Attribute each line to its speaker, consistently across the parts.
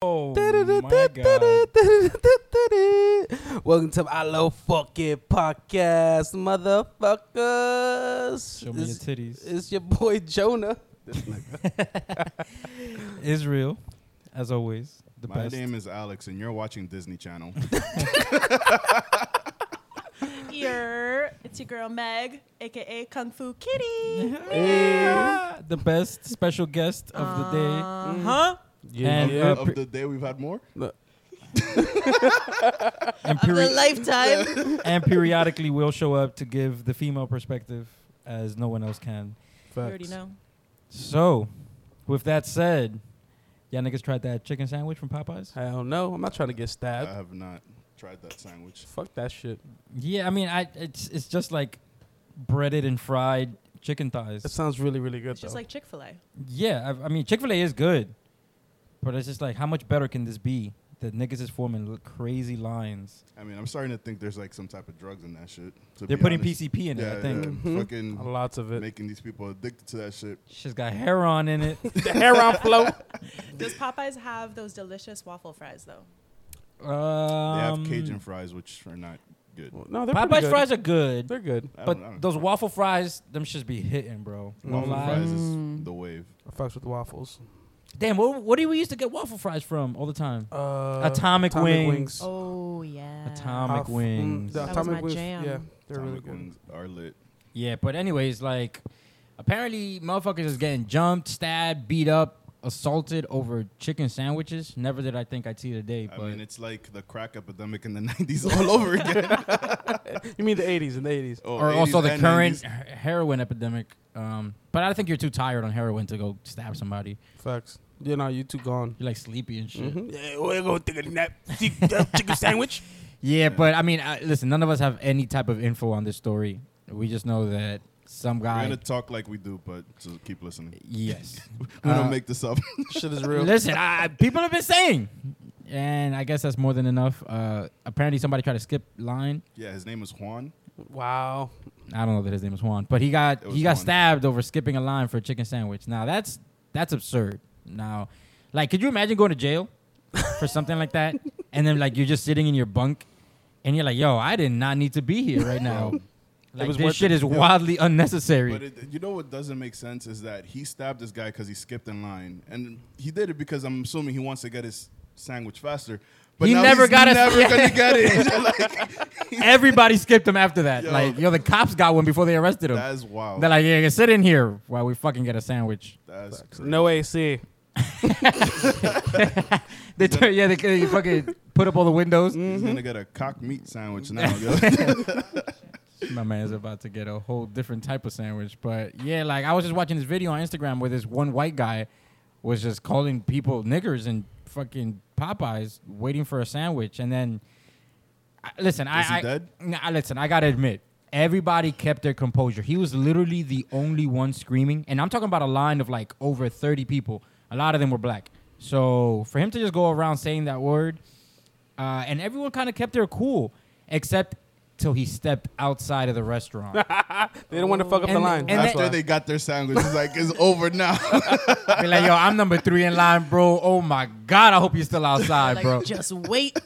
Speaker 1: Oh
Speaker 2: Oh
Speaker 1: my God.
Speaker 3: Welcome to my low fucking podcast, motherfuckers.
Speaker 1: Show me your
Speaker 3: It's-
Speaker 1: titties.
Speaker 3: It's your boy Jonah.
Speaker 1: Israel, as always, the
Speaker 4: My
Speaker 1: best.
Speaker 4: name is Alex, and you're watching Disney Channel.
Speaker 5: Here, it's your girl Meg, aka Kung Fu Kitty.
Speaker 1: Yeah. The best special guest of the
Speaker 5: Ah,
Speaker 1: day.
Speaker 5: Uh, Huh?
Speaker 1: And,
Speaker 3: yeah.
Speaker 1: uh,
Speaker 4: of the day we've had more.
Speaker 1: And,
Speaker 5: Of the
Speaker 1: peri-
Speaker 5: lifetime.
Speaker 1: and periodically will show up to give the female perspective as no one else can.
Speaker 5: you already know.
Speaker 1: So, with that said, y'all niggas tried that chicken sandwich from Popeyes?
Speaker 3: I don't know. I'm not trying to get
Speaker 4: I
Speaker 3: stabbed.
Speaker 4: have not tried that sandwich.
Speaker 3: Fuck that shit.
Speaker 1: Yeah, I mean, I it's it's just like breaded and fried chicken thighs.
Speaker 3: That sounds really, really good
Speaker 5: It's just
Speaker 3: though.
Speaker 5: like Chick Fil A.
Speaker 1: Yeah, I, I mean Chick Fil A is good, but it's just like how much better can this be? That niggas is forming l- crazy lines.
Speaker 4: I mean, I'm starting to think there's like some type of drugs in that shit. to
Speaker 1: They're
Speaker 4: be
Speaker 1: putting
Speaker 4: honest.
Speaker 1: PCP in
Speaker 4: yeah,
Speaker 1: it. I think Mm-hmm.
Speaker 4: yeah,
Speaker 3: Mhm.
Speaker 4: fucking
Speaker 3: Lots of it.
Speaker 4: making these people addicted to that shit.
Speaker 1: she's got heron in it.
Speaker 3: the hair on float.
Speaker 5: Does Popeyes have those delicious waffle fries though?
Speaker 4: They
Speaker 1: Um,
Speaker 4: have Cajun fries, which are not good.
Speaker 3: No, they're pretty
Speaker 1: Popeyes
Speaker 3: good.
Speaker 1: fries are good,
Speaker 3: They're good.
Speaker 4: I don't- I
Speaker 1: but
Speaker 4: don't-
Speaker 1: those waffle fries, them should be hitting, bro. No
Speaker 4: waffle
Speaker 1: lie.
Speaker 4: fries
Speaker 3: Mm.
Speaker 4: is the wave.
Speaker 3: I fucks with waffles.
Speaker 1: Damn, what, what do we used to get waffle fries from all the time?
Speaker 3: Uh,
Speaker 1: Atomic, wings.
Speaker 5: Oh yeah.
Speaker 1: Atomic
Speaker 3: Uh, f- mm,
Speaker 1: wings.
Speaker 3: the
Speaker 5: That was
Speaker 3: atomic
Speaker 5: my
Speaker 3: wings.
Speaker 5: jam.
Speaker 3: Yeah, they're
Speaker 4: Atomic
Speaker 3: really good.
Speaker 4: ones are lit.
Speaker 1: Yeah, but anyways, like apparently motherfuckers is getting jumped, stabbed, beat up, assaulted over chicken sandwiches. Never did I think I'd see the day,
Speaker 4: I
Speaker 1: but
Speaker 4: mean, it's like the crack epidemic in the '90s all over again.
Speaker 3: You mean the 80s and the 80s?
Speaker 4: Oh,
Speaker 1: or also
Speaker 4: 80s
Speaker 1: the
Speaker 4: and
Speaker 1: current
Speaker 4: 90s.
Speaker 1: he- heroin epidemic. Um, but I think you're too tired on heroin to go stab somebody.
Speaker 3: Facts. You know, you two gone.
Speaker 1: You're like sleepy and shit.
Speaker 2: Mm-hmm.
Speaker 3: Yeah, we're gonna take a nap. Chicken sandwich.
Speaker 1: Yeah, but I mean, I, listen, none of us have any type of info on this story. We just know that some
Speaker 4: We're
Speaker 1: guy. Uh,
Speaker 4: gonna talk like we do, but so keep listening.
Speaker 1: yes.
Speaker 4: We
Speaker 1: Uh,
Speaker 4: don't make this up.
Speaker 3: Shit is real.
Speaker 1: Listen, I, I- people have been saying, and I guess that's more than enough. Uh, apparently, somebody tried to skip line.
Speaker 4: yeah, his name is Juan.
Speaker 3: Wow.
Speaker 1: I don't know that his name was Juan, but he got
Speaker 4: It was
Speaker 1: he got
Speaker 4: Juan.
Speaker 1: stabbed over skipping a line for a chicken sandwich. Now that's that's absurd. Now, like, could you imagine going to jail for something like that, and then like you're just sitting in your bunk, and you're like, "Yo, I did not need to be here right now." like
Speaker 3: was
Speaker 1: this
Speaker 3: worth
Speaker 1: shit
Speaker 3: it.
Speaker 1: is wildly unnecessary.
Speaker 4: But it, you know what doesn't make sense is that he stabbed this guy because he skipped in line, and he did it because I'm assuming he wants to get his sandwich faster. But
Speaker 1: He
Speaker 4: now
Speaker 1: never
Speaker 4: he's
Speaker 1: got a-
Speaker 4: never gonna get it. like,
Speaker 1: Everybody skipped him after that.
Speaker 4: Yo.
Speaker 1: like, yo, the cops got one before they arrested him.
Speaker 4: that's wild.
Speaker 1: They're like, "Yeah, sit in here while we fucking get a sandwich."
Speaker 4: that's crazy.
Speaker 3: No AC.
Speaker 1: They turn, yeah, they, they fucking put up all the windows.
Speaker 4: He's gonna get a cock meat sandwich now. yo.
Speaker 1: My man's about to get a whole different type of sandwich. But yeah, like I was just watching this video on Instagram where this one white guy was just calling people niggers and fucking Popeyes waiting for a sandwich. And then, I, listen, I,
Speaker 4: Is he
Speaker 1: I-
Speaker 4: dead?
Speaker 1: Nah, listen, I gotta admit, everybody kept their composure. He was literally the only one screaming, and I'm talking about a line of like over 30 people. A lot of them were black. So for him to just go around saying that word, uh, and everyone kind of kept their cool, except till he stepped outside of the restaurant.
Speaker 3: They didn't want to fuck up the
Speaker 1: And-
Speaker 3: line.
Speaker 1: and
Speaker 3: That's
Speaker 1: that-
Speaker 4: After
Speaker 3: why.
Speaker 4: they got their sandwich, it's like it's over now.
Speaker 1: Be like, yo, I'm number three in line, bro. Oh my god, I hope you're still outside,
Speaker 5: Like,
Speaker 1: bro.
Speaker 5: just wait,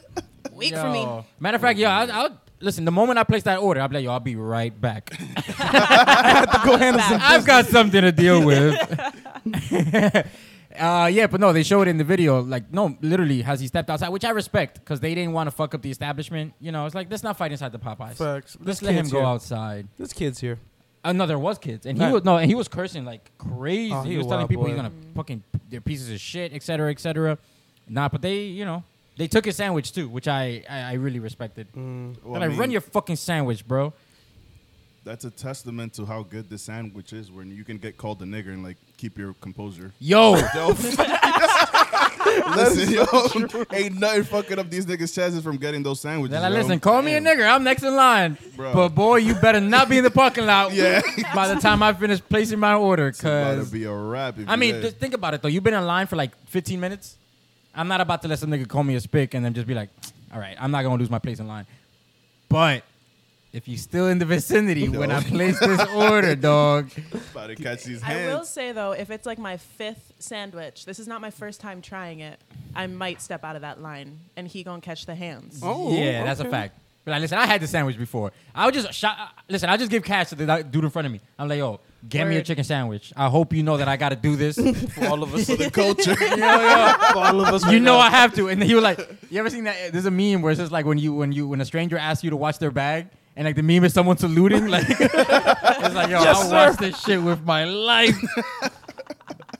Speaker 5: wait for me.
Speaker 1: Yo. Matter of fact, yo, I'll, I'll listen. The moment I place that order, I'll be like, yo, I'll be right back.
Speaker 3: go handle some.
Speaker 1: I've got something to deal with. uh, yeah, but no, they showed it in the video. Like, no, literally, has he stepped outside? Which I respect because they didn't want to fuck up the establishment. You know, it's like let's not fight inside the Popeyes.
Speaker 3: Facts.
Speaker 1: Let's
Speaker 3: This
Speaker 1: let him
Speaker 3: kid's
Speaker 1: go
Speaker 3: here.
Speaker 1: outside.
Speaker 3: This kid's here.
Speaker 1: Uh, no, there was kids, and he
Speaker 3: Right.
Speaker 1: was no, and he was cursing like crazy.
Speaker 3: Oh, he
Speaker 1: he
Speaker 3: a
Speaker 1: was telling
Speaker 3: wild
Speaker 1: people
Speaker 3: boy.
Speaker 1: he's gonna fucking they're pieces of shit, et cetera, et cetera. Nah, but they, you know, they took his sandwich too, which I I, I really respected.
Speaker 4: Well,
Speaker 3: Mm.
Speaker 1: They're
Speaker 4: I
Speaker 1: like, run
Speaker 4: mean,
Speaker 1: your fucking sandwich, bro.
Speaker 4: that's a testament to how good the sandwich is when you can get called a nigger and like keep your composure.
Speaker 1: Yo,
Speaker 4: Yo, listen, yo, ain't nothing fucking up these niggas' chances from getting those sandwiches.
Speaker 1: they're like,
Speaker 4: yo.
Speaker 1: listen, call me a nigger. I'm next in line,
Speaker 4: Bro.
Speaker 1: but boy, you better not be in the parking lot.
Speaker 4: Yeah.
Speaker 1: By the time I finish placing my order,
Speaker 4: It's about
Speaker 1: cause
Speaker 4: to be a wrap. if
Speaker 1: I
Speaker 4: you
Speaker 1: mean,
Speaker 4: let-
Speaker 1: just think about it though. You've been in line for like 15 minutes. I'm not about to let some nigga call me a spick and then just be like, all right, I'm not gonna lose my place in line. But if you still in the vicinity when I
Speaker 4: No.
Speaker 1: place this order, dog.
Speaker 4: About to catch these
Speaker 5: I will
Speaker 4: hands.
Speaker 5: say though, if it's like my fifth sandwich, this is not my first time trying it. I might step out of that line, and he gonna catch the hands.
Speaker 1: yeah, that's a fact. But like, listen, I had the sandwich before. I would just shot, uh, listen. I just give cash to the like, dude in front of me. I'm like, yo, get me a
Speaker 5: Word.
Speaker 1: chicken sandwich. I hope you know that I got to do this.
Speaker 2: For all of us,
Speaker 4: The culture.
Speaker 2: for all of us,
Speaker 1: you
Speaker 2: right
Speaker 1: know
Speaker 2: now.
Speaker 1: I have to. And then he was like, you ever seen that? There's a meme where it's just like when you when you when a stranger asks you to watch their bag. And like the meme is someone saluting, like it's like yo, I'll watch this shit with my life.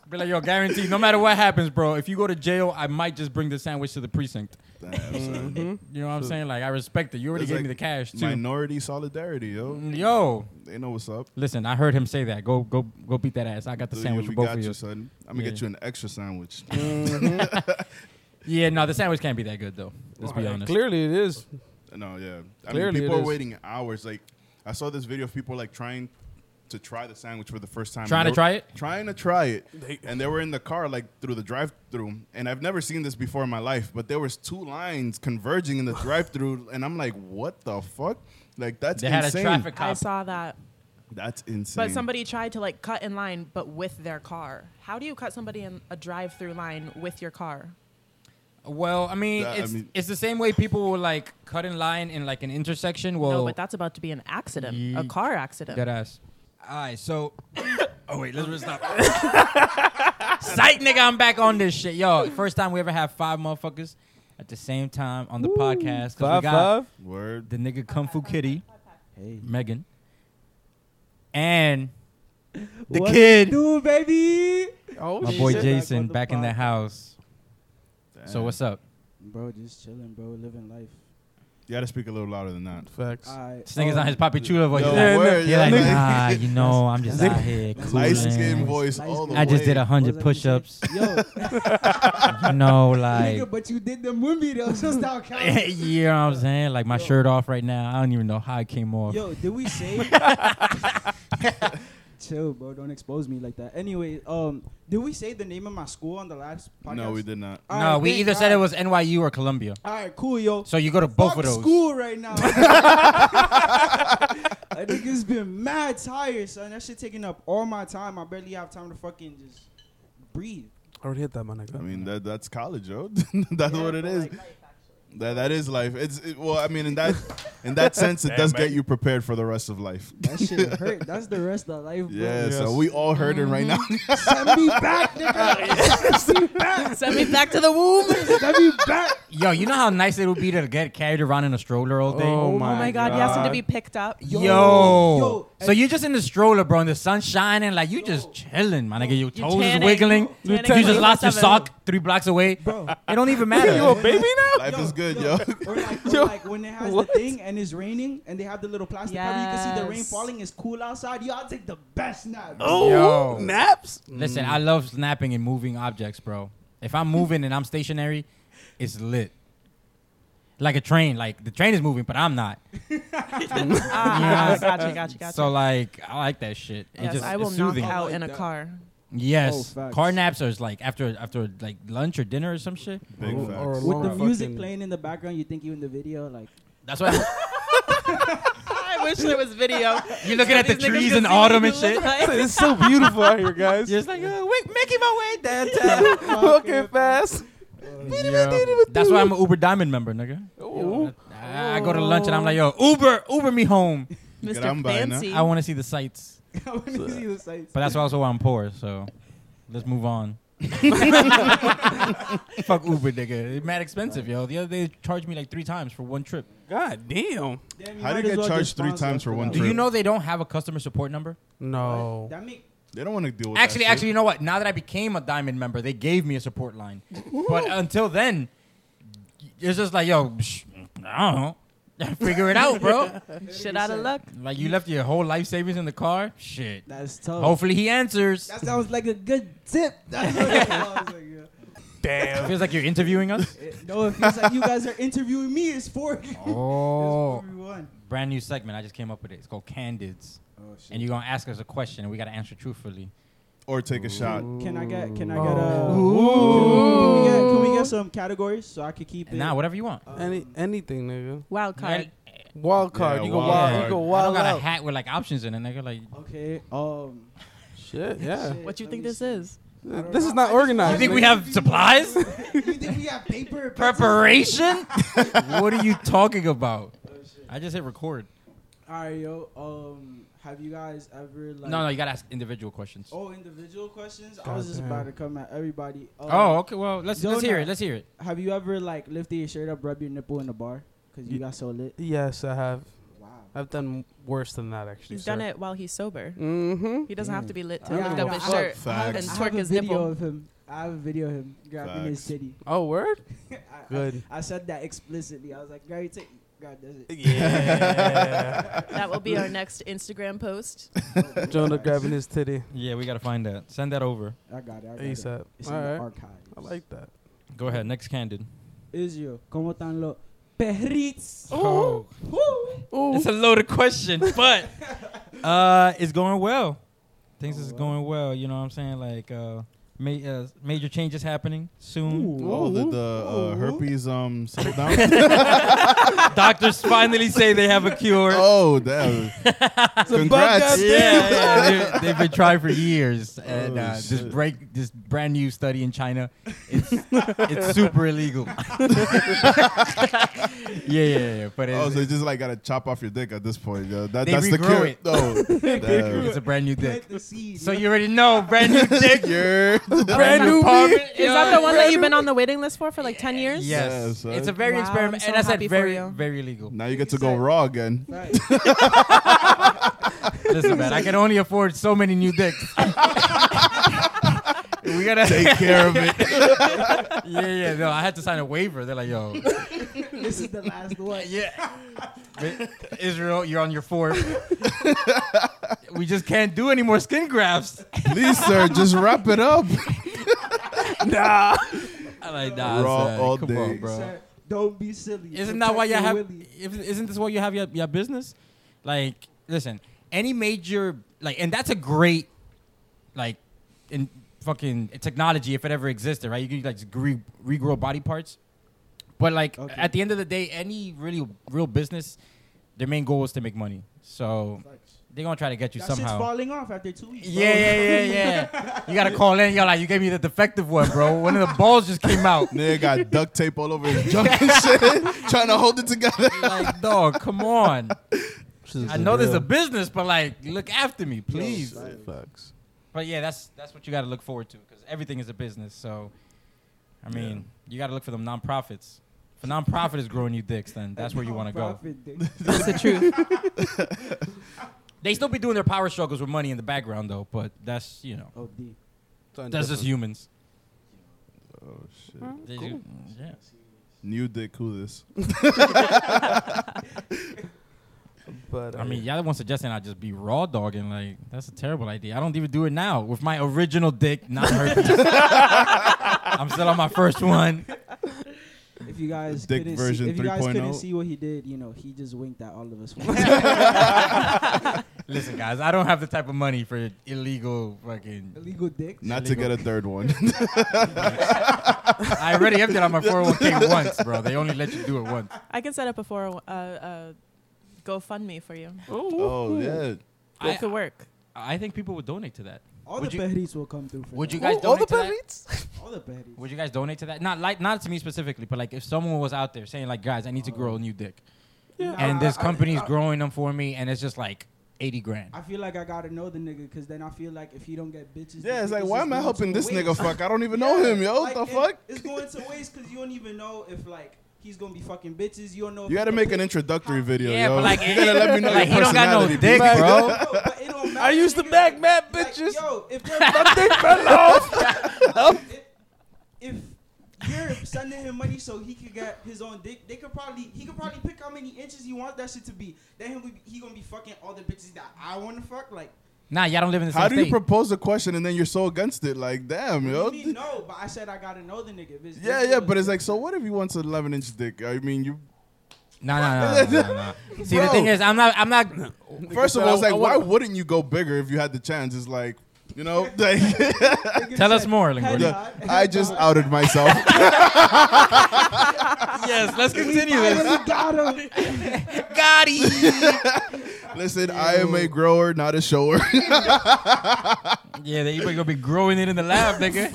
Speaker 1: Be like yo, guaranteed. No matter what happens, bro, if you go to jail, I might just bring the sandwich to the precinct. You know what I'm saying? Like I respect it. You already
Speaker 4: Hmm? It's
Speaker 1: gave
Speaker 4: like
Speaker 1: me the cash too. Mm-hmm.
Speaker 4: Minority solidarity, yo.
Speaker 1: Yo,
Speaker 4: They know what's up.
Speaker 1: listen, I heard him say that. Go, go, go beat that ass. I got the
Speaker 4: Dude,
Speaker 1: sandwich for
Speaker 4: we
Speaker 1: both
Speaker 4: got
Speaker 1: of
Speaker 4: you,
Speaker 1: you.
Speaker 4: son. I'm gonna
Speaker 1: Yeah.
Speaker 4: get you an extra sandwich.
Speaker 1: Yeah, no, the sandwich can't be that good though. Let's be honest.
Speaker 2: Clearly, it is.
Speaker 4: No, yeah. I
Speaker 2: Clearly
Speaker 4: mean,
Speaker 2: it
Speaker 4: people are
Speaker 2: is.
Speaker 4: waiting hours. Like, I saw this video of people like trying to try the sandwich for the first time.
Speaker 1: Trying
Speaker 4: And
Speaker 1: to
Speaker 4: they
Speaker 1: try
Speaker 4: were-
Speaker 1: it?
Speaker 4: Trying to try it.
Speaker 3: They-
Speaker 4: and they were in the car, like through the drive-through. And I've never seen this before in my life. But there was two lines converging in the drive-through, and I'm like, what the fuck? Like that's
Speaker 1: They had a
Speaker 4: insane.
Speaker 1: traffic
Speaker 5: I
Speaker 1: cop.
Speaker 5: saw that,
Speaker 4: That's insane.
Speaker 5: but somebody tried to like cut in line, but with their car. How do you cut somebody in a drive-through line with your car?
Speaker 1: Well, I mean,
Speaker 4: That- I
Speaker 1: it's,
Speaker 4: mean-
Speaker 1: it's the same way people will like cut in line in like an intersection. Well,
Speaker 5: no, but that's about to be an accident, a
Speaker 1: Ye-
Speaker 5: car accident.
Speaker 1: dead ass. All right, so. oh wait, let's stop. Sight, nigga, I'm back on this shit, yo. First time we ever have five motherfuckers at the same time on the podcast. 'cause we
Speaker 2: Five,
Speaker 1: got-
Speaker 2: five.
Speaker 4: Word.
Speaker 1: the nigga Kung Fu Kitty,
Speaker 2: Hey.
Speaker 1: Megan, and the
Speaker 2: What
Speaker 1: kid,
Speaker 2: do, baby? Oh,
Speaker 1: my boy Jason, back, in the house. So what's up?
Speaker 6: Bro, just chilling, bro, living life.
Speaker 4: You gotta speak a little louder than that.
Speaker 2: Facts.
Speaker 6: I, oh,
Speaker 1: This nigga's on his Papi Chulo voice.
Speaker 4: No,
Speaker 1: He's like,
Speaker 4: word,
Speaker 1: he's
Speaker 4: yeah,
Speaker 1: like,
Speaker 4: nigga.
Speaker 1: nah, you know, I'm just out here cooling.
Speaker 6: That's what
Speaker 4: Light
Speaker 6: I'm saying.
Speaker 4: skin voice all the
Speaker 1: I just did
Speaker 4: way.
Speaker 1: a hundred
Speaker 6: What was I gonna
Speaker 1: push-ups.
Speaker 6: say? Yo,
Speaker 1: You know, like,
Speaker 6: nigga, but you did them with me though, so stop counting.
Speaker 1: you know what I'm saying? Like my shirt off right now. I don't even know how it came off.
Speaker 6: Yo, did we say? Chill, bro. Don't expose me like that. Anyway, um, did we say the name of my school on the last podcast?
Speaker 4: No, we did not.
Speaker 6: All
Speaker 1: no,
Speaker 6: right,
Speaker 1: we
Speaker 6: thank
Speaker 1: either said it
Speaker 6: God.
Speaker 1: was NYU or Columbia.
Speaker 6: All right, cool, yo.
Speaker 1: So you go to both
Speaker 6: Fuck
Speaker 1: of those.
Speaker 6: school right now. I think it's been mad tired, son. That shit taking up all my time. I barely have time to fucking just breathe.
Speaker 2: I already hit that, my
Speaker 4: I
Speaker 2: nigga.
Speaker 4: mean, that that's college, yo. that's what it is. That that is life. It's it, well, I mean, in that in that sense, it does get you prepared for the rest of life.
Speaker 6: That shit hurt. That's the rest of life, bro.
Speaker 4: Yeah,
Speaker 2: Yes.
Speaker 4: so we all hurting right now.
Speaker 6: Send me back, nigga. Send me back.
Speaker 5: Send me back to the womb.
Speaker 1: Oh
Speaker 6: Send me back.
Speaker 1: Yo, you know how nice it would be to get carried around in a stroller all day?
Speaker 2: Oh
Speaker 5: Oh my God, you asked him to be picked up.
Speaker 1: Yo.
Speaker 6: Yo.
Speaker 1: so you just in the stroller, bro, and the sun's shining, like you just chilling, my nigga. Your
Speaker 5: You're
Speaker 1: toes is
Speaker 5: tanning.
Speaker 1: wiggling.
Speaker 5: You're
Speaker 1: You
Speaker 5: tanning.
Speaker 1: just lost your
Speaker 5: Seven.
Speaker 1: sock three blocks away.
Speaker 6: Bro.
Speaker 1: It don't even matter.
Speaker 2: You a baby now?
Speaker 4: life is good, yo.
Speaker 6: Or like, or
Speaker 2: Yo,
Speaker 6: like when it has
Speaker 2: what?
Speaker 6: the thing and it's raining and they have the little plastic cover, you can see the rain
Speaker 5: Yes.
Speaker 6: falling. It's cool outside. Yo, I'll take the best nap.
Speaker 3: Oh,
Speaker 1: Yo.
Speaker 3: naps.
Speaker 1: Listen, I love snapping and moving objects, bro. If I'm moving and I'm stationary, it's lit. Like a train, like the train is moving, but I'm not.
Speaker 5: Ah, ah, gotcha, gotcha, gotcha.
Speaker 1: So like, I like that shit. It
Speaker 5: yes,
Speaker 1: just,
Speaker 5: I will
Speaker 1: it's
Speaker 5: knock
Speaker 1: soothing.
Speaker 5: out in a
Speaker 6: Like that.
Speaker 5: car.
Speaker 6: Oh,
Speaker 1: Yes,
Speaker 6: facts.
Speaker 1: car naps are like after after like lunch or dinner or some shit.
Speaker 4: Big
Speaker 2: Or- or
Speaker 4: facts.
Speaker 2: long
Speaker 6: With the music
Speaker 2: fucking-
Speaker 6: playing in the background, you think you in the video, like
Speaker 1: That's why
Speaker 5: I wish there was video.
Speaker 1: you're looking at the
Speaker 5: These niggas
Speaker 1: trees
Speaker 5: can
Speaker 1: in
Speaker 5: see what
Speaker 1: autumn
Speaker 5: you
Speaker 1: and shit.
Speaker 5: look like.
Speaker 2: It's so beautiful out here, guys.
Speaker 1: Just like, uh, wait, making my way
Speaker 2: downtown, walking fast.
Speaker 1: That's why I'm an Uber Diamond member, nigga.
Speaker 2: Ooh.
Speaker 1: I I go to lunch and I'm like, yo, Uber, Uber me home.
Speaker 4: Get on
Speaker 5: Mr.
Speaker 4: by now.
Speaker 5: Fancy.
Speaker 1: I want to see the sights,
Speaker 6: I want to see the sights.
Speaker 1: but that's also why I'm poor. So let's move on. Fuck Uber, nigga. It's mad expensive, yo. The other day, they charged me like three times for one trip.
Speaker 2: God damn.
Speaker 6: Damn,
Speaker 4: How do
Speaker 6: might
Speaker 4: you
Speaker 6: as
Speaker 4: get
Speaker 6: well
Speaker 4: charged
Speaker 6: just
Speaker 4: three
Speaker 6: bounce
Speaker 4: times
Speaker 6: after
Speaker 4: for one
Speaker 6: that.
Speaker 1: Do you know they don't have a customer support number?
Speaker 2: No.
Speaker 6: That make
Speaker 4: They don't want to deal with
Speaker 1: Actually,
Speaker 4: that
Speaker 1: actually, you know what? Now that I became a diamond member, they gave me a support line. but until then, it's just like, yo, psh, I don't know. Figure it out, bro.
Speaker 5: Shit out of luck.
Speaker 1: like you left your whole life savings in the car. Shit.
Speaker 6: That's tough.
Speaker 1: Hopefully he answers.
Speaker 6: That sounds like a good tip. That's what it sounds like, yeah.
Speaker 1: It feels like you're interviewing us.
Speaker 6: It- no, it feels like you guys are interviewing me. It's for you.
Speaker 1: Oh,
Speaker 6: Everyone.
Speaker 1: brand new segment. I just came up with it. It's called Candids,
Speaker 6: Oh shit.
Speaker 1: and you're gonna ask us a question, and we gotta answer truthfully.
Speaker 4: Or take a shot.
Speaker 6: Can I get? Can I get? Uh, Can, we
Speaker 2: Oh. Ooh.
Speaker 6: get can we get some categories so I could keep it?
Speaker 1: Nah, whatever you want.
Speaker 2: Any anything, nigga.
Speaker 5: Wild card.
Speaker 1: Any-
Speaker 2: Wild card.
Speaker 4: Yeah,
Speaker 2: you go
Speaker 4: wild
Speaker 2: wild.
Speaker 1: card.
Speaker 2: You go
Speaker 1: I don't
Speaker 2: wild
Speaker 1: got
Speaker 2: out.
Speaker 1: a hat with like options in it, nigga. Like,
Speaker 6: Okay. Um.
Speaker 2: Shit. Yeah.
Speaker 6: shit,
Speaker 5: What you
Speaker 6: let
Speaker 5: think
Speaker 6: me
Speaker 5: this
Speaker 6: see.
Speaker 5: is?
Speaker 6: I don't
Speaker 2: This
Speaker 6: know.
Speaker 2: is not
Speaker 6: I just
Speaker 2: organized.
Speaker 1: you think
Speaker 6: thought it
Speaker 1: we
Speaker 6: was-
Speaker 1: have supplies?
Speaker 6: you think we have paper? and pencils?
Speaker 1: Preparation? what are you talking about?
Speaker 6: Oh, shit.
Speaker 1: I just hit record.
Speaker 6: All right, yo. Um, have you guys ever like?
Speaker 1: no, no, you gotta ask individual questions. Oh,
Speaker 6: Oh, individual questions. I was just about to come at everybody. Um,
Speaker 1: Oh, okay. Well, let's
Speaker 6: Yo,
Speaker 1: let's hear
Speaker 6: nah.
Speaker 1: it. Let's hear it.
Speaker 6: Have you ever like lifted your shirt up, rub your nipple in the bar because you
Speaker 2: Ye-
Speaker 6: got so lit?
Speaker 2: Yes, I have.
Speaker 6: Wow.
Speaker 2: I've done worse than that actually.
Speaker 5: He's done it while he's sober.
Speaker 2: Mm-hmm.
Speaker 5: He doesn't have to be lit to
Speaker 6: Yeah,
Speaker 5: lift
Speaker 6: yeah,
Speaker 5: up his
Speaker 6: I-
Speaker 5: shirt
Speaker 4: Facts.
Speaker 5: and
Speaker 6: I
Speaker 5: twerk
Speaker 6: have a
Speaker 5: his
Speaker 6: video
Speaker 5: nipple.
Speaker 6: of him. I have a video of him grabbing his
Speaker 4: Facts.
Speaker 6: titty.
Speaker 2: Oh, word.
Speaker 6: I,
Speaker 2: Good.
Speaker 6: I, I said that explicitly. I was like, "Gary, take." God does it.
Speaker 2: Yeah.
Speaker 5: That will be our next Instagram post.
Speaker 2: Jonah grabbing his titty
Speaker 1: Yeah, we gotta find that. Send that over.
Speaker 6: I got it. I got it.
Speaker 2: ASAP.
Speaker 6: It's
Speaker 2: All
Speaker 6: in
Speaker 2: right.
Speaker 6: the archives.
Speaker 2: I like that.
Speaker 1: Go ahead. Next candid.
Speaker 6: Israel. ¿Cómo están los perritos?
Speaker 1: Oh,
Speaker 6: Woo!
Speaker 2: Ooh.
Speaker 1: it's a loaded question, but uh, it's going well. Things
Speaker 6: Oh,
Speaker 1: is
Speaker 6: wow.
Speaker 1: going well. You know what I'm saying? Like, uh, ma- uh major changes happening soon.
Speaker 4: Oh,
Speaker 6: Ooh.
Speaker 4: did the uh,
Speaker 6: Ooh.
Speaker 4: herpes um settle down?
Speaker 1: Doctors finally say they have a cure.
Speaker 4: oh, damn.
Speaker 1: Yeah,
Speaker 4: Congrats.
Speaker 1: yeah, they've- they've been trying for years, and
Speaker 4: Oh,
Speaker 1: uh, this
Speaker 4: shit.
Speaker 1: break, this brand new study in China, it's it's super illegal. yeah, yeah, yeah, but it's,
Speaker 4: Oh, so you just like gotta chop off your dick at this point. Yo. That,
Speaker 1: They
Speaker 4: that's the
Speaker 1: regrew
Speaker 4: cure.
Speaker 1: it.
Speaker 4: No, uh,
Speaker 1: it's a brand new dick.
Speaker 6: Plant the seed.
Speaker 1: So you already know, brand new dick,
Speaker 4: You're
Speaker 1: brand new apartment.
Speaker 5: Is that the one that you've been on the waiting list for for like 10 years?
Speaker 1: Yes,
Speaker 4: Yes,
Speaker 1: it's
Speaker 4: sir.
Speaker 1: a very
Speaker 5: Wow, I'm
Speaker 1: experiment,
Speaker 5: so
Speaker 1: and I said
Speaker 5: happy for
Speaker 1: very,
Speaker 5: you.
Speaker 1: very legal.
Speaker 4: now you get to go raw again.
Speaker 6: Right.
Speaker 1: Listen, man, I can only afford so many new dicks. we gotta
Speaker 4: Take care of it.
Speaker 1: Yeah, yeah, no, I had to sign a waiver. They're like, yo,
Speaker 6: this is the last one.
Speaker 1: yeah, Israel, you're on your fourth. we just can't do any more skin grafts.
Speaker 4: Please, sir, just wrap it up.
Speaker 2: Nah.
Speaker 1: I'm like, nah,
Speaker 4: Raw
Speaker 1: son,
Speaker 4: all
Speaker 1: come
Speaker 4: day.
Speaker 1: on, bro.
Speaker 6: Sir, Don't be silly.
Speaker 1: Isn't that why you
Speaker 6: Protect
Speaker 1: have?
Speaker 6: your willy.
Speaker 1: if- Isn't this why you have your, your business? Like, listen, any major like, and that's a great like in fucking technology if it ever existed, right? You could like re- regrow body parts, but like
Speaker 6: Okay.
Speaker 1: at the end of the day, any really real business, their main goal is to make money. So they're gonna try to get you
Speaker 6: That shit's
Speaker 1: somehow.
Speaker 6: falling off after two weeks.
Speaker 1: Yeah, yeah, yeah, yeah. you gotta call in. You're like, you gave me the defective one, bro. One of the balls just came out.
Speaker 4: Nigga got duct tape all over his junk and shit, trying to hold it together.
Speaker 1: like, dog, come on. I know this is a business, but like, look after me, please.
Speaker 2: Facts.
Speaker 1: but yeah, that's that's what you got to look forward to because everything is a business. So, I mean, you got to look for them nonprofits. If a nonprofit is growing you dicks, then that's where you want to go.
Speaker 6: go.
Speaker 5: That's the truth.
Speaker 1: They still be doing their power struggles with money in the background though, but that's you know,
Speaker 6: Oh, D.
Speaker 1: that's just humans.
Speaker 4: Oh shit.
Speaker 1: They do- yeah.
Speaker 4: New dick, who this?
Speaker 2: But
Speaker 1: I mean, y'all the one suggesting I just be raw dogging. Like, that's a terrible idea. I don't even do it now with my original dick, not herpes. I'm still on my first one.
Speaker 6: If you guys
Speaker 4: Dick
Speaker 6: couldn't
Speaker 4: version
Speaker 6: see, if you guys
Speaker 4: 3.0.
Speaker 1: oh.
Speaker 6: couldn't see what he did, you know, he just winked at all of us.
Speaker 1: Listen, guys, I don't have the type of money for illegal fucking.
Speaker 6: Illegal dick.
Speaker 4: Not to get a third one.
Speaker 1: I already emptied on my 401k once, bro. They only let you do it once.
Speaker 5: I can set up a four, uh, uh, GoFundMe for you.
Speaker 4: oh yeah.
Speaker 5: It could
Speaker 1: I,
Speaker 5: work.
Speaker 1: I think people would donate to that.
Speaker 6: All
Speaker 1: Would
Speaker 6: the
Speaker 1: you-
Speaker 6: perritos will come through. For
Speaker 1: Would
Speaker 6: that.
Speaker 1: you guys
Speaker 2: all the
Speaker 1: donate to that?
Speaker 6: All the perritos.
Speaker 1: Would you guys donate to that? Not like not to me specifically, but like if someone was out there saying like, guys, I need to grow a new dick,
Speaker 6: Yeah.
Speaker 1: and
Speaker 6: I-
Speaker 1: this
Speaker 6: I-
Speaker 1: company's
Speaker 6: I-
Speaker 1: growing them for me, and it's just like eighty grand.
Speaker 6: I feel like I gotta know the nigga, cause then I feel like if he don't get bitches,
Speaker 4: Yeah,
Speaker 6: the
Speaker 4: it's like
Speaker 6: bitches
Speaker 4: why
Speaker 6: is
Speaker 4: am I
Speaker 6: going
Speaker 4: helping
Speaker 6: to
Speaker 4: this
Speaker 6: waste.
Speaker 4: nigga fuck? I don't even know him, yo.
Speaker 6: Like,
Speaker 4: What the
Speaker 6: it-
Speaker 4: fuck?
Speaker 6: It's going to waste because you don't even know if like he's gonna be fucking bitches. You don't know. if
Speaker 4: You gotta
Speaker 6: he
Speaker 4: make
Speaker 6: can
Speaker 4: an
Speaker 6: play-
Speaker 4: introductory video,
Speaker 1: Yeah,
Speaker 4: yo.
Speaker 1: but like,
Speaker 4: you gotta let me know
Speaker 1: like,
Speaker 4: your
Speaker 1: he don't got no
Speaker 4: personality,
Speaker 1: dick,
Speaker 4: people.
Speaker 1: bro.
Speaker 6: No, but it don't matter,
Speaker 2: I used to
Speaker 6: nigga.
Speaker 2: back map
Speaker 6: Like,
Speaker 2: bitches.
Speaker 6: yo, if they're
Speaker 2: My dick fell off.
Speaker 6: if you're sending him money so he could get his own dick, they could probably he could probably pick how many inches you want that shit to be. Then he be, he gonna be fucking all the bitches that I want to fuck. Like
Speaker 1: Nah, y'all don't live in the same
Speaker 4: How do you
Speaker 1: state.
Speaker 4: propose a question and then you're so against it? Like, damn,
Speaker 6: what
Speaker 4: yo.
Speaker 6: do you mean no, but I said I gotta know the nigga. If it's
Speaker 4: Yeah,
Speaker 6: this
Speaker 4: yeah,
Speaker 6: good.
Speaker 4: but it's like, so what if he wants an 11 inch dick? I mean, you.
Speaker 1: Nah, nah, nah, nah, nah, nah. See, the thing is, I'm not, I'm not.
Speaker 4: First of all, it's
Speaker 2: uh, I-
Speaker 4: like,
Speaker 2: I
Speaker 4: why
Speaker 2: wanna-
Speaker 4: wouldn't you go bigger if you had the chance? It's like, you know, like,
Speaker 6: Nigga
Speaker 1: Tell us
Speaker 6: said,
Speaker 1: more,
Speaker 6: head
Speaker 1: Lingordi.
Speaker 6: nod,
Speaker 4: I
Speaker 6: head
Speaker 4: just
Speaker 6: nod.
Speaker 4: outed myself.
Speaker 7: yes, let's continue this.
Speaker 6: got him.
Speaker 7: Got it.
Speaker 4: Listen, I am a grower, not a shower.
Speaker 7: Yeah, they even gonna be growing it in the lab, nigga.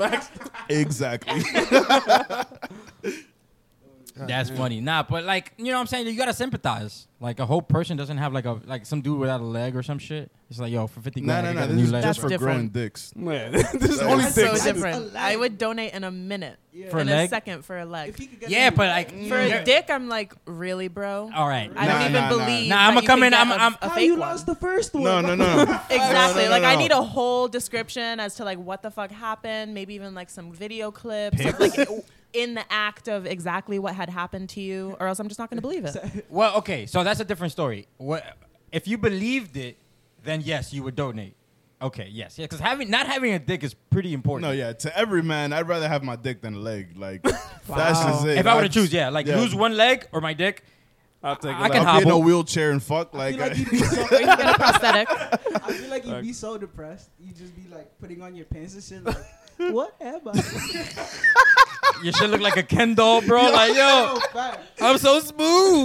Speaker 4: exactly.
Speaker 1: That's funny. Nah, but like, you know what I'm saying? You gotta sympathize. Like a whole person doesn't have like a like some dude without a leg or some shit. It's like, yo, for 50
Speaker 4: No,
Speaker 1: grand,
Speaker 4: no,
Speaker 1: I
Speaker 4: no.
Speaker 1: got a
Speaker 4: This
Speaker 1: new
Speaker 4: is
Speaker 1: leg.
Speaker 4: just for
Speaker 5: That's
Speaker 4: growing
Speaker 5: different.
Speaker 4: dicks.
Speaker 2: Man, this is
Speaker 4: That's
Speaker 2: only
Speaker 5: That's
Speaker 2: six.
Speaker 5: so different.
Speaker 6: That's a
Speaker 5: I
Speaker 6: leg.
Speaker 5: would donate in a minute.
Speaker 6: Yeah.
Speaker 1: For a
Speaker 5: in
Speaker 1: leg?
Speaker 5: a second for a leg.
Speaker 6: If he could get
Speaker 1: Yeah,
Speaker 6: that
Speaker 1: but
Speaker 6: nigga-
Speaker 1: like,
Speaker 5: for
Speaker 1: you're-
Speaker 5: a dick, I'm like, really, bro?
Speaker 6: Oh.
Speaker 1: All right.
Speaker 5: I
Speaker 4: Nah,
Speaker 5: don't even
Speaker 4: nah, nah.
Speaker 5: believe.
Speaker 1: Nah,
Speaker 5: that
Speaker 1: I'ma
Speaker 5: you
Speaker 1: come
Speaker 5: can
Speaker 1: in,
Speaker 5: get
Speaker 1: I'm-
Speaker 5: a-
Speaker 1: I'm-
Speaker 5: a
Speaker 6: How
Speaker 5: fake
Speaker 6: you
Speaker 5: one.
Speaker 6: lost the first one?
Speaker 4: No, no, no.
Speaker 5: Exactly.
Speaker 4: No, no, no,
Speaker 5: like I
Speaker 4: no.
Speaker 5: need a whole description as to like what the fuck happened. Maybe even like some video clips, of, like in the act of exactly what had happened to you, or else I'm just not gonna believe it.
Speaker 1: well, okay, so that's a different story. What if you believed it, then yes, you would donate. Okay, yes, yeah, because having not having a dick is pretty important.
Speaker 4: No, yeah. To every man, I'd rather have my dick than a leg. Like, that's just it.
Speaker 1: If I were to
Speaker 4: I'd-
Speaker 1: choose, yeah, like
Speaker 4: yeah.
Speaker 1: lose one leg or my dick,
Speaker 2: I'll take
Speaker 1: I
Speaker 2: it.
Speaker 1: can
Speaker 2: out.
Speaker 4: I'll get in a
Speaker 1: hobble.
Speaker 4: wheelchair and fuck.
Speaker 6: I
Speaker 4: Like, uh,
Speaker 6: feel
Speaker 4: I,
Speaker 6: like you'd be so,
Speaker 5: Or you get a prosthetic.
Speaker 6: I feel like you'd be so depressed. You'd just be like putting on your pants and shit. Like, what am I?
Speaker 1: your shit look like a Ken doll, bro. Like, yo,
Speaker 6: So fat.
Speaker 1: I'm so smooth.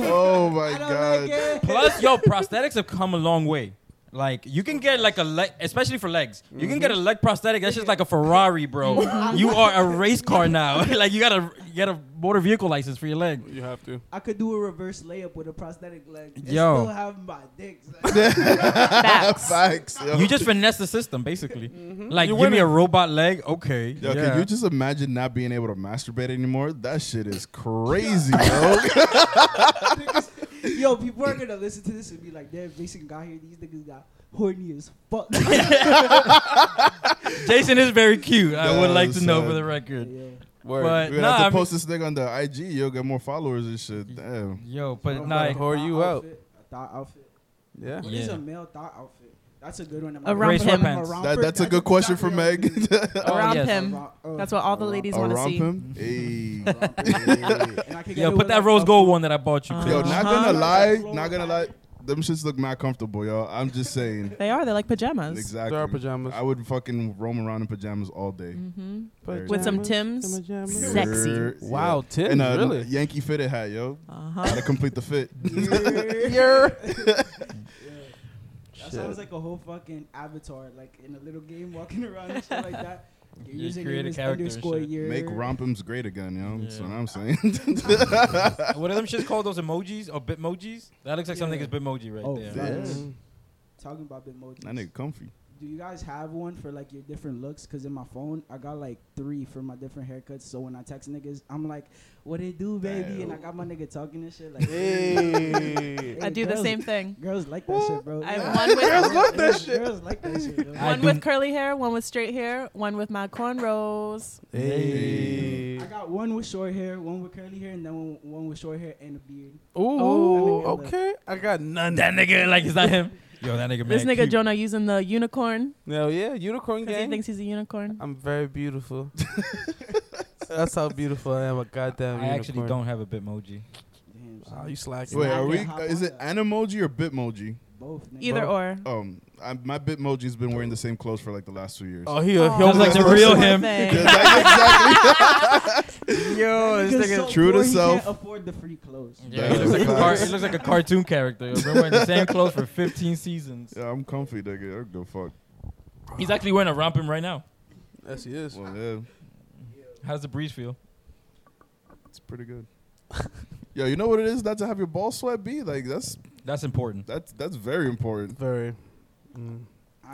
Speaker 4: oh my
Speaker 6: I don't
Speaker 4: god.
Speaker 6: like it.
Speaker 1: Plus, yo, prosthetics have come a long way. Like you can get like a leg, especially for legs. You can get
Speaker 4: Mm-hmm.
Speaker 1: a leg prosthetic. That's just like a Ferrari, bro. you are a race car now. like you gotta you got a motor vehicle license for your leg.
Speaker 2: You have to.
Speaker 6: I could do a reverse layup with a prosthetic leg. And
Speaker 1: Yo.
Speaker 6: still have my dicks. Like,
Speaker 5: Facts.
Speaker 4: Facts. Yo.
Speaker 1: You just finesse the system, basically. Like
Speaker 2: You're
Speaker 1: give me
Speaker 2: winning.
Speaker 1: a robot leg, okay.
Speaker 4: Yo,
Speaker 1: yeah.
Speaker 4: can you just imagine not being able to masturbate anymore? That shit is crazy, bro.
Speaker 6: yo, people are gonna listen to this and be like, "Damn, Jason got here. These niggas got horny as fuck."
Speaker 1: Jason is very cute. I would
Speaker 4: Yeah,
Speaker 1: like to know
Speaker 4: son.
Speaker 1: for the record.
Speaker 6: Yeah.
Speaker 2: Word.
Speaker 1: But
Speaker 4: We're gonna
Speaker 1: nah, I
Speaker 4: have to
Speaker 1: mean-
Speaker 4: post this thing on the IG. You'll get more followers and shit. Damn.
Speaker 1: yo, but
Speaker 2: I'm
Speaker 1: like
Speaker 2: gonna whore you
Speaker 6: Thought
Speaker 2: out.
Speaker 6: outfit. A thought outfit.
Speaker 2: Yeah.
Speaker 6: What is
Speaker 1: Yeah.
Speaker 6: a male thought outfit? That's a good one.
Speaker 5: A
Speaker 1: Gray
Speaker 5: romper.
Speaker 1: sweatpants.
Speaker 4: That, that's a good question for Meg.
Speaker 5: Around
Speaker 1: yes.
Speaker 5: him. That's what all the ladies
Speaker 4: Or
Speaker 5: want to
Speaker 4: romp
Speaker 5: see.
Speaker 4: him? Hey.
Speaker 1: Yo, put that rose gold one that I bought you.
Speaker 4: Yo,
Speaker 1: please.
Speaker 4: not gonna
Speaker 5: Uh-huh.
Speaker 4: lie, not gonna lie. Them shits look not comfortable, yo. I'm just saying.
Speaker 5: They are. They're like pajamas.
Speaker 4: Exactly.
Speaker 2: There are pajamas.
Speaker 4: I would fucking roam around in pajamas all day.
Speaker 5: Mm-hmm.
Speaker 4: With
Speaker 5: With some
Speaker 2: Pajamas,
Speaker 5: Tim's.
Speaker 2: pajamas.
Speaker 5: Sick. Sexy.
Speaker 4: Yeah.
Speaker 2: Mm-hmm. Wow, Tim,
Speaker 4: And uh, a
Speaker 2: really?
Speaker 4: Yankee fitted hat, yo.
Speaker 5: Uh huh.
Speaker 4: Gotta complete the fit.
Speaker 6: That sounds like a whole fucking avatar, like in a little game, walking around and shit like that. Your
Speaker 1: You just
Speaker 6: username
Speaker 1: create a
Speaker 6: is
Speaker 1: character and
Speaker 6: underscore
Speaker 1: shit.
Speaker 6: your.
Speaker 4: Make rompims great again, yo. That's
Speaker 1: Yeah.
Speaker 4: what I'm saying.
Speaker 1: what are them shits called? Those emojis or bitmojis? That looks like something
Speaker 6: Yeah.
Speaker 1: is bitmoji right
Speaker 6: Oh,
Speaker 1: there.
Speaker 4: yeah.
Speaker 2: Mm.
Speaker 6: Talking about Bitmojis.
Speaker 4: That nigga comfy.
Speaker 6: Do you guys have one for like your different looks? Cause in my phone, I got like three for my different haircuts. So when I text niggas, I'm like, "What it do, baby?" And I got my nigga talking and shit. Like,
Speaker 2: Hey.
Speaker 5: I do the
Speaker 6: girls-
Speaker 5: same thing.
Speaker 6: Girls like that shit, bro.
Speaker 5: I have one with
Speaker 2: love that shit.
Speaker 6: Girls like that shit. Bro.
Speaker 1: I
Speaker 5: one
Speaker 1: do-
Speaker 5: with curly hair, one with straight hair, one with my cornrows.
Speaker 2: Hey.
Speaker 6: I got one with short hair, one with curly hair, and then one, one with short hair and a beard.
Speaker 2: Ooh,
Speaker 6: I like
Speaker 2: okay. I got none.
Speaker 1: That nigga, like, is that him? Yo, that nigga,
Speaker 5: This
Speaker 1: mad
Speaker 5: nigga
Speaker 1: cute.
Speaker 5: Jonah using the unicorn
Speaker 2: No, yeah, unicorn
Speaker 5: because he
Speaker 2: gang.
Speaker 5: thinks he's a unicorn.
Speaker 2: I'm very beautiful. That's how beautiful I am. A goddamn
Speaker 1: I
Speaker 2: unicorn.
Speaker 1: actually don't have a bitmoji.
Speaker 6: Damn,
Speaker 2: Wow,
Speaker 4: Ah,
Speaker 6: son.
Speaker 2: you slacking.
Speaker 4: Wait,
Speaker 6: I
Speaker 4: are
Speaker 6: can
Speaker 4: we?
Speaker 6: hop
Speaker 4: Is
Speaker 6: on
Speaker 4: it
Speaker 6: that.
Speaker 4: Animoji or Bitmoji?
Speaker 6: both. nigga.
Speaker 5: Either or.
Speaker 4: Um, I, my Bitmoji's been wearing the same clothes for like the last two years.
Speaker 2: Oh, he, a-
Speaker 5: Aw.
Speaker 2: he
Speaker 1: Sounds like
Speaker 2: almost
Speaker 1: the
Speaker 2: looks
Speaker 1: real
Speaker 2: like-
Speaker 1: him.
Speaker 5: Thing.
Speaker 4: Yeah, that- exactly.
Speaker 1: Yo,
Speaker 6: Because so
Speaker 4: true to
Speaker 6: poor, he
Speaker 4: self.
Speaker 6: Can't afford the free clothes.
Speaker 1: Yeah, it, looks like a car- it looks like a cartoon character. He's been wearing the same clothes for 15 seasons.
Speaker 4: Yeah, I'm comfy, nigga. I don't give a fuck.
Speaker 1: He's actually wearing a romping right now.
Speaker 2: Yes, he is.
Speaker 4: Well, yeah.
Speaker 1: How does the breeze feel?
Speaker 4: It's pretty good. Yo, you know what it is not to have your ball sweat be? Like that's
Speaker 1: That's important.
Speaker 4: that's that's very important.
Speaker 2: Very. Mm.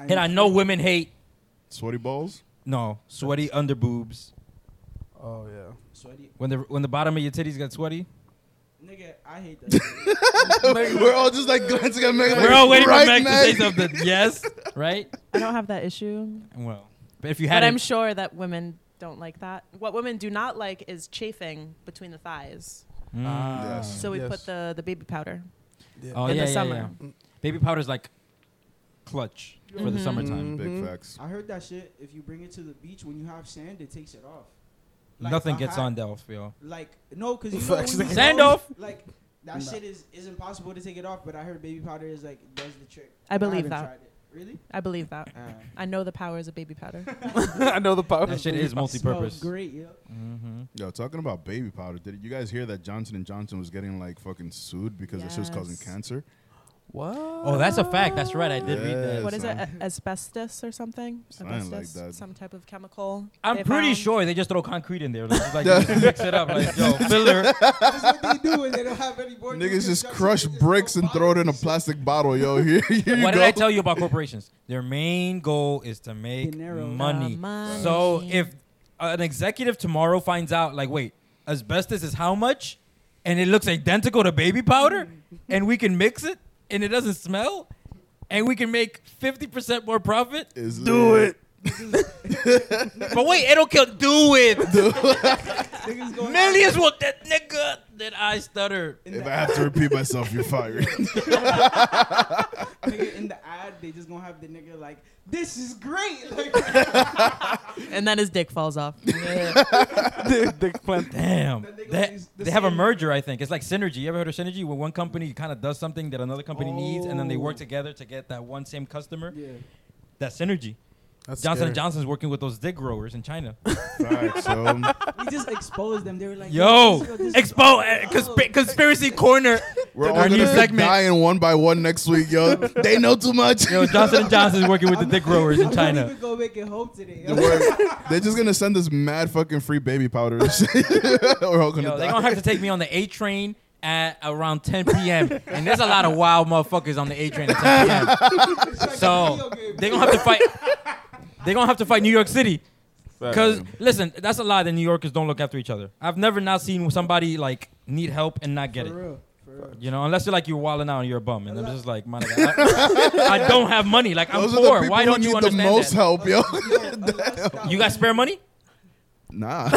Speaker 1: And I know women hate
Speaker 4: Sweaty balls?
Speaker 1: no sweaty under boobs.
Speaker 2: Oh yeah.
Speaker 6: Sweaty.
Speaker 1: When the when the bottom of your titties get sweaty,
Speaker 6: Nigga, I hate that. shit.
Speaker 4: We're all just like glancing at Megan.
Speaker 1: we're all waiting for Meg to say
Speaker 4: Meg?
Speaker 1: something. Yes, right.
Speaker 5: I don't have that issue,
Speaker 1: Well, but if you had,
Speaker 5: but
Speaker 1: it,
Speaker 5: I'm sure that women don't like that. What women do not like is chafing between the thighs.
Speaker 1: Mm.
Speaker 4: Yes.
Speaker 5: So we
Speaker 2: Yes.
Speaker 5: put the the baby powder.
Speaker 2: Yeah.
Speaker 1: oh
Speaker 5: in
Speaker 1: yeah,
Speaker 5: the
Speaker 1: yeah,
Speaker 5: summer.
Speaker 1: yeah. Baby powder's like clutch for the
Speaker 5: Mhm.
Speaker 1: summertime.
Speaker 4: Big
Speaker 2: Mhm.
Speaker 4: facts.
Speaker 6: I heard that shit. If you bring it to the beach when you have sand, it takes it off. Like,
Speaker 1: Nothing
Speaker 6: I
Speaker 1: gets
Speaker 6: had-
Speaker 1: on Delph, yo.
Speaker 6: Like no, because you
Speaker 2: Fuck,
Speaker 6: know when
Speaker 2: she's
Speaker 6: you
Speaker 2: like-
Speaker 1: Sand
Speaker 6: go,
Speaker 1: off.
Speaker 6: Like that shit is is impossible to take it off. But I heard baby powder is like does the trick.
Speaker 5: I believe
Speaker 6: haven't
Speaker 5: that.
Speaker 6: tried it. Really?
Speaker 5: I believe that.
Speaker 4: Ah.
Speaker 6: Alright.
Speaker 5: I know the powers of baby powder.
Speaker 2: I know the
Speaker 4: Oh.
Speaker 2: power.
Speaker 1: That shit is multi-purpose.
Speaker 6: Great, yo.
Speaker 1: Mm-hmm.
Speaker 4: Yo, talking about baby powder, did you guys hear that Johnson and Johnson was getting like fucking sued because the shit was causing
Speaker 5: Yes.
Speaker 4: cancer?
Speaker 2: What?
Speaker 1: Oh, that's a fact. That's right. I did read that.
Speaker 4: Yeah,
Speaker 5: what is it?
Speaker 4: son.
Speaker 5: A- asbestos or something?
Speaker 4: Something like
Speaker 5: asbestos?
Speaker 4: that.
Speaker 5: Some type of chemical.
Speaker 1: I'm
Speaker 5: they
Speaker 1: pretty
Speaker 5: found?
Speaker 1: sure they just throw concrete in there. Like, just, like they just mix it up. Like, yo, filler.
Speaker 6: That's what they do, and they don't have any board.
Speaker 4: Niggas just crush bricks and throw it in a plastic bottle, yo. Here, here you
Speaker 1: What
Speaker 4: go.
Speaker 1: did I tell you about corporations? Their main goal is to make
Speaker 6: Dinero.
Speaker 1: money.
Speaker 5: The money.
Speaker 1: So if an executive tomorrow finds out, like, wait, asbestos is how much, and it looks identical to baby powder, and we can mix it, and it doesn't smell, and we can make fifty percent more profit.
Speaker 4: Is
Speaker 3: Do it.
Speaker 1: But wait, it'll kill. Do it.
Speaker 6: Niggas going
Speaker 1: Millions will that nigga that I stutter.
Speaker 6: In
Speaker 4: If
Speaker 6: the,
Speaker 4: I have to repeat myself, you're fired.
Speaker 6: nigga, in the ad, they just gonna have the nigga like, this is great. Like,
Speaker 5: And then his dick falls off.
Speaker 2: Dick, dick plant.
Speaker 1: Damn.
Speaker 6: Then they gonna
Speaker 1: That,
Speaker 6: use the
Speaker 1: they have a
Speaker 6: same-
Speaker 1: merger, I think. It's like synergy. You ever heard of synergy? Where one company kind of does something that another company needs, and then they work
Speaker 6: Oh.
Speaker 1: together to get that one same customer.
Speaker 6: yeah.
Speaker 1: That's synergy.
Speaker 2: That's
Speaker 1: Johnson
Speaker 2: scary.
Speaker 1: and Johnson's working with those dick growers in China.
Speaker 4: Facts, yo.
Speaker 6: We just exposed them. They were like,
Speaker 1: Yo,
Speaker 6: this- this-
Speaker 1: expo uh, consp- conspiracy corner.
Speaker 4: We're all
Speaker 1: Our
Speaker 4: gonna
Speaker 1: new
Speaker 4: be
Speaker 1: segment.
Speaker 4: dying one by one next week, yo. they know too much.
Speaker 1: Yo, Johnson and Johnson's working with the
Speaker 6: I'm
Speaker 1: dick
Speaker 6: not-
Speaker 1: growers in
Speaker 6: I'm not
Speaker 1: China.
Speaker 6: even gonna make it home today.
Speaker 4: The word- They're just gonna send us mad fucking free baby powder. and shit. We're all gonna
Speaker 1: Yo,
Speaker 4: die.
Speaker 1: they're gonna have to take me on the A train at around 10 p.m. and there's a lot of wild motherfuckers on the A train at 10
Speaker 6: It's like
Speaker 1: p.m.
Speaker 6: a
Speaker 1: So
Speaker 6: video game.
Speaker 1: they're gonna have to fight. They're gonna have to fight New York City. Because listen, that's a lie that New Yorkers don't look after each other. I've never not seen somebody like need help and not get
Speaker 6: For
Speaker 1: it.
Speaker 6: real, for real.
Speaker 1: You know, unless you're like you're wilding out and you're a bum, and I'm just like, my nigga, I, I don't have money. Like I'm
Speaker 4: Those are the
Speaker 1: poor.
Speaker 4: people
Speaker 1: Why
Speaker 4: who
Speaker 1: don't
Speaker 4: need
Speaker 1: you
Speaker 4: the
Speaker 1: understand
Speaker 4: most
Speaker 1: that?
Speaker 4: help, yo.
Speaker 1: You got spare money?
Speaker 4: nah.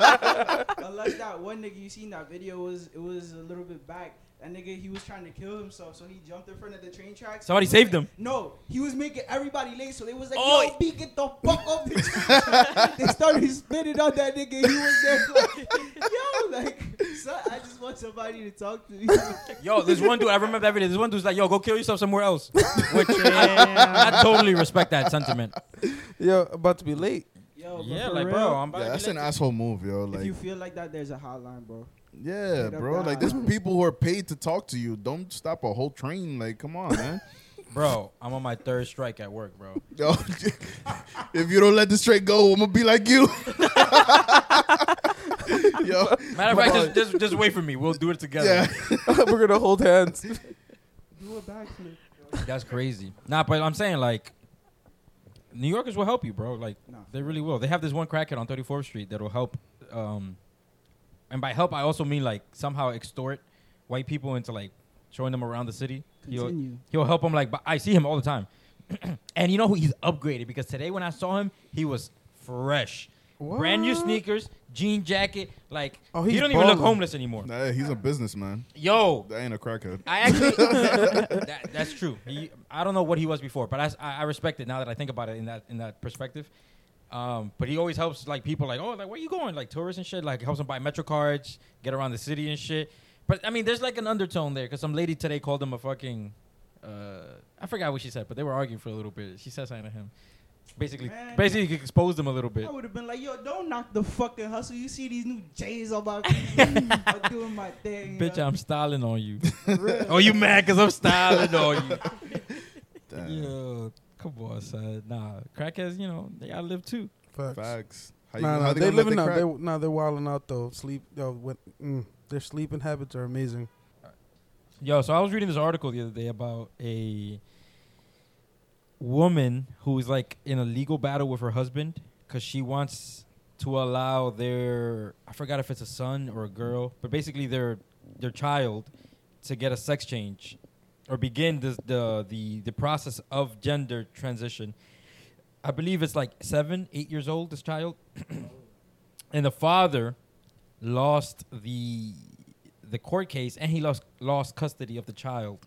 Speaker 6: Unless that one nigga you seen that video was it was a little bit back. That nigga he was trying to kill himself, so he jumped in front of the train tracks.
Speaker 1: Somebody
Speaker 6: He was
Speaker 1: saved
Speaker 6: like-
Speaker 1: him.
Speaker 6: No, he was making everybody late, so they was like,
Speaker 1: Oh,
Speaker 6: "Yo, B, get the fuck off the train!" track." they started spitting on that nigga. He was there like, "Yo, like, son, I just want somebody to talk to." Me.
Speaker 1: Yo, this one dude, I remember every day. This one dude's like, yo, go kill yourself somewhere else. Which I, I totally respect that sentiment.
Speaker 2: Yo, about to be late.
Speaker 6: Yo, but
Speaker 1: yeah,
Speaker 6: for
Speaker 1: like
Speaker 6: real,
Speaker 1: bro, I'm about
Speaker 4: Yeah,
Speaker 1: to
Speaker 4: that's
Speaker 1: be
Speaker 4: an
Speaker 1: like-
Speaker 4: asshole move, yo.
Speaker 6: If
Speaker 4: Like,
Speaker 6: you feel like that, there's a hotline, bro.
Speaker 4: yeah,
Speaker 6: Straight up
Speaker 4: bro. Like,
Speaker 6: die.
Speaker 4: there's people who are paid to talk to you. Don't stop a whole train. Like, come on, man.
Speaker 1: bro. I'm on my third strike at work, bro.
Speaker 4: Yo, if you don't let this straight go, I'm gonna be like you. yo,
Speaker 1: Matter of fact, just, just just wait for me. We'll do it together.
Speaker 4: yeah.
Speaker 2: We're gonna hold hands.
Speaker 6: Do a backflip.
Speaker 1: That's crazy. Nah, but I'm saying like, New Yorkers will help you, bro. Like
Speaker 6: No.
Speaker 1: they really will. They have this one crackhead on 34th Street that'll help. Um, and by help, I also mean like somehow extort white people into like showing them around the city. He'll,
Speaker 6: Continue.
Speaker 1: he'll help them. Like bu- I see him all the time, and you know who he's upgraded because today when I saw him, he was fresh, brand new
Speaker 2: What?
Speaker 1: sneakers, jean jacket. Like
Speaker 2: Oh,
Speaker 1: he
Speaker 2: he's
Speaker 1: don't even look
Speaker 2: ballin'.
Speaker 1: homeless anymore.
Speaker 4: Nah, he's a businessman.
Speaker 1: Yo,
Speaker 4: That ain't a crackhead.
Speaker 1: I actually, that, that's true. He, I don't know what he was before, but I, I I respect it now that I think about it in that in that perspective. Um, but he always helps like people like oh like where you going like tourists and shit like helps them buy metro cards, get around the city and shit. But I mean, there's like an undertone there because some lady today called him a fucking, uh, I forgot what she said, but they were arguing for a little bit. She said something to him, basically
Speaker 6: Man.
Speaker 1: basically exposed him a little bit.
Speaker 6: I would have been like, yo, don't knock the fucking hustle. You see these new J's on my feet. I'm doing my thing.
Speaker 1: Bitch, I'm styling on you.
Speaker 6: I'm.
Speaker 1: oh, you mad because I'm styling on you?
Speaker 4: Damn.
Speaker 1: Yo, come on, son. Nah, crackheads, you know, they gotta live too.
Speaker 4: Facts. How
Speaker 2: Nah, nah,
Speaker 4: how
Speaker 2: they
Speaker 4: gonna let
Speaker 2: living
Speaker 4: the
Speaker 2: out.
Speaker 4: crack-
Speaker 2: They, nah, they're wilding out though. Sleep. Yo, with, mm, their sleeping habits are amazing.
Speaker 1: Yo, so I was reading this article the other day about a woman who is like in a legal battle with her husband because she wants to allow their I forgot if it's a son or a girl, but basically their their child to get a sex change or begin this, the the the process of gender transition. I believe it's like seven, eight years old. This child, and the father lost the the court case, and he lost lost custody of the child.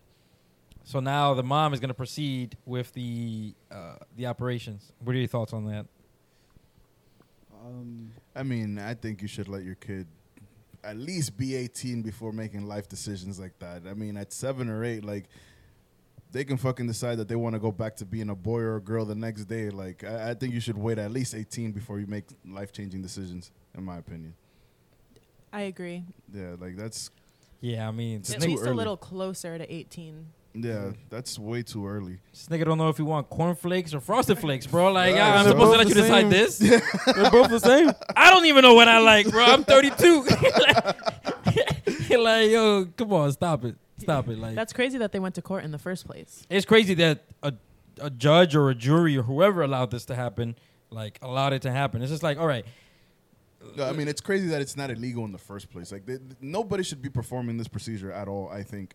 Speaker 1: So now the mom is going to proceed with the uh, the operations. What are your thoughts on that?
Speaker 6: Um,
Speaker 4: I mean, I think you should let your kid at least be 18 before making life decisions like that. I mean, at seven or eight, like they can fucking decide that they want to go back to being a boy or a girl the next day. Like, I, I think you should wait at least 18 before you make life changing decisions, in my opinion.
Speaker 5: I agree.
Speaker 4: Yeah, like that's
Speaker 1: Yeah, I mean, this
Speaker 5: At
Speaker 4: too
Speaker 1: nigga,
Speaker 5: least a
Speaker 4: early.
Speaker 5: little closer to 18.
Speaker 4: yeah, that's way too early.
Speaker 1: this nigga don't know if he want cornflakes or frosted flakes, bro. Like, I- I'm
Speaker 4: so-
Speaker 1: supposed to let you
Speaker 2: Both the
Speaker 1: decide
Speaker 2: same.
Speaker 1: this.
Speaker 2: They're both the same.
Speaker 1: I don't even know what I like, bro. I'm 32. like, yo, come on, stop it, stop it. Like,
Speaker 5: That's crazy that they went to court in the first place.
Speaker 1: it's crazy that a a judge or a jury or whoever allowed this to happen, like, allowed it to happen. It's just like, all right,
Speaker 4: No, I mean, it's crazy that it's not illegal in the first place. Like, they, nobody should be performing this procedure at all. I think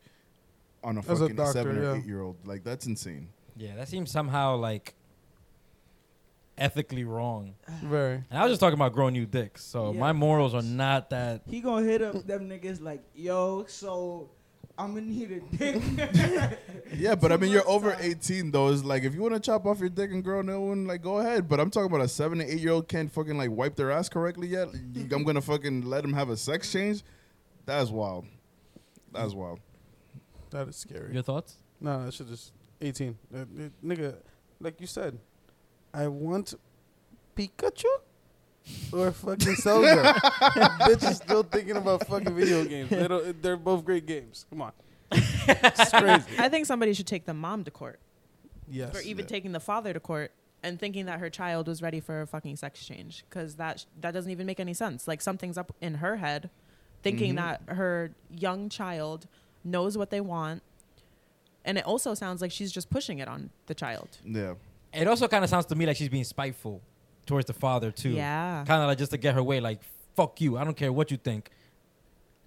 Speaker 4: on a
Speaker 2: As a
Speaker 4: fucking
Speaker 2: doctor,
Speaker 4: seven or
Speaker 2: yeah.
Speaker 4: eight year old. Like, that's insane.
Speaker 1: yeah, that seems somehow like ethically wrong.
Speaker 2: Very.
Speaker 1: And I was just talking about growing new dicks, so
Speaker 6: Yeah.
Speaker 1: my morals are not that.
Speaker 6: He gonna hit up them niggas like, yo, so I'm gonna need a dick.
Speaker 4: Yeah, but I mean, you're
Speaker 6: much
Speaker 4: over
Speaker 6: time.
Speaker 4: 18 though. It's like if you want to chop off your dick and grow a new one, like go ahead. But I'm talking about a seven and eight year old can't fucking like wipe their ass correctly yet. I'm gonna fucking let him have a sex change. That's wild. That's wild.
Speaker 2: That is scary.
Speaker 1: Your thoughts?
Speaker 2: No, that should just 18. Uh, n- nigga, like you said, I want Pikachu or fucking Zelda. Bitch is still thinking about fucking video games. They don't, they're both great games. Come on. It's crazy. e-
Speaker 5: I think somebody should take the mom to court,
Speaker 2: Yes.
Speaker 5: or even
Speaker 4: Yeah.
Speaker 5: taking the father to court and thinking that her child was ready for a fucking sex change, because that sh- that doesn't even make any sense. Like something's up in her head, thinking
Speaker 4: Mhm.
Speaker 1: Mm-hmm.
Speaker 5: that her young child knows what they want, and it also sounds like she's just pushing it on the child.
Speaker 4: Yeah.
Speaker 1: It also kind of sounds to me like she's being spiteful towards the father too.
Speaker 5: Yeah.
Speaker 1: kind of like just to get her way. Like, fuck you. I don't care what you think.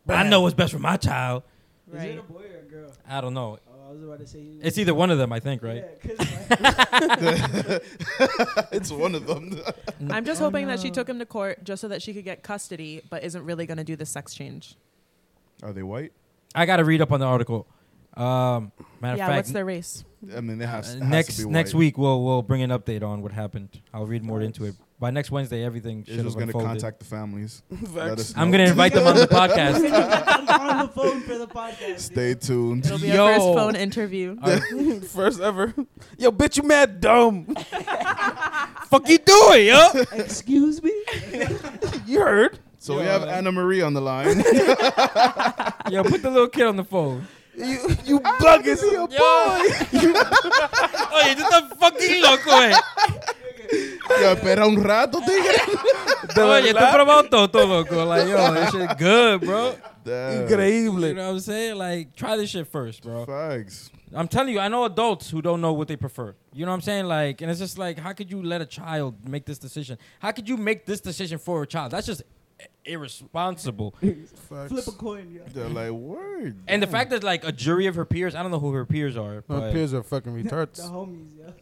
Speaker 1: I know what's best for my child.
Speaker 6: Is it
Speaker 5: Right.
Speaker 6: a boy or a girl?
Speaker 1: I don't know.
Speaker 6: Oh, I was about to say.
Speaker 1: It's either one of them, I think, right?
Speaker 6: Yeah, 'cause, like,
Speaker 4: it's one of them.
Speaker 5: I'm just hoping that she took him to court just so that she could get custody, but isn't really going to do the sex change.
Speaker 4: Are they white?
Speaker 1: I got to read up on the article. Um, matter
Speaker 5: yeah,
Speaker 1: of fact,
Speaker 5: what's their race?
Speaker 4: I mean, they have
Speaker 1: uh,
Speaker 4: has
Speaker 1: next
Speaker 4: to be
Speaker 1: next
Speaker 4: white.
Speaker 1: week we'll we'll bring an update on what happened. I'll read more into it by next Wednesday. Everything should
Speaker 4: Israel's
Speaker 1: have
Speaker 4: gonna
Speaker 1: unfolded.
Speaker 4: contact the families. Let us
Speaker 1: I'm
Speaker 4: know.
Speaker 1: gonna invite them on the podcast.
Speaker 6: I'm on the phone for the podcast.
Speaker 4: stay
Speaker 6: dude.
Speaker 4: tuned.
Speaker 5: It'll be
Speaker 1: Yo.
Speaker 5: our first phone interview.
Speaker 2: First ever. Yo, bitch, you mad dumb.
Speaker 1: Fuck you doing, yo?
Speaker 6: Excuse me.
Speaker 2: You heard.
Speaker 4: So we have Anna Marie on the line.
Speaker 1: yo, put the little kid on the phone.
Speaker 2: You, you bug as hell.
Speaker 1: Yo, oh, you just a fucking loco, eh?
Speaker 4: Yo, espera un rato, tigre.
Speaker 1: Oye, tú probado todo, loco. Like, yo, this shit good, bro.
Speaker 4: Damn.
Speaker 1: You
Speaker 2: Increíble.
Speaker 1: know what I'm saying? Like, try this shit first, bro.
Speaker 4: Facts.
Speaker 1: I'm telling you, I know adults who don't know what they prefer. You know what I'm saying? Like, and it's just like, how could you let a child make this decision? How could you make this decision for a child? That's just i- irresponsible.
Speaker 6: Flip a coin, yo.
Speaker 4: They're like, word.
Speaker 1: and the fact that like a jury of her peers, I don't know who her peers are,
Speaker 2: My
Speaker 1: but
Speaker 2: peers are fucking
Speaker 6: The
Speaker 2: retards.
Speaker 6: homies, yo.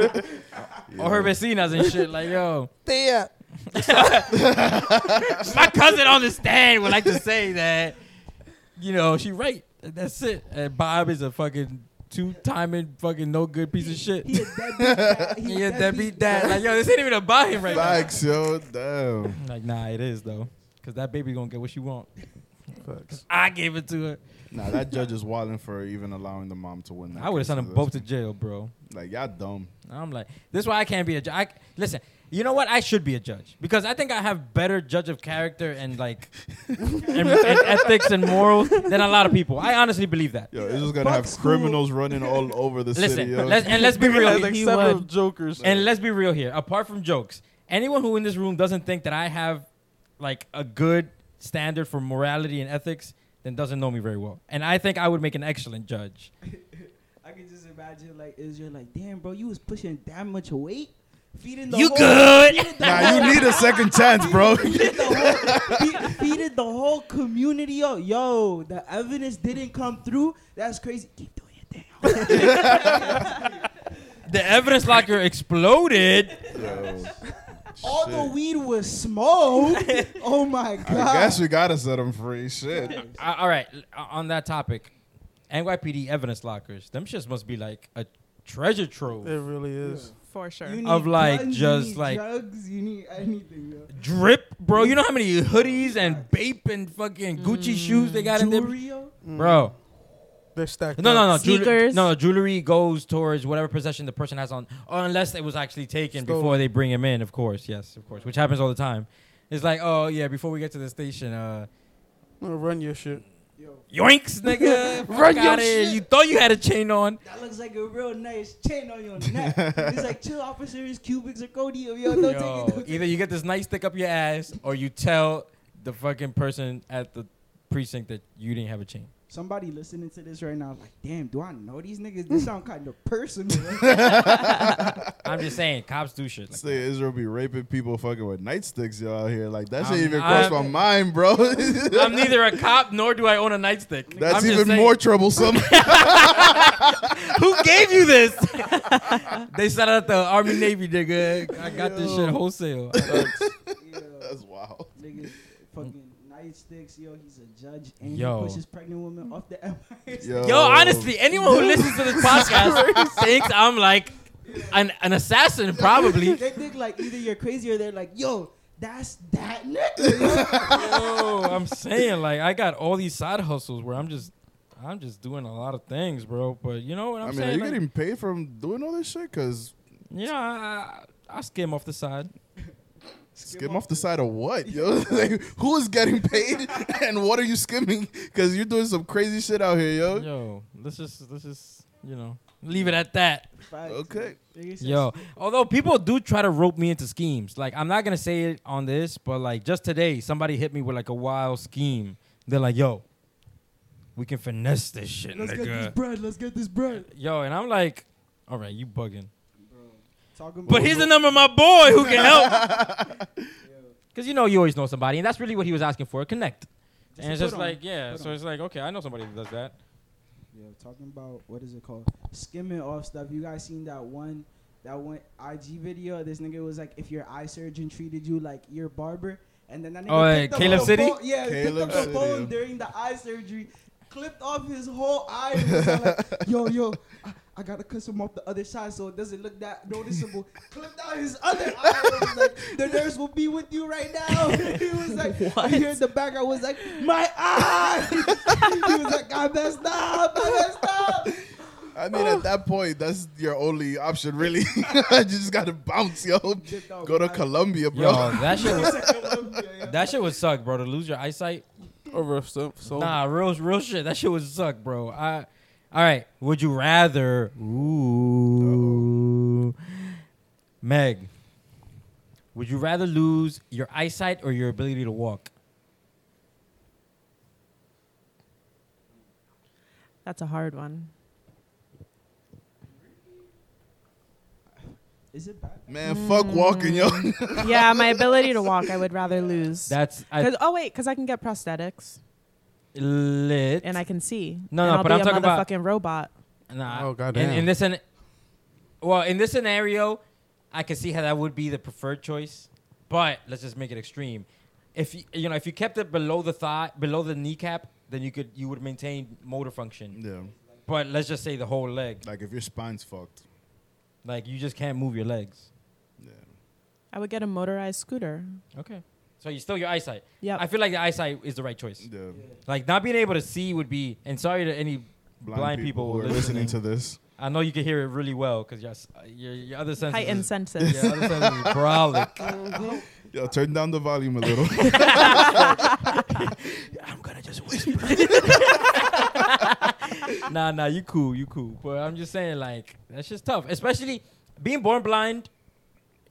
Speaker 1: or her vecinas and shit. Like, yo,
Speaker 2: Yeah.
Speaker 1: my cousin on the stand would like to say that, you know, she right. And That's it. And Bob is a fucking two timing fucking no good piece of shit.
Speaker 6: He a deadbeat dad. He a
Speaker 1: Yeah, that beat that. Like, yo, this ain't even about him right now.
Speaker 4: Facts, yo. Damn.
Speaker 1: Like, nah, it is though, cause that baby gonna get what she want.
Speaker 2: Facts.
Speaker 1: I gave it to her.
Speaker 4: Nah, that judge is wilding for even allowing the mom to win that.
Speaker 1: I would have
Speaker 4: case.
Speaker 1: sent them both to jail, bro.
Speaker 4: Like, y'all dumb.
Speaker 1: I'm like, this is why I can't be a judge. Listen, you know what? I should be a judge because I think I have better judge of character and like and, and ethics and morals than a lot of people. I honestly believe that.
Speaker 4: Yo, it's just gonna have criminals running all over the city.
Speaker 1: Listen,
Speaker 4: Yo.
Speaker 1: let's, and let's be real.
Speaker 2: like
Speaker 1: He
Speaker 2: several
Speaker 1: would.
Speaker 2: jokers.
Speaker 1: And let's be real here. Apart from jokes, anyone who in this room doesn't think that I have like a good standard for morality and ethics, then doesn't know me very well. And I think I would make an excellent judge.
Speaker 6: I can just imagine like Israel, like, damn, bro, you was pushing that much weight, feeding the
Speaker 1: You
Speaker 6: whole,
Speaker 1: good?
Speaker 6: feeding the
Speaker 4: nah,
Speaker 6: whole-
Speaker 4: you need a second chance, bro.
Speaker 6: feeding the whole, feed, feeding the whole community. Yo, yo, the evidence didn't come through. That's crazy. Keep doing your thing.
Speaker 1: The evidence locker exploded.
Speaker 4: Yo,
Speaker 6: All the
Speaker 4: shit.
Speaker 6: weed was smoked. oh my god.
Speaker 4: I guess we gotta set them free. Shit.
Speaker 1: Uh, all right, l- uh, on that topic, NYPD evidence lockers. Them shits must be like a treasure
Speaker 2: It
Speaker 1: trove.
Speaker 2: really is.
Speaker 5: For sure.
Speaker 6: You
Speaker 1: Of,
Speaker 6: need
Speaker 1: like,
Speaker 6: guns,
Speaker 1: just,
Speaker 6: you need
Speaker 1: like-
Speaker 6: drugs, you need anything. Yo.
Speaker 1: Drip, bro. You know how many hoodies and vape and fucking Gucci shoes they got in there,
Speaker 6: Jewelry, yo.
Speaker 1: bro.
Speaker 2: They're stacked.
Speaker 1: No,
Speaker 2: up.
Speaker 1: no, no. Jewelry,
Speaker 5: Sneakers.
Speaker 1: no, no, jewelry goes towards whatever possession the person has on, unless it was actually taken
Speaker 2: Stolen.
Speaker 1: before they bring him in. Of course, yes, of course, which happens all the time. It's like, oh yeah, before we get to the station, uh,
Speaker 2: no. Run your shit.
Speaker 1: yoinks, nigga, run
Speaker 2: your shit.
Speaker 1: You thought you had a chain on.
Speaker 6: That looks like a real nice chain on your neck. it's like chill, officer. It's cubics or Cody. Yo, don't take it. Don't
Speaker 1: Yo,
Speaker 6: take it.
Speaker 1: either you get this nice stick up your ass, or you tell the fucking person at the precinct that you didn't have a chain.
Speaker 6: Somebody listening to this right now, like, damn, do I know these niggas? This sound kind of personal.
Speaker 1: I'm just saying, cops do shit. Like
Speaker 4: Say
Speaker 1: that.
Speaker 4: Israel be raping people fucking with nightsticks, y'all out here. Like that shit
Speaker 1: I'm-
Speaker 4: even crossed my
Speaker 1: I'm-
Speaker 4: mind, bro.
Speaker 1: I'm neither a cop nor do I own a nightstick.
Speaker 4: That's
Speaker 1: I'm just
Speaker 4: even
Speaker 1: saying-
Speaker 4: more troublesome.
Speaker 1: Who gave you this? they set out the Army Navy, nigga. I got this shit wholesale.
Speaker 6: Yo,
Speaker 4: That's wild.
Speaker 6: niggas, fucking nightsticks. Yo, he's a judge and
Speaker 1: Yo.
Speaker 6: he pushes pregnant women off the empire.
Speaker 4: Yo,
Speaker 1: Yo, honestly, anyone who listens to this podcast thinks I'm like an, an assassin, probably.
Speaker 6: they think like either you're crazy or they're like, yo, that's that nigga.
Speaker 1: Yo, I'm saying like I got all these side hustles where I'm just I'm just doing a lot of things, bro. But you know what
Speaker 4: I
Speaker 1: I'm
Speaker 4: mean, are
Speaker 1: saying?
Speaker 4: you
Speaker 1: like,
Speaker 4: getting paid from doing all this shit? Cause
Speaker 1: yeah, I, I, I skim off the side.
Speaker 4: skim off the side of what, yo? like, who is getting paid and what are you skimming? Cause you're doing some crazy shit out here, yo.
Speaker 1: Yo, let's just let's just you know leave it at that.
Speaker 6: Facts.
Speaker 4: Okay.
Speaker 6: Nigga says,
Speaker 1: Yo, although people do try to rope me into schemes. Like, I'm not going to say it on this, but like just today, somebody hit me with like a wild scheme. They're like, yo, we can finesse this shit,
Speaker 6: Let's get this
Speaker 1: nigga.
Speaker 6: bread. Let's get this bread.
Speaker 1: Yo, and I'm like, all right, you bugging.
Speaker 6: Talking
Speaker 1: But here's the number of my boy who can help. Because you know, you always know somebody. And that's really what he was asking for connect. and
Speaker 6: a
Speaker 1: it's just
Speaker 6: put on.
Speaker 1: like, yeah.
Speaker 6: Put
Speaker 1: So
Speaker 6: on.
Speaker 1: it's like, okay, I know somebody that does that.
Speaker 6: Yeah, talking about what is it called? Skimming off stuff. You guys seen that one that one IG video? This nigga was like, if your eye surgeon treated you like your barber, and then that nigga
Speaker 1: Oh, uh,
Speaker 6: picked up
Speaker 1: Caleb
Speaker 6: the
Speaker 1: City?
Speaker 6: phone- yeah, he picked
Speaker 4: Caleb
Speaker 6: up the
Speaker 4: City,
Speaker 6: phone
Speaker 4: yeah.
Speaker 6: during the eye surgery, clipped off his whole eye. and was like, yo, yo. I- I gotta cut some off the other side so it doesn't look that noticeable. Clipped out his other eye. and was like, the nurse will be with you right now. he was like,
Speaker 5: What?
Speaker 6: here in the back, I was like, my eye. he was like, I messed up. I messed up.
Speaker 4: I mean, at that point, that's your only option, really. you just gotta bounce, yo. Go to
Speaker 1: Yo,
Speaker 4: Colombia, bro.
Speaker 1: that shit was.
Speaker 6: Colombia.
Speaker 1: That shit would suck, bro. To lose your eyesight,
Speaker 2: Over a so, so
Speaker 1: Nah, real real shit. That shit would suck, bro. I all right. Would you rather Ooh Meg. Would you rather lose your eyesight or your ability to walk?
Speaker 5: That's a hard one.
Speaker 6: Is it bad?
Speaker 4: Man, fuck walking, yo.
Speaker 1: Mm.
Speaker 5: yeah, my ability to walk, I would rather lose.
Speaker 1: That's I,
Speaker 5: 'Cause- oh wait, because I can get prosthetics
Speaker 1: lit.
Speaker 5: and I can see.
Speaker 1: No,
Speaker 5: and
Speaker 1: no,
Speaker 5: I'll
Speaker 1: but
Speaker 5: be
Speaker 1: I'm
Speaker 5: a
Speaker 1: talking about-
Speaker 5: motherfucking robot.
Speaker 1: Nah,
Speaker 2: Oh,
Speaker 1: in,
Speaker 2: goddamn.
Speaker 1: in this an, well, in this scenario, I can see how that would be the preferred choice. But let's just make it extreme. If you, you know, if you kept it below the thigh, below the kneecap, then you could you would maintain motor function.
Speaker 4: yeah,
Speaker 1: But let's just say the whole leg.
Speaker 4: like if your spine's fucked.
Speaker 1: Like you just can't move your legs.
Speaker 4: Yeah.
Speaker 5: I would get a motorized scooter.
Speaker 1: Okay. So you still your eyesight.
Speaker 5: Yep.
Speaker 1: I feel like the eyesight is the right choice.
Speaker 4: Yeah.
Speaker 1: Like not being able to see would be. And sorry to any. Blind people
Speaker 4: who are listening to this.
Speaker 1: I know you can hear it really well because your, s- your your other senses.
Speaker 5: Heightened
Speaker 1: is-
Speaker 5: senses.
Speaker 1: Your other senses is brolic.
Speaker 4: Yo, turn down the volume a little.
Speaker 1: I'm gonna just whisper. nah, nah, you cool, you cool. But I'm just saying, like, that's just tough. Especially being born blind,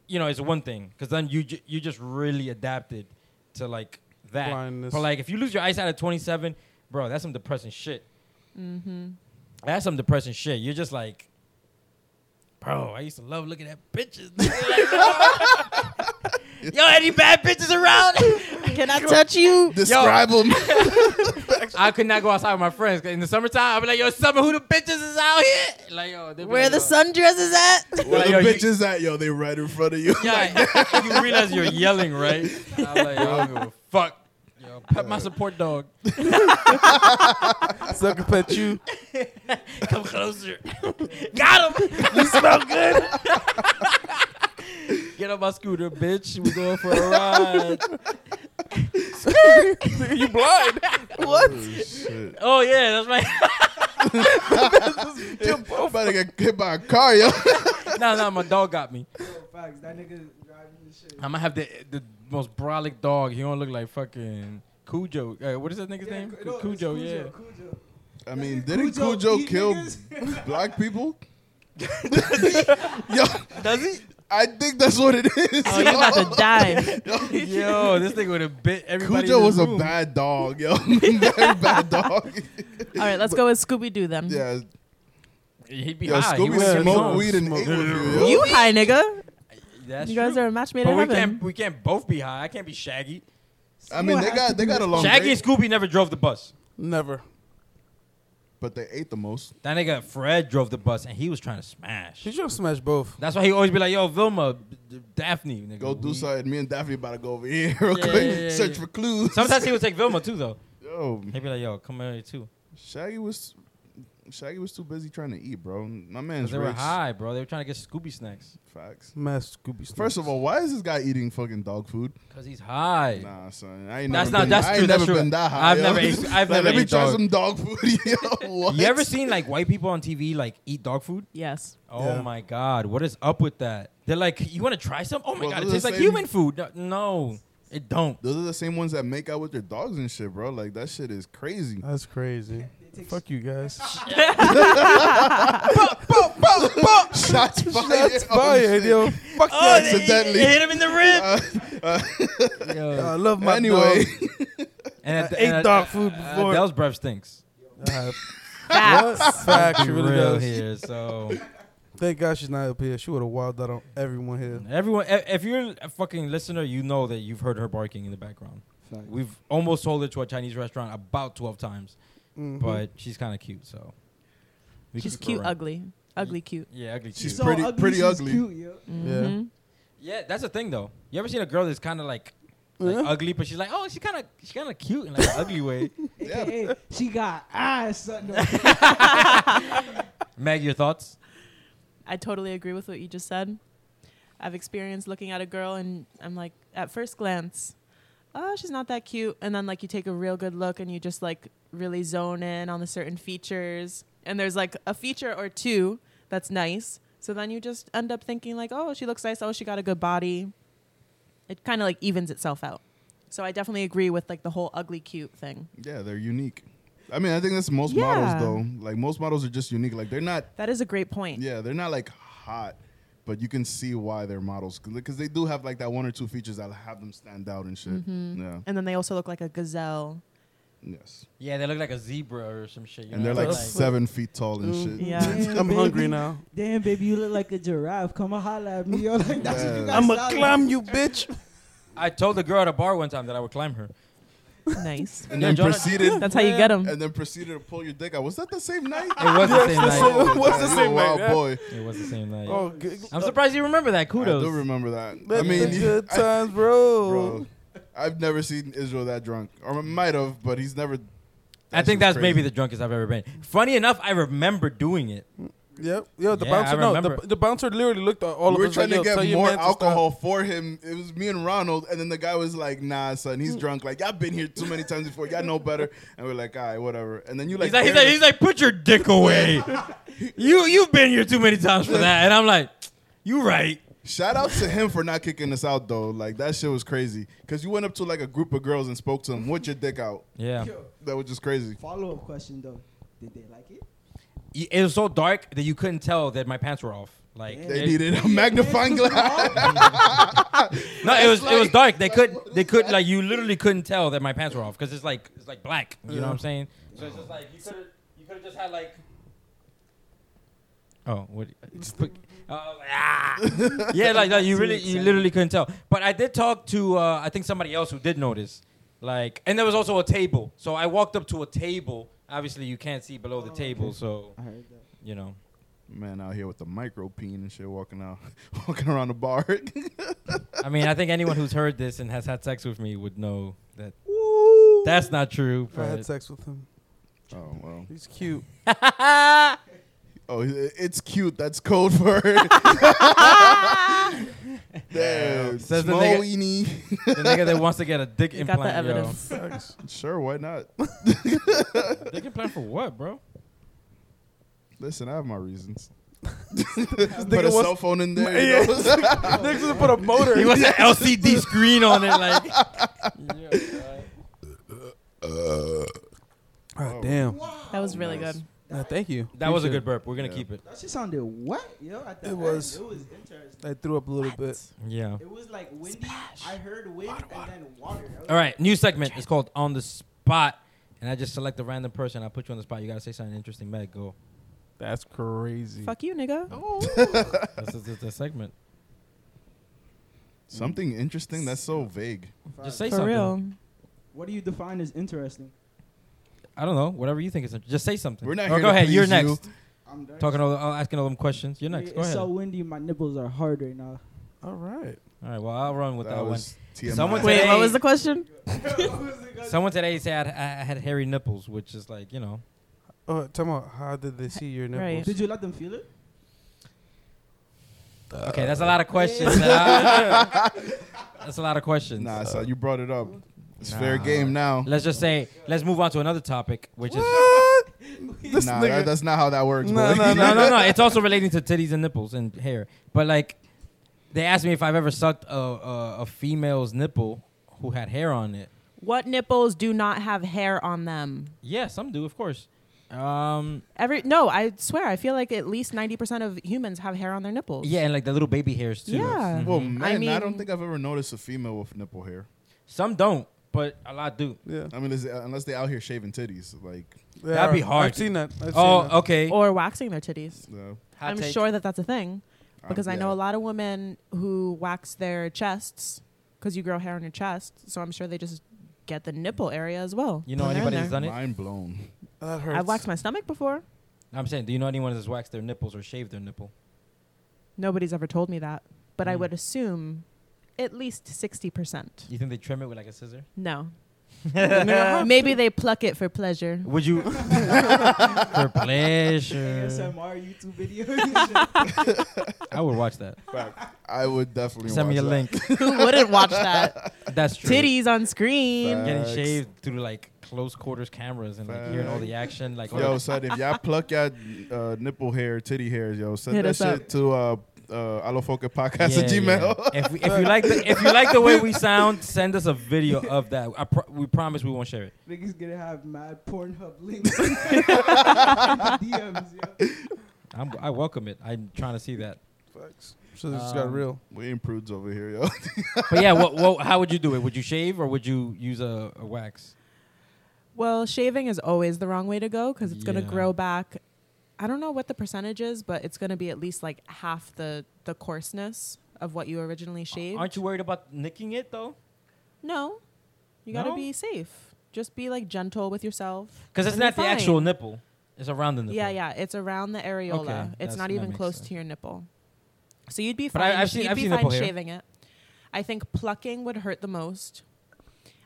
Speaker 1: you know, is one thing. Cause then you ju- you just really adapted to like that.
Speaker 2: Blindness.
Speaker 1: But like, if you lose your eyesight at 27, bro, that's some depressing shit.
Speaker 5: Mm-hmm.
Speaker 1: That's some depressing shit. You're just like, bro, I used to love looking at bitches. Yo, any bad bitches around?
Speaker 5: can I touch you?
Speaker 4: Describe them.
Speaker 1: I could not go outside with my friends. 'cause In the summertime, I'd be like, yo, summer, who the bitches is out here? Like, yo, they be
Speaker 5: Where
Speaker 1: like,
Speaker 5: the
Speaker 1: yo.
Speaker 5: sundress is at?
Speaker 4: Where
Speaker 1: Like,
Speaker 4: the
Speaker 1: yo, you-
Speaker 4: bitches at, yo? They right in front of you.
Speaker 1: Yeah, you realize you're yelling, right? I'm like, yo, I don't give a fuck. Yo, pet my support dog.
Speaker 2: sucker pet you.
Speaker 1: Come closer. Got him. You smell good. Get on my scooter, bitch. We going for a ride.
Speaker 2: you blind.
Speaker 4: Shit.
Speaker 1: Oh yeah, that's right.
Speaker 4: Better get hit by a car, yo.
Speaker 1: nah, nah, my dog got me.
Speaker 6: Yo, facts. That nigga driving the shit.
Speaker 1: I'm gonna have the the most brolic dog. He don't look like fucking Cujo. Uh, what is that nigga's
Speaker 6: Yeah,
Speaker 1: name?
Speaker 6: Cu- no, it's
Speaker 1: Cujo, yeah.
Speaker 6: Cujo.
Speaker 4: I mean, didn't Cujo,
Speaker 6: eat
Speaker 4: kill
Speaker 6: niggas?
Speaker 4: black people? yo, does he? I think that's what it is.
Speaker 5: Oh, you about to die.
Speaker 1: Yo, this nigga would have bit everybody.
Speaker 4: Cujo
Speaker 1: in
Speaker 4: was
Speaker 1: this
Speaker 4: a
Speaker 1: room.
Speaker 4: bad dog, yo. Very bad dog.
Speaker 5: All right, let's go with Scooby Doo then.
Speaker 4: Yeah,
Speaker 1: He'd be
Speaker 4: yo,
Speaker 1: high. He
Speaker 4: Scooby
Speaker 1: would've
Speaker 4: smoked
Speaker 1: known.
Speaker 4: weed and ate with you, yo.
Speaker 5: You high nigga.
Speaker 1: That's
Speaker 5: You guys
Speaker 1: true.
Speaker 5: are a match made
Speaker 1: But
Speaker 5: in
Speaker 1: we
Speaker 5: heaven.
Speaker 1: can't we can't both be high. I can't be Shaggy.
Speaker 4: I mean, they got they got a long
Speaker 1: Shaggy and
Speaker 4: break,
Speaker 1: Scooby never drove the bus.
Speaker 2: Never.
Speaker 4: but they ate the most.
Speaker 1: That nigga Fred drove the bus and he was trying to smash.
Speaker 2: She should have smashed both.
Speaker 1: That's why he always be like, "Yo, Vilma, D- D- Daphne, nigga,
Speaker 4: Go do
Speaker 1: we-"
Speaker 4: something. Me and Daphne about to go over here real
Speaker 1: Mm-hmm. Yeah,
Speaker 4: quick.
Speaker 1: yeah, yeah,
Speaker 4: Search
Speaker 1: yeah.
Speaker 4: for clues.
Speaker 1: Sometimes he would take Vilma too, though.
Speaker 4: Yo,
Speaker 1: He'd be like, "Yo, come here too."
Speaker 4: Shaggy was Shaggy was too busy trying to eat, bro. My
Speaker 1: 'Cause
Speaker 4: man's
Speaker 1: they were
Speaker 4: rich.
Speaker 1: high, bro. They were trying to get Scooby snacks.
Speaker 4: Facts.
Speaker 2: Smash Scooby. Snacks.
Speaker 4: First of all, why is this guy eating fucking dog food?
Speaker 1: Cause he's high.
Speaker 4: Nah, son. I ain't
Speaker 1: That's
Speaker 4: never
Speaker 1: not-
Speaker 4: been,
Speaker 1: that's
Speaker 4: I ain't
Speaker 1: true, that's
Speaker 4: never
Speaker 1: true.
Speaker 4: been that high.
Speaker 1: I've
Speaker 4: yo.
Speaker 1: never ate- I've
Speaker 4: Like,
Speaker 1: never
Speaker 4: Let me
Speaker 1: ate
Speaker 4: try
Speaker 1: dog.
Speaker 4: some dog food. yo. What?
Speaker 1: You ever seen like white people on TV like eat dog food?
Speaker 5: Yes.
Speaker 1: Oh
Speaker 2: Yeah.
Speaker 1: my god, what is up with that? They're like, "You want to try some?" Oh my
Speaker 4: Well,
Speaker 1: god,
Speaker 4: they're
Speaker 1: it
Speaker 4: the
Speaker 1: tastes like
Speaker 4: same-
Speaker 1: human food. No, no, it don't.
Speaker 4: Those are the same ones that make out with their dogs and shit, bro. Like that shit is crazy.
Speaker 2: That's crazy. Fuck you guys.
Speaker 4: Shots fired.
Speaker 2: That's
Speaker 4: Oh,
Speaker 2: fired,
Speaker 4: shit.
Speaker 2: yo. Fuck
Speaker 1: Oh,
Speaker 2: that.
Speaker 4: they- accidentally.
Speaker 1: it hit him in the rib.
Speaker 4: Uh, uh,
Speaker 2: I love my
Speaker 4: anyway,
Speaker 2: dog.
Speaker 1: and
Speaker 2: I ate dog food before.
Speaker 1: Adele's breath stinks.
Speaker 2: Uh,
Speaker 5: Facts.
Speaker 2: what? Facts. She
Speaker 1: Be
Speaker 2: really
Speaker 1: real
Speaker 2: does.
Speaker 1: here, so
Speaker 2: Thank God she's not up here. She would have wilded out on everyone here.
Speaker 1: everyone, if if you're a fucking listener, you know that you've heard her barking in the background.
Speaker 2: Mm.
Speaker 1: We've almost sold her to a Chinese restaurant about twelve times,
Speaker 4: Mm-hmm.
Speaker 2: Mhm.
Speaker 1: but she's kind of cute, so we
Speaker 5: She's
Speaker 1: keep her
Speaker 5: cute,
Speaker 1: around.
Speaker 5: ugly. Ugly cute.
Speaker 1: Yeah, ugly.
Speaker 4: She's
Speaker 1: Cute.
Speaker 6: so
Speaker 4: pretty- pretty
Speaker 6: she's
Speaker 4: ugly.
Speaker 6: Cute, yo.
Speaker 5: Mhm.
Speaker 1: Yeah, that's the thing though. You ever seen a girl that's kind of like, like
Speaker 2: Yeah.
Speaker 1: ugly, but she's like, oh, she kind of, she kind of cute in like an ugly way.
Speaker 6: AKA, she got eyes, son. No,
Speaker 1: Meg, your thoughts?
Speaker 5: I totally agree with what you just said. I've experienced looking at a girl and I'm like, at first glance, oh, she's not that cute. And then, like, you take a real good look and you just, like, really zone in on the certain features. And there's, like, a feature or two that's nice. So then you just end up thinking, like, oh, she looks nice. Oh, she got a good body. It kind of, like, evens itself out. So I definitely agree with, like, the whole ugly cute thing.
Speaker 4: yeah, they're unique. I mean, I think that's most
Speaker 5: Yeah.
Speaker 4: models though. Like most models are just unique. Like they're not.
Speaker 5: That is a great point.
Speaker 4: Yeah, they're not like hot, but you can see why they're models because they do have like that one or two features that have them stand out and shit. Yeah.
Speaker 5: And then they also look like a gazelle.
Speaker 4: Yes.
Speaker 1: Yeah, they look like a zebra or some shit. You
Speaker 4: And
Speaker 1: know?
Speaker 4: they're like
Speaker 2: that's like-
Speaker 4: seven feet tall and shit.
Speaker 5: Yeah.
Speaker 6: Damn,
Speaker 2: I'm
Speaker 6: baby.
Speaker 2: hungry now.
Speaker 6: Damn, baby, you look like a giraffe. Come and holla at me. Yo, like, that's what you
Speaker 4: Yeah.
Speaker 6: guys
Speaker 2: I'ma
Speaker 6: sound
Speaker 2: climb you, bitch.
Speaker 1: I told the girl at a bar one time that I would climb her.
Speaker 5: nice.
Speaker 4: And then
Speaker 1: Yeah, Jonah-
Speaker 4: proceeded.
Speaker 5: That's how you get them.
Speaker 4: And then proceeded to pull your dick out. Was that the same night?
Speaker 1: It was Ah, the same night.
Speaker 2: What's the
Speaker 4: You a
Speaker 2: same night,
Speaker 4: wild
Speaker 2: man?
Speaker 4: boy.
Speaker 1: It was the same night.
Speaker 2: Oh, g-
Speaker 1: I'm surprised you remember that. Kudos.
Speaker 4: I do remember that. I
Speaker 2: that's
Speaker 4: mean,
Speaker 2: the
Speaker 4: you-
Speaker 2: good
Speaker 4: I-
Speaker 2: times, bro.
Speaker 4: bro, I've never seen Israel that drunk, or I might have, but he's never.
Speaker 1: I think that's maybe the drunkest I've ever been. Funny enough, I remember doing it.
Speaker 2: Yep. Yo, the
Speaker 1: Yeah, I
Speaker 2: bouncer. No,
Speaker 1: remember.
Speaker 2: the, the bouncer literally looked at all
Speaker 4: We were
Speaker 2: of us.
Speaker 4: trying
Speaker 2: like,
Speaker 4: to
Speaker 2: "Yo, tell
Speaker 4: get
Speaker 2: your
Speaker 4: more
Speaker 2: man stop."
Speaker 4: alcohol for him. It was me and Ronald, and then the guy was like, "Nah, son, he's drunk. Like, y'all been here too many times before. Y'all know better." And we're like, "All right, whatever." And then you like,
Speaker 1: he's like, he's like, he's like, put your dick away. you you've been here too many times for that, and I'm like, you right.
Speaker 4: Shout out to him for not kicking us out though. Like that shit was crazy because you went up to like a group of girls and spoke to them with your dick out.
Speaker 1: Yeah,
Speaker 6: Yo,
Speaker 4: That was just crazy.
Speaker 6: follow up question though. Did they like it?
Speaker 1: it was so dark that you couldn't tell that my pants were off. Like
Speaker 4: They
Speaker 1: it-
Speaker 4: needed a magnifying glass.
Speaker 1: No, it was it was dark. They could they could like you literally couldn't tell that my pants were off because it's like it's like black. You know what I'm saying? So it's just like you could you could have just had like. Oh, what? put- uh, ah. yeah, like that. You really you literally couldn't tell. But I did talk to uh, I think somebody else who did notice. Like, and there was also a table. So I walked up to a table. Obviously, you can't see below the table, so
Speaker 6: I heard that.
Speaker 1: you know.
Speaker 4: Man out here with the micro peen and shit, walking out, walking around the bar.
Speaker 1: I mean, I think anyone who's heard this and has had sex with me would know that that's not true.
Speaker 2: I had
Speaker 1: but-
Speaker 2: sex with him.
Speaker 4: oh well.
Speaker 2: He's cute.
Speaker 4: Oh, it- it's cute. That's code for. Damn.
Speaker 1: Says the nigga-
Speaker 4: Smoeenie.
Speaker 1: the nigga that wants to get a dick
Speaker 5: You got
Speaker 1: implant.
Speaker 5: the evidence.
Speaker 4: Sure, why not?
Speaker 1: Yo. Dick implant for what, bro?
Speaker 4: Listen, I have my reasons.
Speaker 2: nigga
Speaker 4: Put a
Speaker 2: wants-
Speaker 4: cell phone in there. you know?
Speaker 2: Niggas gonna put a motor.
Speaker 1: He wants an LCD screen on it, like.
Speaker 2: Oh, damn.
Speaker 5: That was really good.
Speaker 2: Nah, thank you.
Speaker 1: That was a
Speaker 2: Appreciate
Speaker 1: good burp. We're gonna
Speaker 4: Yeah.
Speaker 1: keep it.
Speaker 6: That shit sounded wet, yo. At the
Speaker 2: It
Speaker 6: end.
Speaker 2: was.
Speaker 6: It was interesting.
Speaker 2: it. I threw up a little bit.
Speaker 1: Yeah.
Speaker 6: It was like windy. I heard wind and then water. I was
Speaker 1: All right, new segment. It's called On the Spot. And I just select a random person. I put you on the spot. You gotta say something interesting. Meg, go.
Speaker 2: That's crazy.
Speaker 5: Fuck you, nigga.
Speaker 1: This is the segment.
Speaker 4: Something interesting. That's so vague.
Speaker 6: like,
Speaker 1: Just
Speaker 6: "Fuck."
Speaker 1: say
Speaker 5: For
Speaker 1: something.
Speaker 5: real.
Speaker 6: What do you define as interesting?
Speaker 1: I don't know. Whatever you think is. Just say something.
Speaker 4: We're not
Speaker 1: Or
Speaker 4: here
Speaker 1: Oh, go
Speaker 4: to
Speaker 1: ahead. You're
Speaker 4: please you.
Speaker 1: next.
Speaker 6: I'm done.
Speaker 1: Talking all, uh, asking all them questions. You're next.
Speaker 6: It's
Speaker 1: Go ahead.
Speaker 6: so
Speaker 1: All
Speaker 6: windy. My nipples are hard right now.
Speaker 2: All right.
Speaker 1: right. Well, I'll run with that, one.
Speaker 4: was TMI.
Speaker 1: Someone
Speaker 5: Wait,
Speaker 1: Today-
Speaker 5: what was the question?
Speaker 1: Someone today said I had, I had hairy nipples, which is like you know.
Speaker 2: Oh, tell me, how did they see your nipples?
Speaker 5: Right.
Speaker 6: Did you let them feel it?
Speaker 4: Uh,
Speaker 1: Okay, that's a lot of questions. that's a lot of questions.
Speaker 4: Nah, so you brought it up. It's fair game now.
Speaker 1: Let's just say let's move on to another topic, which is
Speaker 2: This
Speaker 4: nah,
Speaker 2: nigga.
Speaker 4: that- that's not how that works,
Speaker 2: Nah,
Speaker 4: boy.
Speaker 2: nah,
Speaker 1: no, no, no. It's also relating to titties and nipples and hair. But like, they asked me if I've ever sucked a a, a female's nipple who had hair on it.
Speaker 5: What nipples do not have hair on them?
Speaker 1: Yeah, some do, of course. Um,
Speaker 5: Every no, I swear, I feel like at least ninety percent of humans have hair on their nipples.
Speaker 1: yeah, and like the little baby hairs too. Mm-hmm.
Speaker 5: Yeah.
Speaker 4: Well, man, I, don't
Speaker 5: mean-
Speaker 4: think I've ever noticed a female with nipple hair.
Speaker 1: Some don't, but a lot do.
Speaker 2: Yeah.
Speaker 4: I mean, is it- unless they out here shaving titties, like.
Speaker 2: They
Speaker 1: That'd be
Speaker 2: are.
Speaker 1: hard.
Speaker 2: I've seen that. I've
Speaker 1: oh,
Speaker 2: seen that.
Speaker 1: okay.
Speaker 5: Or waxing their titties.
Speaker 4: Uh,
Speaker 1: Hot
Speaker 5: I'm
Speaker 1: take. Um,
Speaker 5: sure that that's a thing because I know
Speaker 4: yeah.
Speaker 5: a lot of women who wax their chests because you grow hair on your chest. So I'm sure they just get the nipple area as well.
Speaker 1: You know
Speaker 5: when they're in
Speaker 1: anybody who's
Speaker 5: there.
Speaker 1: done it?
Speaker 4: Mind blown.
Speaker 2: That hurts.
Speaker 5: I've waxed my stomach before.
Speaker 1: I'm saying, do you know anyone that's waxed their nipples or shaved their nipple?
Speaker 5: Nobody's ever told me that, but I
Speaker 1: Mm.
Speaker 5: would assume at least sixty percent.
Speaker 1: You think they trim it with like a scissor?
Speaker 5: No. Maybe they pluck it for pleasure.
Speaker 1: Would you? For pleasure.
Speaker 6: ASMR YouTube video.
Speaker 1: I would watch that.
Speaker 4: I would definitely
Speaker 1: Send me a
Speaker 4: watch
Speaker 1: link.
Speaker 5: Who wouldn't watch that?
Speaker 1: That's true.
Speaker 5: Titties on screen.
Speaker 4: Fact.
Speaker 1: Getting
Speaker 4: Facts.
Speaker 1: shaved through like close quarters cameras and like hearing all the action. Like,
Speaker 4: That. Yo, son, if y'all pluck y'all uh, nipple hair, titty hairs, yo, send
Speaker 5: Hit
Speaker 4: that
Speaker 5: us
Speaker 4: shit
Speaker 5: up.
Speaker 4: to uh, uh, alofoca podcast
Speaker 1: Yeah,
Speaker 4: at
Speaker 1: yeah.
Speaker 4: Gmail.
Speaker 1: If, we, if you like the if you like the way we sound, send us a video of that. I pro- we promise we won't share it.
Speaker 6: Niggas gonna have mad Pornhub links. DMs, yo.
Speaker 1: I'm, I welcome it. I'm trying to see that.
Speaker 2: Facts. So this got
Speaker 1: Um,
Speaker 2: real.
Speaker 4: We improved over here, yo.
Speaker 1: But yeah, what, what, how would you do it? Would you shave or would you use a, a wax?
Speaker 5: Well, shaving is always the wrong way to go because it's going
Speaker 1: Yeah.
Speaker 5: to grow back. I don't know what the percentage is, but it's going to be at least like half the the coarseness of what you originally shaved.
Speaker 1: Aren't you worried about nicking it though?
Speaker 5: no, you got to
Speaker 1: No?
Speaker 5: be safe. Just be like gentle with yourself.
Speaker 1: Because it's
Speaker 5: and you're
Speaker 1: not the
Speaker 5: fine.
Speaker 1: actual nipple. It's around the nipple.
Speaker 5: Yeah, yeah. It's around the areola.
Speaker 1: Okay, that's-
Speaker 5: it's not
Speaker 1: that
Speaker 5: even
Speaker 1: makes
Speaker 5: close
Speaker 1: sense.
Speaker 5: to your nipple. So you'd be
Speaker 1: But
Speaker 5: fine.
Speaker 1: I- I've seen-
Speaker 5: you'd
Speaker 1: I've
Speaker 5: be
Speaker 1: seen
Speaker 5: fine
Speaker 1: nipple hair.
Speaker 5: shaving it. I think plucking would hurt the most.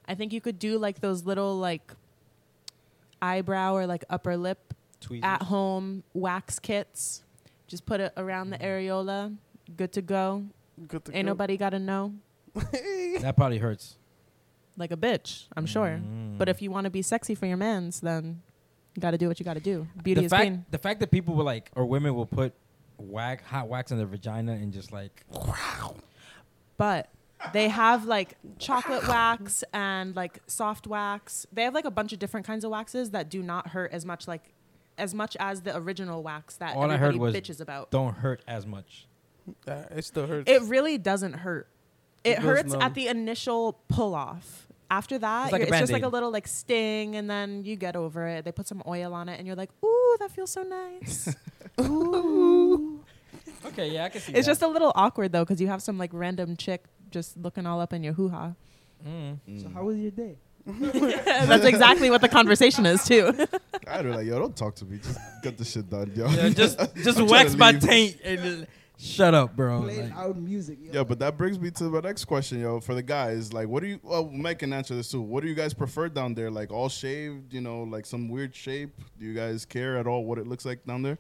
Speaker 5: I think you could do like those little like eyebrow or like upper lip
Speaker 1: Tweezers.
Speaker 5: at home wax kits. Just put it around the
Speaker 1: Mm-hmm.
Speaker 5: areola. Good to go.
Speaker 2: Good to
Speaker 5: Ain't
Speaker 2: go.
Speaker 5: nobody got to know.
Speaker 1: That probably hurts. Mm.
Speaker 5: Like a bitch, I'm sure.
Speaker 1: Mm-hmm.
Speaker 5: But if you want to be sexy for your mans, then you got to do what you got to do. Beauty
Speaker 1: the
Speaker 5: is
Speaker 1: fact,
Speaker 5: pain.
Speaker 1: The fact that people will like or women will put wax hot wax in their vagina and just like
Speaker 5: but they have like chocolate wax and like soft wax. They have like a bunch of different kinds of waxes that do not hurt as much like as much as the original wax that
Speaker 1: All I heard
Speaker 5: everybody
Speaker 1: was
Speaker 5: bitches about.
Speaker 1: don't hurt as much.
Speaker 2: Uh, it still hurts.
Speaker 5: It really doesn't hurt.
Speaker 2: It
Speaker 5: It,
Speaker 2: goes
Speaker 5: hurts
Speaker 2: numb.
Speaker 5: at the initial pull off. After that,
Speaker 1: It's
Speaker 5: it's,
Speaker 1: like a
Speaker 5: it's just like
Speaker 1: Band-Aid.
Speaker 5: a little like sting, and then you get over it. They put some oil on it, and you're like, "Ooh, that feels so nice." Ooh,
Speaker 1: Okay, yeah, I can see
Speaker 5: it's just a little awkward though, because you have some like random chick just looking all up in your hoo ha.
Speaker 1: Mm.
Speaker 4: Mm.
Speaker 6: So how was your day?
Speaker 5: That's exactly what the conversation is too.
Speaker 4: I'd be like, yo, don't talk to me. Just get the shit done, yo.
Speaker 1: yeah, just just
Speaker 4: I'm
Speaker 1: wax
Speaker 4: tryna
Speaker 1: my
Speaker 4: leave.
Speaker 1: taint and uh, shut up, bro.
Speaker 6: Play
Speaker 1: Like,
Speaker 6: loud music, yo.
Speaker 4: Oh, Yeah, but that brings me to my next question, yo. For the guys, like, what do you? Well, Mike can answer this too. What do you guys prefer down there? Like all shaved, you know, like some weird shape. Do you guys care at all what it looks like down there?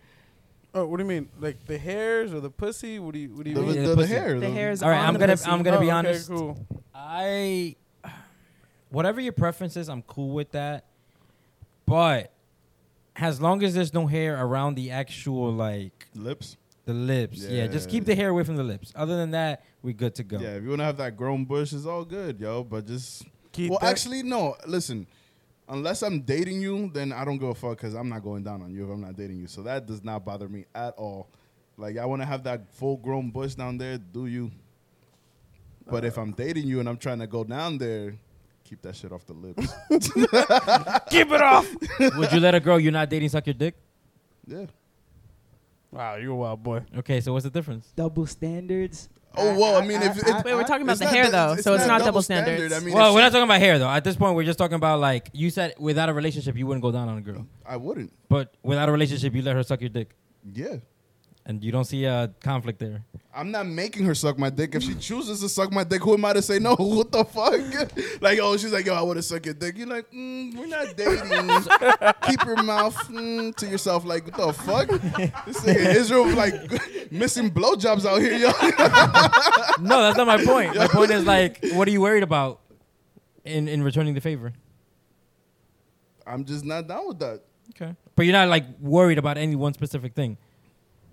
Speaker 2: oh, what do you mean? Like the hairs or the pussy? What do you What do you
Speaker 4: The,
Speaker 2: mean?
Speaker 4: the,
Speaker 1: Yeah,
Speaker 4: the
Speaker 1: pussy.
Speaker 4: hair.
Speaker 5: The hair is
Speaker 1: All right,
Speaker 5: on
Speaker 1: I'm
Speaker 5: the
Speaker 1: gonna
Speaker 5: pussy.
Speaker 1: I'm gonna
Speaker 2: Oh,
Speaker 1: be
Speaker 2: okay,
Speaker 1: honest.
Speaker 2: cool.
Speaker 1: I whatever your preference is, I'm cool with that. But as long as there's no hair around the actual like
Speaker 4: Lips.
Speaker 1: the lips. Yeah, just keep the hair away from the lips. Other than that, we're good to go.
Speaker 4: Yeah, if you want to have that grown bush, it's all good, yo. But just
Speaker 2: Keep
Speaker 4: well,
Speaker 2: that-
Speaker 4: actually, no. Listen, unless I'm dating you, then I don't give a fuck because I'm not going down on you if I'm not dating you. So that does not bother me at all. Like I want to have that full grown bush down there. Do you? But if I'm dating you and I'm trying to go down there, keep that shit off the lips.
Speaker 1: Would you let a girl you're not dating suck your dick?
Speaker 4: yeah.
Speaker 2: Wow, you're a wild boy.
Speaker 1: Okay, so what's the difference?
Speaker 6: Double standards.
Speaker 4: Oh well, I mean, if it,
Speaker 5: Wait, we're talking about
Speaker 4: it's
Speaker 5: the
Speaker 4: not
Speaker 5: hair
Speaker 4: that-
Speaker 5: though, so it's not double
Speaker 4: standard.
Speaker 5: standards.
Speaker 4: I mean,
Speaker 1: Well,
Speaker 4: it's-
Speaker 1: we're not talking about hair though. At this point, we're just talking about like you said, without a relationship, you wouldn't go down on a girl,
Speaker 4: I wouldn't.
Speaker 1: but without a relationship, you let her suck your dick,
Speaker 4: Yeah.
Speaker 1: and you don't see a conflict there.
Speaker 4: I'm not making her suck my dick. If she chooses to suck my dick, who am I to say no? What the fuck? like, oh, she's like, yo, I want to suck your dick. You're like, mm, we're not dating. Keep your mouth mm, to yourself. Like, what the fuck? This nigga Israel like missing blowjobs out here, yo.
Speaker 1: no, that's not my point. My point is like, what are you worried about in in returning the favor?
Speaker 4: I'm just not down with that.
Speaker 1: Okay, but you're not like worried about any one specific thing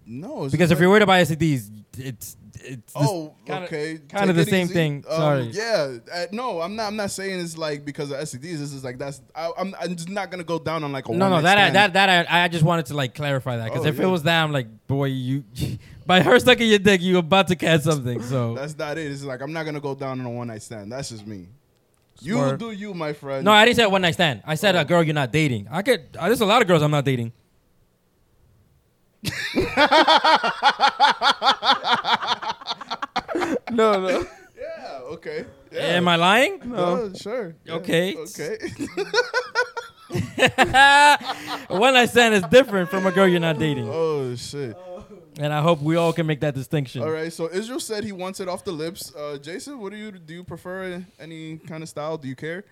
Speaker 4: No, it's
Speaker 1: because
Speaker 4: just
Speaker 1: if you're
Speaker 4: like,
Speaker 1: worried about STDs, it's it's this-
Speaker 4: Oh,
Speaker 1: kinda-
Speaker 4: okay.
Speaker 1: kinda
Speaker 4: Take
Speaker 1: the
Speaker 4: it Um,
Speaker 1: same thing. Sorry.
Speaker 4: Yeah, uh, no, I'm not. I'm not saying it's like because of STDs. This is like that's. I, I'm. I'm just not gonna go down on like a.
Speaker 1: No, no,
Speaker 4: one-night
Speaker 1: that I,
Speaker 4: stand.
Speaker 1: that that I, I just wanted to like clarify that because
Speaker 4: Oh,
Speaker 1: if
Speaker 4: yeah.
Speaker 1: it was that, I'm like, boy, you by her sucking your dick, you about to catch something. So
Speaker 4: That's not it. It's like I'm not gonna go down on a one night stand. That's just me. You
Speaker 1: Smart.
Speaker 4: do you, my friend.
Speaker 1: no, I didn't say one night stand. I said
Speaker 4: Oh.
Speaker 1: a girl you're not dating. I could. Uh, there's a lot of girls I'm not dating.
Speaker 2: No, no.
Speaker 4: yeah, okay. Yeah.
Speaker 1: Am I lying?
Speaker 4: No, sure. Yeah,
Speaker 1: Okay.
Speaker 4: Okay.
Speaker 1: one night stand is different from a girl you're not dating,
Speaker 4: oh shit.
Speaker 1: and I hope we all can make that distinction.
Speaker 4: All right. So Israel said he wants it off the lips. Uh, Jason, what do you do? You prefer any kind of style? Do you care?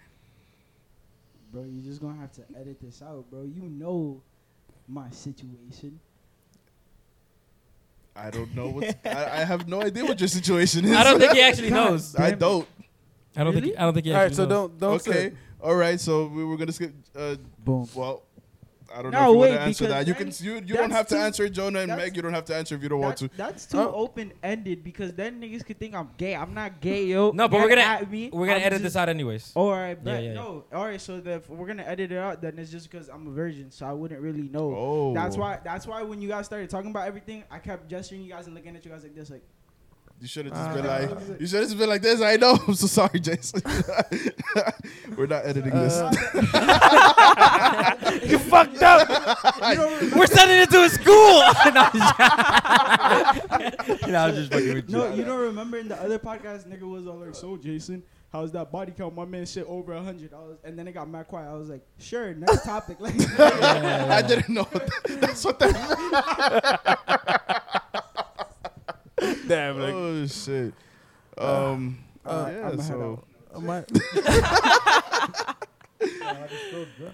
Speaker 6: Bro, you're just gonna have to edit this out, bro. You know my situation.
Speaker 4: I don't know what. I, I have no idea what your situation is.
Speaker 1: I don't think he actually knows.
Speaker 4: I don't.
Speaker 1: I don't think. I don't think he
Speaker 2: All
Speaker 1: actually
Speaker 2: right, so
Speaker 1: knows.
Speaker 2: don't don't say
Speaker 4: Okay.
Speaker 2: it.
Speaker 4: All right. So we were gonna skip. Uh,
Speaker 6: Boom.
Speaker 4: well. I don't
Speaker 6: No,
Speaker 4: know if you
Speaker 6: wait,
Speaker 4: want to answer
Speaker 6: because
Speaker 4: that. You can.
Speaker 6: then
Speaker 4: You, you don't
Speaker 6: that's
Speaker 4: have to
Speaker 6: too-
Speaker 4: answer it, Jonah and
Speaker 6: that's-
Speaker 4: Meg. You don't have to answer if you don't want to.
Speaker 6: That's, that's too
Speaker 2: Oh.
Speaker 6: open ended because then niggas could think I'm gay. I'm not gay, yo.
Speaker 1: No, but
Speaker 6: Get
Speaker 1: we're gonna-
Speaker 6: at me.
Speaker 1: We're gonna
Speaker 6: I'm
Speaker 1: edit
Speaker 6: just-
Speaker 1: this out anyways.
Speaker 6: All right,
Speaker 1: Yeah,
Speaker 6: but
Speaker 1: yeah, yeah.
Speaker 6: no. All right, so the, if we're gonna edit it out, then it's just because I'm a virgin, so I wouldn't really know.
Speaker 4: Oh.
Speaker 6: That's why. That's why when you guys started talking about everything, I kept gesturing you guys and looking at you guys like this, like.
Speaker 4: You should have just been like, you should have just been like this. I know. I'm so sorry, Jason. We're not editing
Speaker 6: Uh,
Speaker 4: this.
Speaker 2: You fucked up.
Speaker 1: We're sending it to his school. no, I'm just, no, I'm just fucking with you.
Speaker 6: No, you don't remember in the other podcast, nigga was all like, "So Jason, how's that body count? My man shit over hundred dollars." And then it got mad quiet. I was like, "Sure, next topic." Like,
Speaker 4: I didn't know. what that- That's what that.
Speaker 2: Damn, like,
Speaker 4: Oh shit. Um.
Speaker 2: uh,
Speaker 4: yeah.
Speaker 6: I'ma head
Speaker 4: so.
Speaker 6: out.
Speaker 2: Uh, my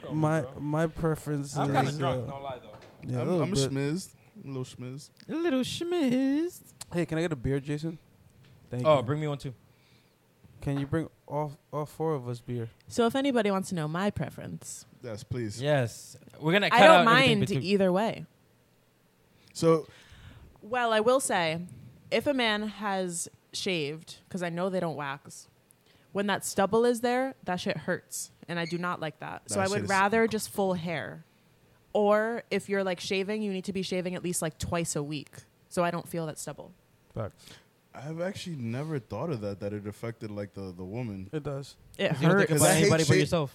Speaker 2: my my preference is uh,
Speaker 1: lie though.
Speaker 2: yeah, a
Speaker 4: I'm,
Speaker 2: little
Speaker 4: I'm
Speaker 2: bit.
Speaker 4: schmizzed. I'm a little schmizzed.
Speaker 1: A little schmizz.
Speaker 2: Hey, can I get a beer, Jason? Thank
Speaker 1: Oh,
Speaker 2: you.
Speaker 1: bring me one too.
Speaker 2: Can you bring all all four of us beer?
Speaker 5: So if anybody wants to know my preference,
Speaker 4: Yes, please.
Speaker 1: Yes, we're gonna. Cut
Speaker 5: I
Speaker 1: out
Speaker 5: don't
Speaker 1: everything
Speaker 5: mind
Speaker 1: between-
Speaker 5: either way.
Speaker 4: So
Speaker 5: Well, I will say, if a man has shaved, because I know they don't wax, when that stubble is there, that shit hurts, and I do not like that. so
Speaker 4: That
Speaker 5: I
Speaker 4: shit
Speaker 5: would
Speaker 4: is-
Speaker 5: rather just full hair, or if you're like shaving, you need to be shaving at least like twice a week, so I don't feel that stubble.
Speaker 4: I've actually never thought of that. That it affected like the the woman.
Speaker 2: It does.
Speaker 5: It
Speaker 1: You don't think
Speaker 5: hurts.
Speaker 4: Because
Speaker 1: about
Speaker 4: I hate
Speaker 1: anybody but
Speaker 4: shape-
Speaker 1: yourself.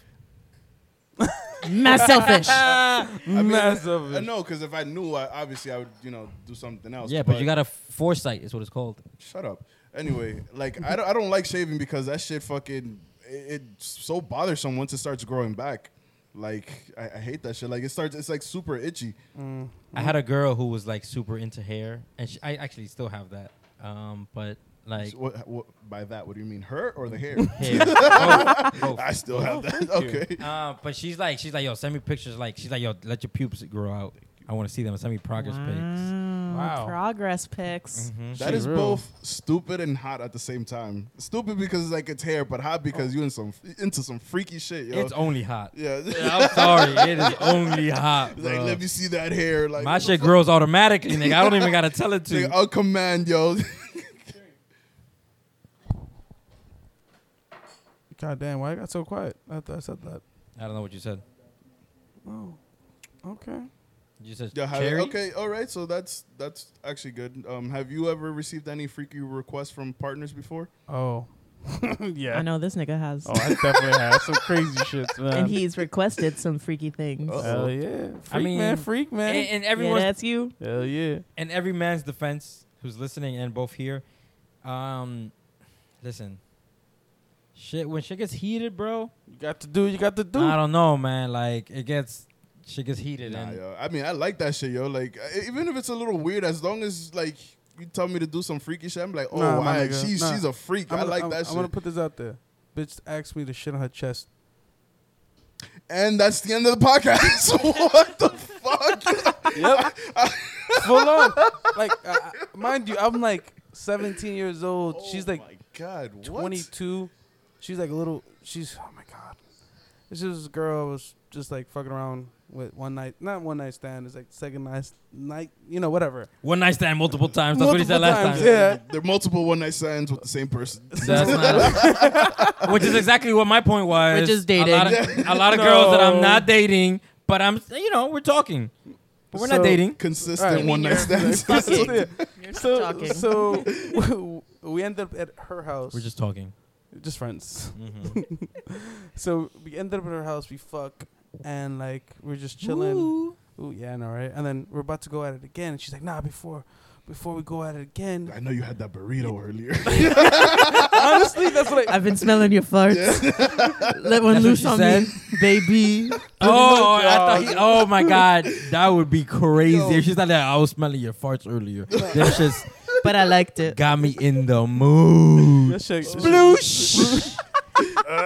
Speaker 5: Mad selfish.
Speaker 4: I mean,
Speaker 2: Massive.
Speaker 4: I know because if I knew, I, obviously I would you know do something else.
Speaker 1: Yeah, but you got a foresight is what it's called.
Speaker 4: Shut up. Anyway, like I don't, I don't like shaving because that shit fucking it, it's so bothersome once it starts growing back. Like I, I hate that shit. Like it starts, it's like super itchy.
Speaker 2: Mm.
Speaker 1: I had a girl who was like super into hair, and she, I actually still have that. Um, but like
Speaker 4: So what, what, by that, what do you mean, her or the hair?
Speaker 1: hair, both, both.
Speaker 4: I still have that. Okay.
Speaker 1: Uh, but she's like, she's like, yo, send me pictures. Like, she's like, yo, let your pubes grow out. I want to see them. Send me progress pics. Wow.
Speaker 5: Mm, Progress
Speaker 1: Mm-hmm.
Speaker 5: pics.
Speaker 4: That is both stupid and hot at the same time. Stupid because it's like it's hair, but hot because you in some into some freaky shit, yo.
Speaker 1: It's only hot.
Speaker 4: yeah.
Speaker 1: I'm sorry, it is only hot.
Speaker 4: like
Speaker 1: bro.
Speaker 4: let me see that hair. Like
Speaker 1: My shit grows automatically, nigga. I don't even gotta tell it
Speaker 4: Like, oh.
Speaker 1: to.
Speaker 4: I'll command, yo.
Speaker 2: God damn, why I got so quiet after I said that?
Speaker 1: I don't know what you said.
Speaker 2: Oh, okay.
Speaker 1: You said
Speaker 4: Yeah, have-
Speaker 1: cherry.
Speaker 4: okay, all right. So that's that's actually good. Um, have you ever received any freaky requests from partners before?
Speaker 2: Oh,
Speaker 5: I
Speaker 2: yeah.
Speaker 5: know this nigga has.
Speaker 2: Oh, I definitely had some crazy shit, man. Oh.
Speaker 5: And he's requested some freaky things.
Speaker 2: Hell yeah, freak
Speaker 1: mean,
Speaker 2: man, freak man.
Speaker 1: And, and
Speaker 5: yeah,
Speaker 1: everyone's
Speaker 5: that's you.
Speaker 2: Hell yeah.
Speaker 1: in every man's defense who's listening and both here, um, listen, shit, when shit gets heated, bro,
Speaker 2: You got to do. You got to do.
Speaker 1: I don't know, man. Like, it gets, shit gets heated.
Speaker 4: Nah,
Speaker 1: and
Speaker 4: yo. I mean, I like that shit, yo. Like e- even if it's a little weird, as long as like you tell me to do some freaky shit, I'm like, oh,
Speaker 2: Nah, my
Speaker 4: I-
Speaker 2: nigga,
Speaker 4: she's
Speaker 2: nah.
Speaker 4: she's a freak. i
Speaker 2: I'm gonna-
Speaker 4: like
Speaker 2: I'm,
Speaker 4: that
Speaker 2: I'm gonna
Speaker 4: shit.
Speaker 2: put this out there. Bitch asked me to shit on her chest.
Speaker 4: and that's the end of the podcast. what the fuck?
Speaker 2: Yep. Full on. Like, I I- mind you, I'm like 17 years old. she's like
Speaker 4: oh my god, what?
Speaker 2: 22. She's like a little. She's oh my god. This is this girl I was just like fucking around with one night, not one night stand. It's like second night, night, you know, whatever.
Speaker 1: One night stand multiple times. That's what he said
Speaker 2: Multiple
Speaker 1: last
Speaker 2: times,
Speaker 1: time.
Speaker 2: Yeah.
Speaker 4: There are multiple one night stands with the same person.
Speaker 1: That's not- which is exactly what my point was.
Speaker 5: Which is dating.
Speaker 1: A lot of, a lot of girls that I'm not dating, but I'm, you know, we're talking. But we're not
Speaker 2: So-
Speaker 1: dating.
Speaker 4: Consistent
Speaker 2: Alright.
Speaker 4: one night stands.
Speaker 2: so
Speaker 5: You're
Speaker 2: so,
Speaker 5: talking.
Speaker 2: so we ended up at her house.
Speaker 1: We're just talking.
Speaker 2: just friends.
Speaker 4: Mm-hmm.
Speaker 2: so we ended up at her house. We fuck and like we're just chilling. Ooh, yeah, I know, right? And then we're about to go at it again. And she's like, "Nah, before, before we go at it again."
Speaker 4: I know you had that burrito earlier.
Speaker 2: Honestly, that's what I.
Speaker 5: I've been smelling your farts. Let one
Speaker 1: That's what
Speaker 5: loose
Speaker 1: she
Speaker 5: on
Speaker 1: said?
Speaker 5: me, baby.
Speaker 1: Oh, I thought he, oh my god, that would be crazy. If she's not like, I was smelling your farts earlier. That just
Speaker 5: But I liked it.
Speaker 1: got me in the mood.
Speaker 2: That shit- that shit-
Speaker 1: Sploosh.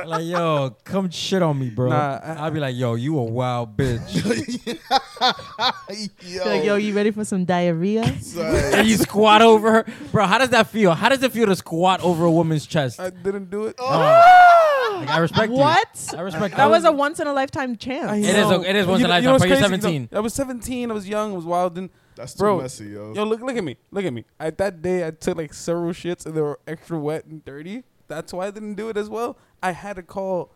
Speaker 1: like yo, come shit on me, bro.
Speaker 2: Nah, I-
Speaker 1: I'll be like, yo, you a wild bitch.
Speaker 4: yo,
Speaker 5: Be Like, yo, you ready for some diarrhea?
Speaker 4: son.
Speaker 1: and you squat over her, bro. How does that feel? How does it feel to squat over a woman's chest?
Speaker 2: I didn't do it.
Speaker 1: Oh. Like, I respect you.
Speaker 5: what?
Speaker 1: I respect
Speaker 5: That was a
Speaker 1: It
Speaker 5: once in a lifetime chance.
Speaker 1: is. A, it is once in a
Speaker 2: You- you
Speaker 1: lifetime.
Speaker 2: know what's
Speaker 1: But you're
Speaker 2: crazy?
Speaker 1: 17.
Speaker 2: I was 17. I was young. I was wild. And
Speaker 4: That's too
Speaker 2: Bro.
Speaker 4: messy, yo.
Speaker 2: yo, look, look at me. Look at me. I, that day, I took like several shits, and they were extra wet and dirty. That's why I didn't do it as well. I had to call.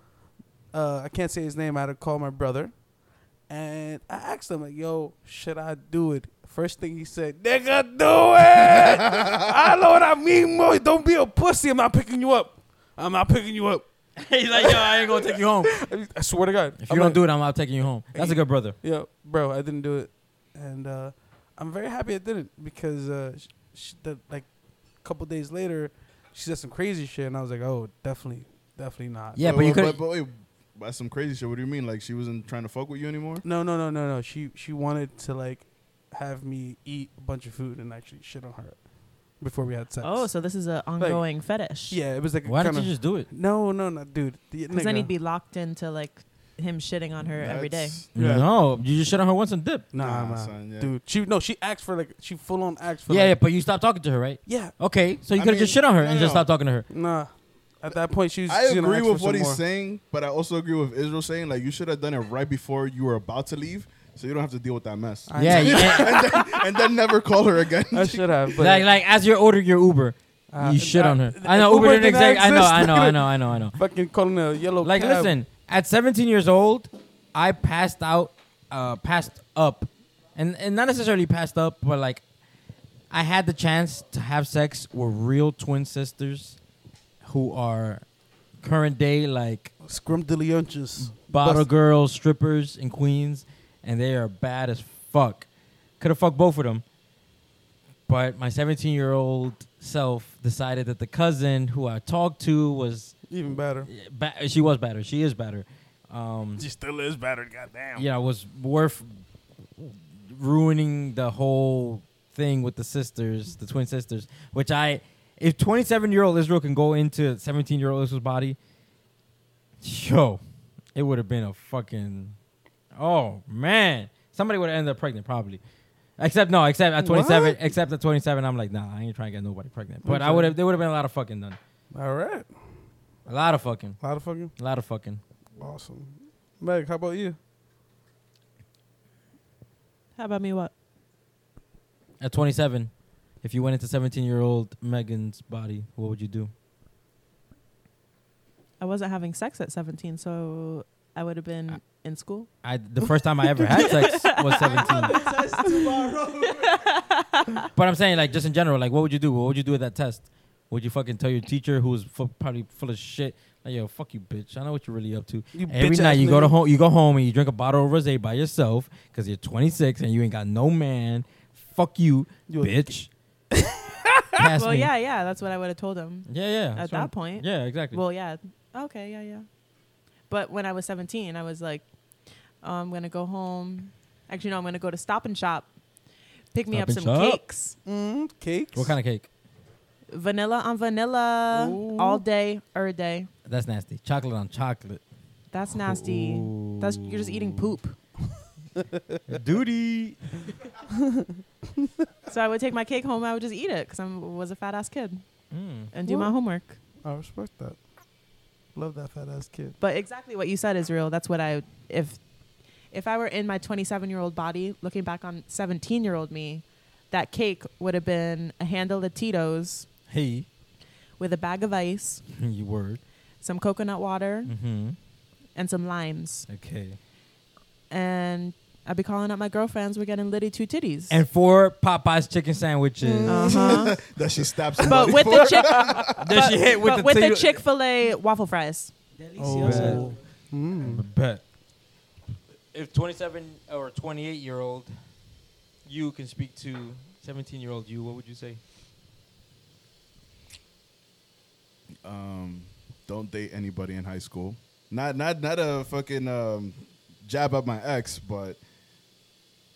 Speaker 2: Uh, I can't say his name. I had to call my brother, and I asked him like, "Yo, should I do it?" First thing he said, "Nigga, do it." I know what I mean, boy. Don't be a pussy. I'm not picking you up. I'm not picking you up.
Speaker 1: He's like, yo, I ain't gonna take you home.
Speaker 2: I, I swear to God.
Speaker 1: If you don't do it, I'm not taking you home. That's a good brother.
Speaker 2: Yeah, bro, I didn't do it, and uh, I'm very happy I didn't because uh, sh sh the, like a couple days later, she said some crazy shit, and I was like, oh, definitely, definitely not.
Speaker 1: Yeah, but you could.
Speaker 4: But, but wait, that's some crazy shit. What do you mean? Like she wasn't trying to fuck with you anymore?
Speaker 2: No, no, no, no, no. She she wanted to like have me eat a bunch of food and actually shit on her before we had sex.
Speaker 5: Oh, so this is an ongoing fetish.
Speaker 2: yeah, it was like
Speaker 1: Why
Speaker 2: kind
Speaker 1: don't you
Speaker 2: of
Speaker 1: just do it?
Speaker 2: no, no, no, dude. The,
Speaker 5: Because then
Speaker 2: nigga.
Speaker 5: he'd be locked into like him shitting on her every day.
Speaker 4: That's-
Speaker 2: Yeah.
Speaker 1: No, you just shit on her once and dip.
Speaker 2: nah,
Speaker 4: Nah,
Speaker 2: nah,
Speaker 4: son, yeah.
Speaker 2: dude. She no, she asked for like she full on asked for
Speaker 1: Yeah, yeah,
Speaker 2: like,
Speaker 1: but you stopped talking to her, right?
Speaker 2: yeah,
Speaker 1: Okay, so you
Speaker 4: I
Speaker 1: could have just
Speaker 4: mean,
Speaker 1: shit on her and
Speaker 4: no,
Speaker 1: just
Speaker 4: no.
Speaker 1: stopped talking to her.
Speaker 2: nah. At that point, she was.
Speaker 4: I
Speaker 2: she's gonna
Speaker 4: agree
Speaker 2: ask for
Speaker 4: with what
Speaker 2: some
Speaker 4: he's
Speaker 2: more.
Speaker 4: saying, but I also agree with Israel saying like you should have done it right before you were about to leave, so you don't have to deal with that mess.
Speaker 2: I
Speaker 1: Yeah, yeah.
Speaker 4: and then never call her again.
Speaker 2: I should have. But
Speaker 1: like like as you're ordering your Uber,
Speaker 2: Uh,
Speaker 1: you shit
Speaker 2: uh,
Speaker 1: on her.
Speaker 2: th-
Speaker 1: I know Uber,
Speaker 2: Uber
Speaker 1: didn't
Speaker 2: did not
Speaker 1: exist. I know, I
Speaker 2: exist.
Speaker 1: know, I know, I know, I know.
Speaker 2: fucking calling a yellow
Speaker 1: Like,
Speaker 2: cab.
Speaker 1: listen, at 17 years old, I passed out, uh, passed up, and and not necessarily passed up, but like, I had the chance to have sex with real twin sisters, who are current day like
Speaker 2: scrumdiddlyunches.
Speaker 1: bottle
Speaker 2: Bust-
Speaker 1: girls, strippers in Queens, and they are bad as fuck. Could have fucked both of them. But my 17 year old self decided that the cousin who I talked to was,
Speaker 2: Even better.
Speaker 1: ba- she was better. She is better. Um,
Speaker 8: She still is battered, goddamn.
Speaker 1: yeah, was worth ruining the whole thing with the sisters, the twin sisters, which I, if 27 year old Israel can go into 17 year old Israel's body, yo, it would have been a fucking, oh man, somebody would have ended up pregnant probably. Except no, except at 27,
Speaker 2: What?
Speaker 1: except at 27, I'm like, nah, I ain't trying to get nobody pregnant. But I
Speaker 2: Okay.
Speaker 1: would have, there would have been a lot of fucking done.
Speaker 2: All right.
Speaker 1: A lot of fucking,
Speaker 2: A lot of fucking.
Speaker 1: a lot of fucking.
Speaker 2: Awesome. Meg, how about you?
Speaker 5: How about me? What?
Speaker 1: At 27, if you went into 17 year old Megan's body, what would you do?
Speaker 5: I wasn't having sex at 17, so I would have been in school.
Speaker 1: I the first time I ever had sex was 17.
Speaker 9: Test tomorrow.
Speaker 1: But I'm saying like just in general, like what would you do? What would you do with that test? Would you fucking tell your teacher who's fu- probably full of shit? Like yo, fuck you, bitch. I know what you're really up to.
Speaker 2: You
Speaker 1: Every
Speaker 2: bitch
Speaker 1: night
Speaker 2: ass
Speaker 1: you go to
Speaker 2: nigga.
Speaker 1: home, you go home and you drink a bottle of rosé by yourself because you're 26 and you ain't got no man. Fuck you,
Speaker 2: You a-
Speaker 1: bitch. Pass
Speaker 5: well,
Speaker 1: me.
Speaker 5: yeah, yeah, that's what I would have told him
Speaker 1: yeah, yeah.
Speaker 5: at
Speaker 1: that's
Speaker 5: that
Speaker 1: what I'm-
Speaker 5: point.
Speaker 1: Yeah, exactly.
Speaker 5: Well, yeah. Okay, yeah, yeah. But when I was 17, I was like, oh, I'm going to go home. Actually, no, I'm going to go to Stop and Shop, pick me
Speaker 1: Stop
Speaker 5: up
Speaker 1: and
Speaker 5: some
Speaker 1: Shop.
Speaker 5: cakes.
Speaker 2: Mm, cakes.
Speaker 1: what kind of cake?
Speaker 5: Vanilla on vanilla all day, every day.
Speaker 1: That's nasty. Chocolate on chocolate.
Speaker 5: That's nasty. That's you're just eating poop.
Speaker 1: Duty.
Speaker 5: So I would take my cake home. I would just eat it because I was a fat ass kid
Speaker 1: Mm.
Speaker 5: and do my
Speaker 2: Well-
Speaker 5: homework.
Speaker 2: I respect that. Love that fat ass kid.
Speaker 5: But exactly what you said is real. That's what I if if I were in my 27 year old body, looking back on 17 year old me, that cake would have been a handle of Tito's
Speaker 1: Hey,
Speaker 5: with a bag of ice,
Speaker 1: you word.
Speaker 5: some coconut water,
Speaker 1: Mm-hmm.
Speaker 5: and some limes.
Speaker 1: Okay.
Speaker 5: And I'd be calling up my girlfriends. We're getting litty two titties.
Speaker 1: And four Popeyes chicken sandwiches.
Speaker 5: uh huh.
Speaker 4: That she stabs
Speaker 5: but
Speaker 4: somebody
Speaker 5: with
Speaker 4: for.
Speaker 5: the chick,
Speaker 1: Then she hit with
Speaker 5: but
Speaker 1: the
Speaker 5: with the
Speaker 1: potato-
Speaker 5: Chick Fil A waffle fries.
Speaker 1: Oh.
Speaker 2: Mm.
Speaker 1: Bet. If 27 or 28 year old you can speak to 17 year old you, what would you say?
Speaker 4: um, don't date anybody in high school. Not not not a fucking um, jab at my ex, but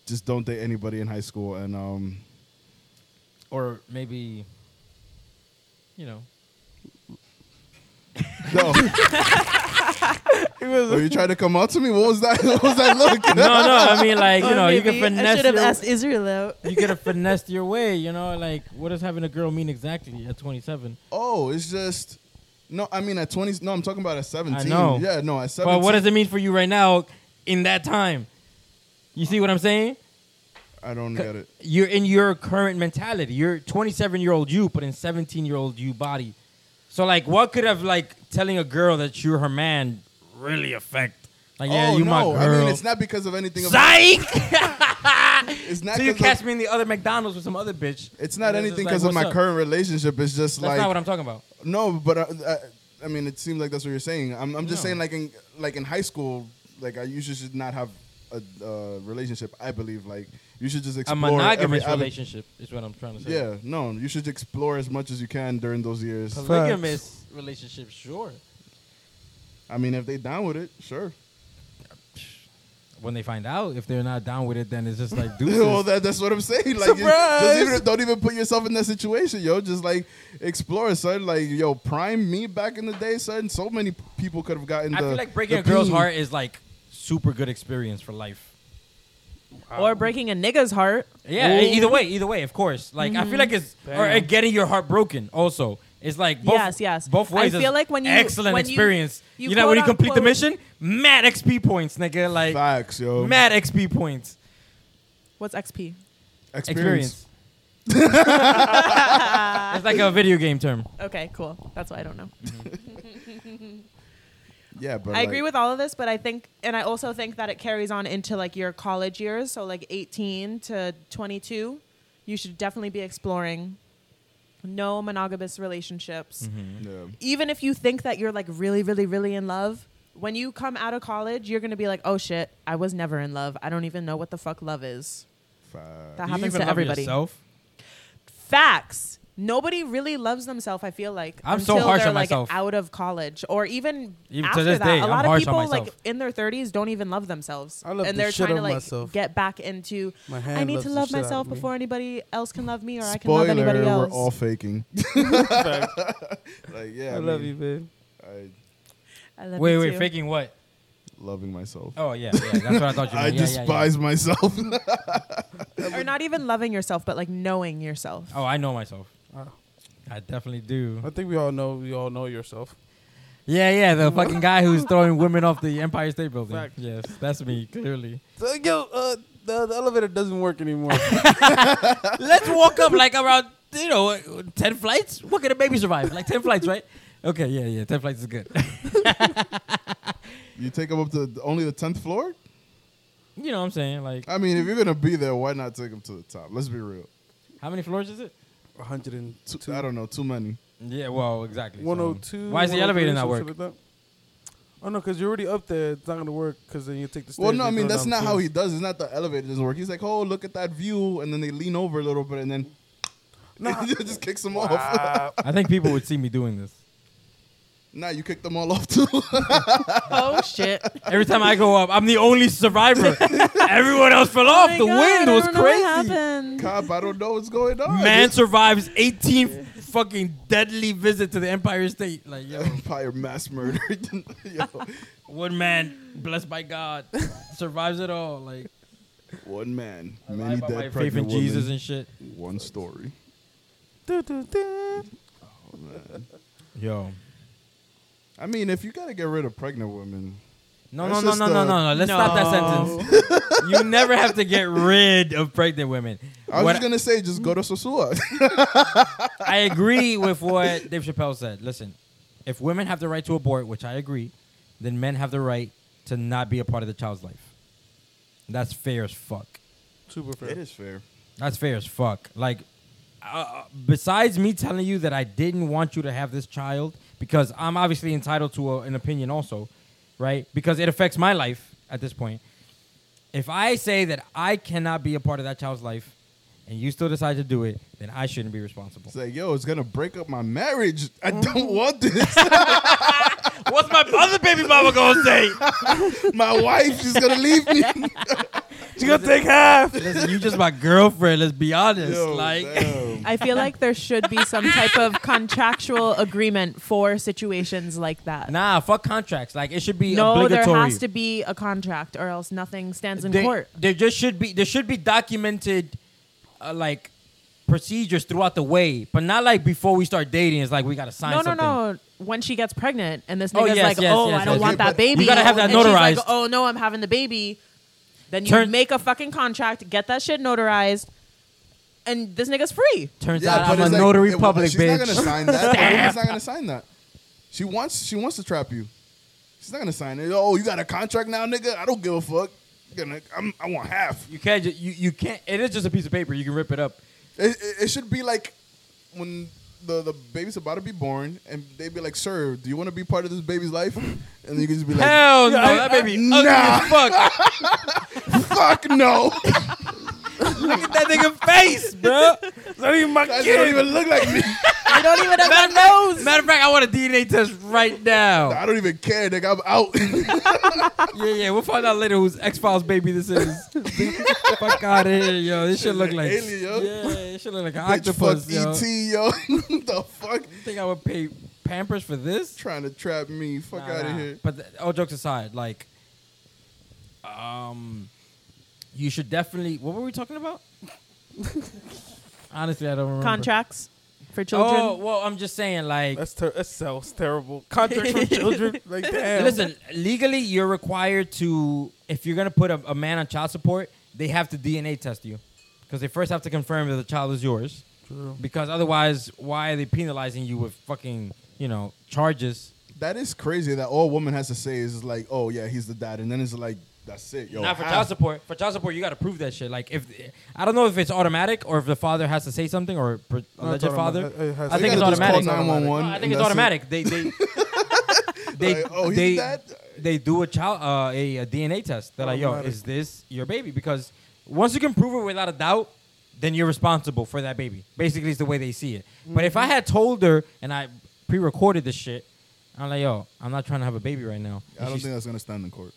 Speaker 4: just don't date anybody in high school. And um,
Speaker 1: Or maybe, you know,
Speaker 4: no, were you trying to come out to me? What was that? What was that look?
Speaker 1: no, no. I mean, like you know, you can
Speaker 5: I
Speaker 1: finesse.
Speaker 5: should have
Speaker 1: Your,
Speaker 5: asked Israel out.
Speaker 1: You could have finessed your way. You know, like what does having a girl mean exactly at 27?
Speaker 4: Oh, it's just no. I mean, at twenty. No, I'm talking about at seventeen.
Speaker 1: know.
Speaker 4: Yeah, no, at seventeen.
Speaker 1: But what does it mean for you right now in that time? You see what I'm saying?
Speaker 4: I don't get it.
Speaker 1: You're in your current mentality. You're 27 year old you, but in 17 year old you body. So like, what could have like telling a girl that you're her man really affect? Like, yeah,
Speaker 4: oh,
Speaker 1: you
Speaker 4: no.
Speaker 1: my girl.
Speaker 4: I mean, it's not because of anything. Of,
Speaker 1: Psych.
Speaker 4: it's not.
Speaker 1: so you
Speaker 4: 'cause of-
Speaker 1: catch me in the other McDonald's with some other bitch.
Speaker 4: It's not
Speaker 1: And it's
Speaker 4: anything
Speaker 1: just like,
Speaker 4: because
Speaker 1: what's
Speaker 4: of my
Speaker 1: up?
Speaker 4: current relationship. It's just
Speaker 1: That's
Speaker 4: like
Speaker 1: not what I'm talking about.
Speaker 4: No, but uh, I, I mean, it seems like that's what you're saying. I'm, I'm just
Speaker 1: No.
Speaker 4: saying, like in like in high school, like I usually should not have a uh, relationship. I believe like you should just
Speaker 1: A
Speaker 4: explore every
Speaker 1: monogamous
Speaker 4: ave-
Speaker 1: relationship is what I'm trying to say.
Speaker 4: Yeah, no, you should explore as much as you can during those years.
Speaker 1: Polygamous relationship, sure.
Speaker 4: I mean, if they down with it, sure.
Speaker 1: When they find out, if they're not down with it, then it's just like, dude.
Speaker 4: well, that, that's what I'm saying. Like, you- just
Speaker 2: Surprise!
Speaker 4: even, don't even put yourself in that situation, yo. Just like explore, son. Like, yo, prime me back in the day, son. So many people could have gotten.
Speaker 1: I
Speaker 4: the,
Speaker 1: feel like breaking
Speaker 4: the
Speaker 1: a girl's
Speaker 4: peen.
Speaker 1: heart is like super good experience for life.
Speaker 5: Or breaking a nigga's heart.
Speaker 1: Yeah, e- either way, either way, of course. Like I feel
Speaker 5: Mm-hmm.
Speaker 1: like it's or uh, getting your heart broken also. It's like both,
Speaker 5: Yes, yes.
Speaker 1: both
Speaker 5: I
Speaker 1: ways. is
Speaker 5: feel like when you-
Speaker 1: excellent
Speaker 5: when you-
Speaker 1: experience. You,
Speaker 5: you
Speaker 1: know when you
Speaker 5: quote,
Speaker 1: complete the mission,
Speaker 5: unquote-
Speaker 1: mad XP points, nigga. Like
Speaker 4: Facts, yo.
Speaker 1: mad XP points.
Speaker 5: What's XP?
Speaker 1: Experience. it's like a video game term.
Speaker 5: Okay, cool. That's why I don't know.
Speaker 4: Yeah, but
Speaker 5: I agree
Speaker 4: like-
Speaker 5: with all of this, but I think, and I also think that it carries on into like your college years. So like 18 to 22, you should definitely be exploring no monogamous relationships.
Speaker 1: Mm-hmm.
Speaker 4: Yeah.
Speaker 5: even if you think that you're like really, really, really in love, when you come out of college, you're gonna be like, oh shit, I was never in love. I don't even know what the fuck love is.
Speaker 4: Fuck.
Speaker 5: That
Speaker 1: Do you
Speaker 5: happens
Speaker 1: even
Speaker 5: to
Speaker 1: love
Speaker 5: everybody.
Speaker 1: yourself?
Speaker 5: Facts. Nobody really loves themselves. I feel like
Speaker 1: I'm so
Speaker 5: until
Speaker 1: harsh
Speaker 5: they're
Speaker 1: on
Speaker 5: like
Speaker 1: myself.
Speaker 5: out of college or even,
Speaker 1: Even to
Speaker 5: after
Speaker 1: this
Speaker 5: that.
Speaker 1: day,
Speaker 5: a
Speaker 1: I'm
Speaker 5: lot of
Speaker 1: harsh on
Speaker 5: people like
Speaker 1: myself.
Speaker 5: in their 30s don't even love themselves,
Speaker 2: I love
Speaker 5: and
Speaker 2: the
Speaker 5: they're
Speaker 2: shit
Speaker 5: trying to
Speaker 2: out of
Speaker 5: like
Speaker 2: myself.
Speaker 5: get back into.
Speaker 2: My hand
Speaker 5: I need
Speaker 2: loves
Speaker 5: to
Speaker 2: the
Speaker 5: love
Speaker 2: shit out of
Speaker 5: myself
Speaker 2: me.
Speaker 5: before anybody else can love me, or I can love
Speaker 4: Spoiler,
Speaker 5: anybody
Speaker 4: we're
Speaker 5: else.
Speaker 4: all faking. like, yeah,
Speaker 2: I love you, babe.
Speaker 4: you. I
Speaker 5: I love
Speaker 1: Wait,
Speaker 5: you
Speaker 1: wait,
Speaker 5: too.
Speaker 1: faking what?
Speaker 4: loving myself.
Speaker 1: Oh yeah, yeah. That's what I thought you.
Speaker 4: I
Speaker 1: meant. Yeah, yeah, yeah.
Speaker 4: despise myself.
Speaker 5: or not even loving yourself, but like knowing yourself.
Speaker 1: Oh, I know myself.
Speaker 2: Oh.
Speaker 1: I definitely do.
Speaker 2: I think we all know. We all know yourself.
Speaker 1: Yeah, yeah, the fucking guy who's throwing women off the Empire State Building.
Speaker 2: Fact.
Speaker 1: Yes, that's me, clearly.
Speaker 2: So, yo, uh, the, the elevator doesn't work anymore.
Speaker 1: Let's walk up like around, you know, uh, 10 flights. What can a baby survive? Like 10 flights, right? Okay, yeah, yeah, 10 flights is good.
Speaker 4: You take him up to the- only the tenth floor.
Speaker 1: You know what I'm saying? Like,
Speaker 4: I mean, if you're gonna be there, why not take him to the top? Let's be real.
Speaker 1: how many floors is it?
Speaker 2: 102.
Speaker 4: Too, I don't know, too many.
Speaker 1: Yeah, well, exactly. so-
Speaker 2: 102.
Speaker 1: Why is the elevator not
Speaker 2: 103, something like that. Oh no, because you're already up there. It's not gonna work because then you take the stairs.
Speaker 4: Well, no,
Speaker 2: you
Speaker 4: I mean
Speaker 2: go
Speaker 4: that's
Speaker 2: down
Speaker 4: not
Speaker 2: the
Speaker 4: how he
Speaker 2: stairs.
Speaker 4: does. It's not the elevator doesn't work. He's like, oh, look at that view, and then they lean over a little bit, and then
Speaker 2: Nah.
Speaker 4: it just kicks him off.
Speaker 1: I think people would see me doing this.
Speaker 4: nah, you kicked them all off too.
Speaker 5: oh shit!
Speaker 1: Every time I go up, I'm the only survivor. Everyone else fell
Speaker 5: Oh
Speaker 1: off. the wind was crazy.
Speaker 5: crazy.
Speaker 4: Cop, I don't know what's going on.
Speaker 1: Man survives 18 fucking deadly visit to the Empire State. Like, yo,
Speaker 4: Empire mass murder. Yo,
Speaker 1: one man blessed by God survives it all. Like,
Speaker 4: one man,
Speaker 1: I lie
Speaker 4: many
Speaker 1: about my
Speaker 4: dead
Speaker 1: faith
Speaker 4: pregnant
Speaker 1: in
Speaker 4: women.
Speaker 1: Jesus and shit.
Speaker 4: one story.
Speaker 1: Yo,
Speaker 4: I mean, if you gotta get rid of pregnant women,
Speaker 1: no, no,
Speaker 4: That's
Speaker 1: no,
Speaker 4: just
Speaker 1: no, no, no,
Speaker 4: the-
Speaker 1: no. Let's stop that sentence. you never have to get rid of pregnant women.
Speaker 4: I was
Speaker 1: What-
Speaker 4: just gonna say, just go to
Speaker 1: Mm.
Speaker 4: Sosua.
Speaker 1: I agree with what Dave Chappelle said. Listen, if women have the right to abort, which I agree, then men have the right to not be a part of the child's life. That's fair as fuck.
Speaker 2: Super fair.
Speaker 4: it is fair.
Speaker 1: That's fair as fuck. Like, uh, besides me telling you that I didn't want you to have this child because I'm obviously entitled to a, an opinion, also, right? Because it affects my life at this point. If I say that I cannot be a part of that child's life, and you still decide to do it, then I shouldn't be responsible.
Speaker 4: It's like, yo, it's gonna break up my marriage. I
Speaker 1: Mm.
Speaker 4: don't want this.
Speaker 1: What's my other baby mama gonna say?
Speaker 4: my wife is gonna leave me.
Speaker 1: She gonna take half. Listen, you just my girlfriend. Let's be honest.
Speaker 4: Yo,
Speaker 1: like,
Speaker 4: damn.
Speaker 5: I feel like there should be some type of contractual agreement for situations like that.
Speaker 1: nah, fuck contracts. Like, it should be
Speaker 5: no, there
Speaker 1: obligatory.
Speaker 5: has to be a contract, or else nothing stands in
Speaker 1: They-
Speaker 5: court.
Speaker 1: There just should be. There should be documented, uh, like, procedures throughout the way, but not like before we start dating. It's like we gotta sign
Speaker 5: No,
Speaker 1: something.
Speaker 5: no, no. When she gets pregnant, and this
Speaker 1: Oh,
Speaker 5: nigga's
Speaker 1: yes,
Speaker 5: like,
Speaker 1: yes,
Speaker 5: "Oh,
Speaker 1: yes,
Speaker 5: I don't
Speaker 1: yes,
Speaker 5: want
Speaker 1: yes.
Speaker 5: that baby,"
Speaker 1: You gotta have that
Speaker 5: and she's like,
Speaker 1: notarized.
Speaker 5: "Oh no, I'm having the baby." Then you
Speaker 1: Turn-
Speaker 5: make a fucking contract, get that shit notarized, and this nigga's free.
Speaker 1: Turns out
Speaker 4: Yeah, but
Speaker 1: I'm a
Speaker 4: it's like-
Speaker 1: notary
Speaker 4: it-
Speaker 1: public
Speaker 4: she's
Speaker 1: bitch.
Speaker 4: not gonna sign that. The woman's not gonna sign that. She wants. She wants to trap you. She's not gonna sign it. Oh, you got a contract now, nigga. I don't give a fuck. Gonna, I'm, I want half.
Speaker 1: you can't. Just, you you can't. It is just a piece of paper. You can rip it up.
Speaker 4: It, it, it should be like when the, the baby's about to be born, and they be like, "Sir, do you want to be part of this baby's life?" And you can just be like,
Speaker 1: Hell no, that baby ugly as fuck.
Speaker 4: "Fuck no,
Speaker 1: Look at that nigga face, bro.
Speaker 4: that don't even look like me.
Speaker 5: They don't even have that nose.
Speaker 1: Matter of fact, I want a DNA test right now.
Speaker 4: I don't even care, nigga. I'm out."
Speaker 1: Yeah, yeah, we'll find out later whose X Files baby this is. Fuck out of here, yo. This should look like
Speaker 4: Alien, yo.
Speaker 1: yeah, it should look like an
Speaker 4: Bitch,
Speaker 1: octopus,
Speaker 4: fuck E
Speaker 1: yo.
Speaker 4: ET, yo. the fuck,
Speaker 1: You think I would pay Pampers for this?
Speaker 4: trying to trap me? Fuck
Speaker 1: Nah,
Speaker 4: out of
Speaker 1: nah.
Speaker 4: here.
Speaker 1: But th- all jokes aside, like, um, you should definitely. What were we talking about? Honestly, I don't remember.
Speaker 5: Contracts for children.
Speaker 1: Oh well, I'm just saying, like,
Speaker 2: That's ter- that sounds terrible. Contract for children, like damn.
Speaker 1: Listen, legally, you're required to, if you're going to put a, a man on child support, they have to DNA test you. Because they first have to confirm that the child is yours.
Speaker 2: True.
Speaker 1: Because otherwise, why are they penalizing you with fucking, you know, charges?
Speaker 4: That is crazy that all woman has to say is like, oh yeah, he's the dad, and then it's like, that's it, yo.
Speaker 1: Not for
Speaker 4: half.
Speaker 1: child support. For child support, you got to prove that shit. Like, if I don't know if it's automatic or if the father has to say something or per-
Speaker 2: No, it's
Speaker 1: alleged father.
Speaker 2: automatic. It- it has-
Speaker 1: I
Speaker 4: You
Speaker 1: think it's
Speaker 4: gotta just call
Speaker 1: automatic.
Speaker 2: automatic.
Speaker 4: 911
Speaker 1: No, I
Speaker 4: and
Speaker 1: think it's
Speaker 4: that's it.
Speaker 1: automatic. They they they
Speaker 4: Like, oh, he's
Speaker 1: they,
Speaker 4: that?
Speaker 1: they do a child uh, a, a DNA test. They're like, yo,
Speaker 2: Automatic.
Speaker 1: is this your baby? Because once you can prove it without a doubt, then you're responsible for that baby. Basically, it's the way they see it. But if I
Speaker 4: Mm-hmm.
Speaker 1: had told her and I pre-recorded this shit, I'm like, yo, I'm not trying to have a baby right now.
Speaker 4: I don't
Speaker 1: She's-
Speaker 4: think that's gonna stand in court.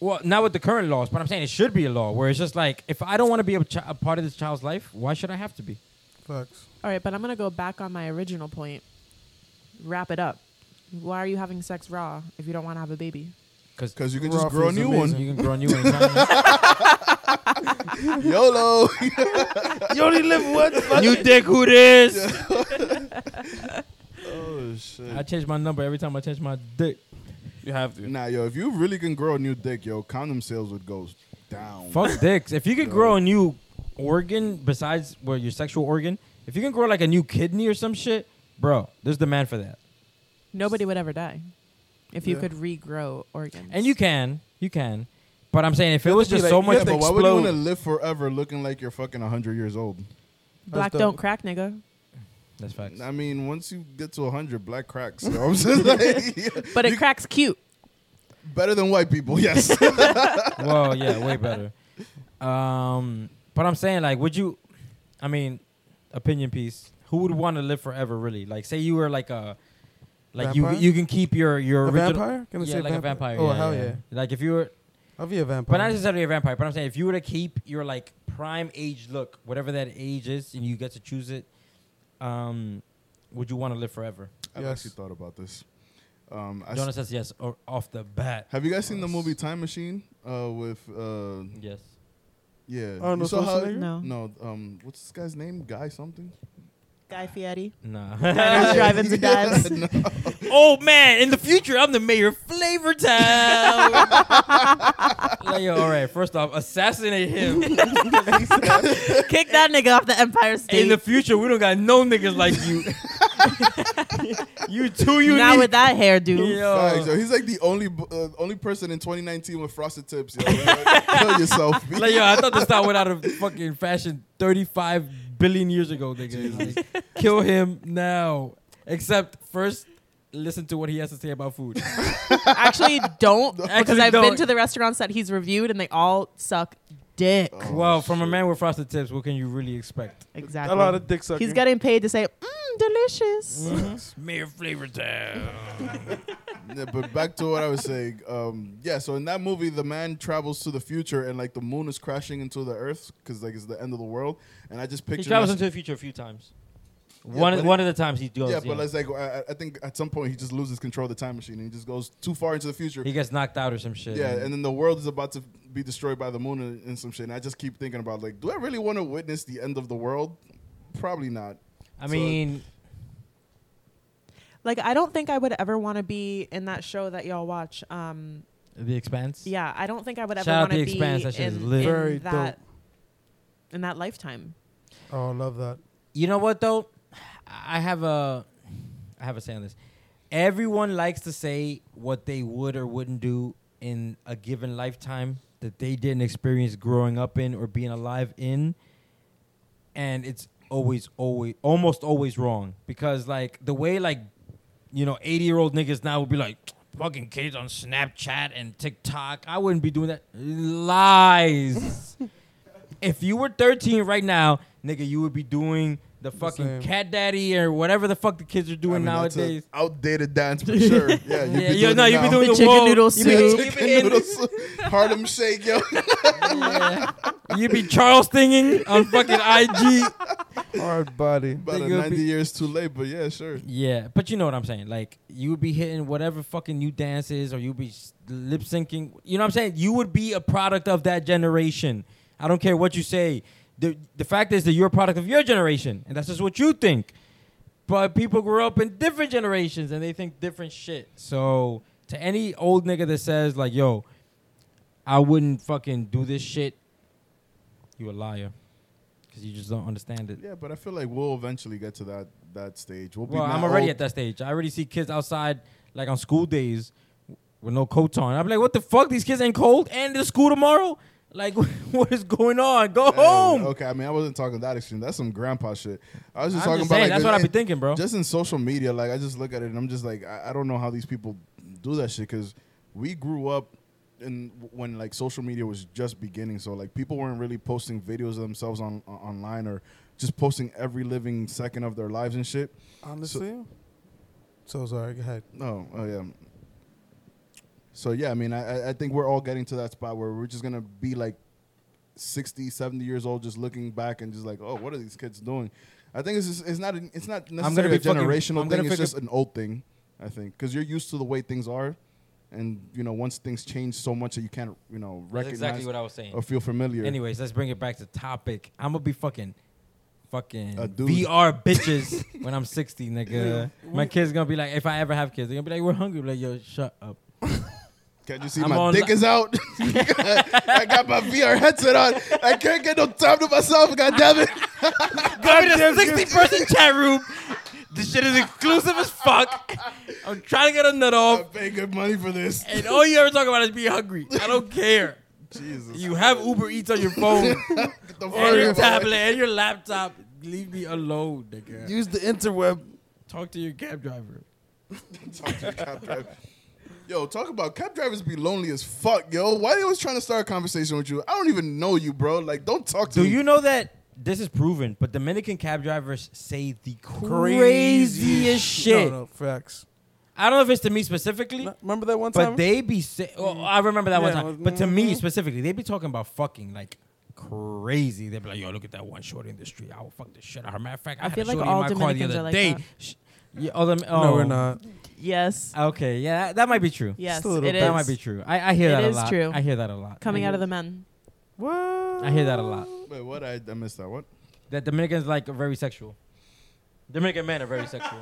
Speaker 1: well, not with the current laws, but I'm saying it should be a law where it's just like, if I don't want to be a, chi- a part of this child's life, why should I have to be?
Speaker 2: Facts.
Speaker 5: All right, but I'm gonna go back on my original point. Wrap it up. Why are you having sex raw if you don't want to have a baby?
Speaker 4: Because you can
Speaker 2: Raw
Speaker 4: just grow a
Speaker 2: food's
Speaker 4: new
Speaker 2: amazing.
Speaker 4: one.
Speaker 1: You can grow a new one.
Speaker 4: YOLO.
Speaker 2: You only live once. fuck
Speaker 1: you
Speaker 2: it.
Speaker 1: dick who this?
Speaker 4: oh shit.
Speaker 1: I change my number every time I change my dick.
Speaker 2: You have to.
Speaker 4: Nah, yo, if you really can grow a new dick, yo, condom sales would go down.
Speaker 1: Fuck dicks. If you could
Speaker 4: Yo.
Speaker 1: grow a new organ besides well, your sexual organ, if you can grow like a new kidney or some shit, bro, there's demand for that.
Speaker 5: Nobody would ever die if you
Speaker 2: Yeah.
Speaker 5: could regrow organs.
Speaker 1: And you can, you can. But I'm saying if it was
Speaker 2: to be
Speaker 1: just
Speaker 2: like-
Speaker 1: so
Speaker 2: you
Speaker 1: much
Speaker 4: yeah,
Speaker 1: to
Speaker 4: but why would you want to
Speaker 1: explode,
Speaker 4: live forever looking like you're fucking 100 years old?
Speaker 2: That's
Speaker 5: black
Speaker 2: dope.
Speaker 5: don't crack, nigga.
Speaker 1: that's facts.
Speaker 4: I mean, once you get to 100, black cracks. You know what I'm saying? Like,
Speaker 5: But it
Speaker 4: you-
Speaker 5: cracks cute.
Speaker 4: better than white people, yes.
Speaker 1: well, yeah, way better. Um, but I'm saying like, would you? I mean, opinion piece. Who would want to live forever? Really? Like, say you were like a, like you
Speaker 2: Vampire?
Speaker 1: you can keep your your
Speaker 2: A
Speaker 1: original.
Speaker 2: vampire? Can I
Speaker 1: Yeah,
Speaker 2: say
Speaker 1: like a vampire.
Speaker 2: Oh
Speaker 1: yeah,
Speaker 2: hell yeah.
Speaker 1: Like if you were,
Speaker 2: I'll be a vampire.
Speaker 1: but not necessarily a vampire. But I'm saying if you were to keep your like prime age look, whatever that age is, and you get to choose it, um, would you want to live forever?
Speaker 4: I've
Speaker 2: Yes.
Speaker 4: actually thought about this. Um, I s-
Speaker 1: Jonas says yes or off the bat.
Speaker 4: have you guys seen the movie Time Machine? Uh, with uh,
Speaker 1: Yes.
Speaker 4: yeah,
Speaker 1: Oh,
Speaker 2: Arnold
Speaker 4: You saw how-
Speaker 2: Schwarzenegger?
Speaker 5: No.
Speaker 4: no, um, what's this guy's name? Guy something.
Speaker 5: Guy Fieri.
Speaker 1: Nah.
Speaker 5: Diners, drive-ins, and dives.
Speaker 1: oh man, in the future I'm the mayor of Flavor Town. like, yo, all right, first off, assassinate him.
Speaker 5: Kick that nigga off the Empire State.
Speaker 1: in the future, we don't got no niggas like you. you too unique.
Speaker 5: now with that hairdo.
Speaker 4: Facts, yo.
Speaker 1: yo.
Speaker 4: He's like the only b- uh, only person in 2019 with frosted tips. Yo. Like, Kill yourself.
Speaker 1: Like, yo, I thought this thought went out of fucking fashion 35 billion years ago, nigga. Like, kill him now. Except first, listen to what he has to say about food.
Speaker 5: Actually, don't because
Speaker 1: Actually,
Speaker 5: I've
Speaker 1: don't.
Speaker 5: been to the restaurants that he's reviewed and they all suck dick.
Speaker 4: Oh,
Speaker 1: well, from a
Speaker 4: shit.
Speaker 1: man with frosted tips, what can you really expect?
Speaker 5: Exactly.
Speaker 2: a lot of dick sucking.
Speaker 5: he's getting paid to say, mmm, delicious.
Speaker 1: Mayor Flavor Town.
Speaker 4: Yeah, but back to what I was saying. Um, yeah, so in that movie, the man travels to the future and like the moon is crashing into the earth because like it's the end of the world. And I just
Speaker 1: He
Speaker 4: picture
Speaker 1: travels
Speaker 4: myself-
Speaker 1: into the future a few times.
Speaker 4: Yeah,
Speaker 1: one
Speaker 4: but-
Speaker 1: one of the times he does.
Speaker 4: yeah,
Speaker 1: Yeah,
Speaker 4: but it's like I, I- I think at some point he just loses control of the time machine and he just goes too far into the future.
Speaker 1: he gets knocked out or some shit.
Speaker 4: yeah, and then the world is about to be destroyed by the moon and, and some shit. And I just keep thinking about like, do I really want to witness the end of the world? Probably not.
Speaker 1: I
Speaker 4: so-
Speaker 1: mean,
Speaker 5: Like I don't think I would ever want to be in that show that y'all watch. Um,
Speaker 1: The Expanse.
Speaker 5: yeah, I don't think I would ever
Speaker 1: Shout out
Speaker 5: want
Speaker 1: The
Speaker 5: to be
Speaker 1: Expanse, that shit is
Speaker 5: in,
Speaker 1: lit.
Speaker 5: in
Speaker 2: Very
Speaker 5: that in that lifetime.
Speaker 2: Oh, I love that.
Speaker 1: You know what though? I have a, I have a say on this. Everyone likes to say what they would or wouldn't do in a given lifetime that they didn't experience growing up in or being alive in, and it's always, always, almost always wrong because like the way like, you know, eighty year old niggas now would be like. Fucking kids on Snapchat and TikTok. I wouldn't be doing that. Lies. if you were 13 right now, nigga, you would be doing the fucking
Speaker 2: same.
Speaker 1: cat daddy or whatever the fuck the kids are doing
Speaker 4: I mean, that's a
Speaker 1: nowadays.
Speaker 4: outdated dance for sure. Yeah,
Speaker 1: Yeah,
Speaker 4: be
Speaker 1: yo,
Speaker 4: doing
Speaker 1: no,
Speaker 4: it
Speaker 1: you be
Speaker 4: now.
Speaker 1: doing
Speaker 5: The
Speaker 1: the
Speaker 5: chicken
Speaker 1: wall.
Speaker 5: noodle
Speaker 1: You be-
Speaker 5: soup.
Speaker 1: you be
Speaker 4: Chicken
Speaker 1: in-
Speaker 4: noodles, Harlem shake, yo.
Speaker 1: You be Charlestinging on fucking IG.
Speaker 2: Hard body.
Speaker 4: About a
Speaker 1: Nigga,
Speaker 4: 90
Speaker 1: be-
Speaker 4: years too late, but yeah, sure.
Speaker 1: Yeah, but you know what I'm saying. Like you would be hitting whatever fucking new dances, or you'd be lip syncing. You know what I'm saying? You would be a product of that generation. I don't care what you say. the The fact is that you're a product of your generation, and that's just what you think. But people grew up in different generations, and they think different shit. So to any old nigga that says like, "Yo, I wouldn't fucking do this shit," you a liar, because you just don't understand it.
Speaker 4: Yeah, but I feel like we'll eventually get to that that stage. We'll be
Speaker 1: Well, I'm
Speaker 4: now
Speaker 1: already
Speaker 4: old.
Speaker 1: at that stage. I already see kids outside, like on school days, with no coats on. I'm like, what the fuck? These kids ain't cold and the school tomorrow? Like, what is going on? Go
Speaker 4: Hey,
Speaker 1: home.
Speaker 4: oh, Okay, I mean, I wasn't talking that extreme. That's some grandpa shit. I was just
Speaker 1: I'm
Speaker 4: talking
Speaker 1: just
Speaker 4: about
Speaker 1: saying,
Speaker 4: like
Speaker 1: that's
Speaker 4: the-
Speaker 1: what I be
Speaker 4: and
Speaker 1: thinking, bro.
Speaker 4: Just in social media, like I just look at it and I'm just like, I, I don't know how these people do that shit because we grew up in when like social media was just beginning, so like people weren't really posting videos of themselves on on- online or just posting every living second of their lives and shit.
Speaker 2: Honestly. So, sorry. Go ahead.
Speaker 4: No, oh yeah. So yeah, I mean, I, I- I think we're all getting to that spot where we're just gonna be like 60, 70 years old, just looking back and just like, oh, what are these kids doing? I think it's just, it's not an, it's not
Speaker 1: gonna
Speaker 4: necessarily a
Speaker 1: be fucking-
Speaker 4: generational
Speaker 1: I'm gonna
Speaker 4: thing. It's
Speaker 1: fucking-
Speaker 4: just an old thing, I think, because you're used to the way things are, And you know, once things change so much that you can't, you know,
Speaker 1: That's
Speaker 4: recognize
Speaker 1: exactly what I was saying.
Speaker 4: or feel familiar.
Speaker 1: Anyways, let's bring it back to topic. I'm gonna be fucking, fucking
Speaker 4: A dude.
Speaker 1: VR bitches when I'm 60, nigga. My kids gonna be like, if I ever have kids, they're gonna be like, we're hungry. I'm like, yo, shut up.
Speaker 4: Can't you see
Speaker 1: I'm
Speaker 4: my
Speaker 1: on
Speaker 4: dick
Speaker 1: li-
Speaker 4: is out? I got my VR headset on. I can't get no time to myself. God damn it!
Speaker 1: Go to the 60 person chat room. This shit is exclusive as fuck. I'm trying to get a nut
Speaker 4: I
Speaker 1: off,
Speaker 4: pay good money for this.
Speaker 1: and all you ever talk about is be hungry. I don't care.
Speaker 4: Jesus,
Speaker 1: You have Uber Eats on your phone,
Speaker 4: Get the fuck
Speaker 2: Oh,
Speaker 1: and your
Speaker 4: out of my
Speaker 1: tablet, and your laptop. Leave me alone, nigga.
Speaker 2: Use the interweb.
Speaker 1: Talk to your cab driver.
Speaker 4: Talk to a cab driver. Yo, talk about cab drivers be lonely as fuck, yo. Why they always trying to start a conversation with you? I don't even know you, bro. Like, don't talk to
Speaker 1: Do
Speaker 4: me.
Speaker 1: you know that this is proven? But Dominican cab drivers say the craziest,
Speaker 2: Craziest
Speaker 1: shit.
Speaker 2: No, no, facts.
Speaker 1: I don't know if it's to me specifically,
Speaker 2: No, Remember that one time?
Speaker 1: but they be say. Well, I remember that one
Speaker 2: Yeah,
Speaker 1: time.
Speaker 2: well,
Speaker 1: But to me
Speaker 2: mhm.
Speaker 1: specifically, they be talking about fucking like crazy. They be like, "Yo, look at that one shorty in the street. I will fuck the shit out of her." Matter of fact, I,
Speaker 5: I
Speaker 1: had
Speaker 5: feel
Speaker 1: a
Speaker 5: like
Speaker 1: shorty in
Speaker 5: all
Speaker 1: my car the
Speaker 5: Dominicans
Speaker 1: other
Speaker 5: are like
Speaker 1: day.
Speaker 5: that.
Speaker 1: Sh- Yeah, all them, oh,
Speaker 2: no, we're not.
Speaker 5: Yes.
Speaker 1: Okay, yeah, that, that might be true.
Speaker 5: Yes,
Speaker 2: a little
Speaker 5: it
Speaker 2: bit.
Speaker 5: is.
Speaker 1: That might be true. I, I hear
Speaker 5: It
Speaker 1: that
Speaker 5: is
Speaker 1: a lot.
Speaker 5: true.
Speaker 1: I hear that a lot.
Speaker 5: Coming out of the men.
Speaker 2: What?
Speaker 1: I hear that a lot.
Speaker 4: Wait, what? I, I missed that. What?
Speaker 1: That Dominicans like are very sexual. Dominican men are very sexual.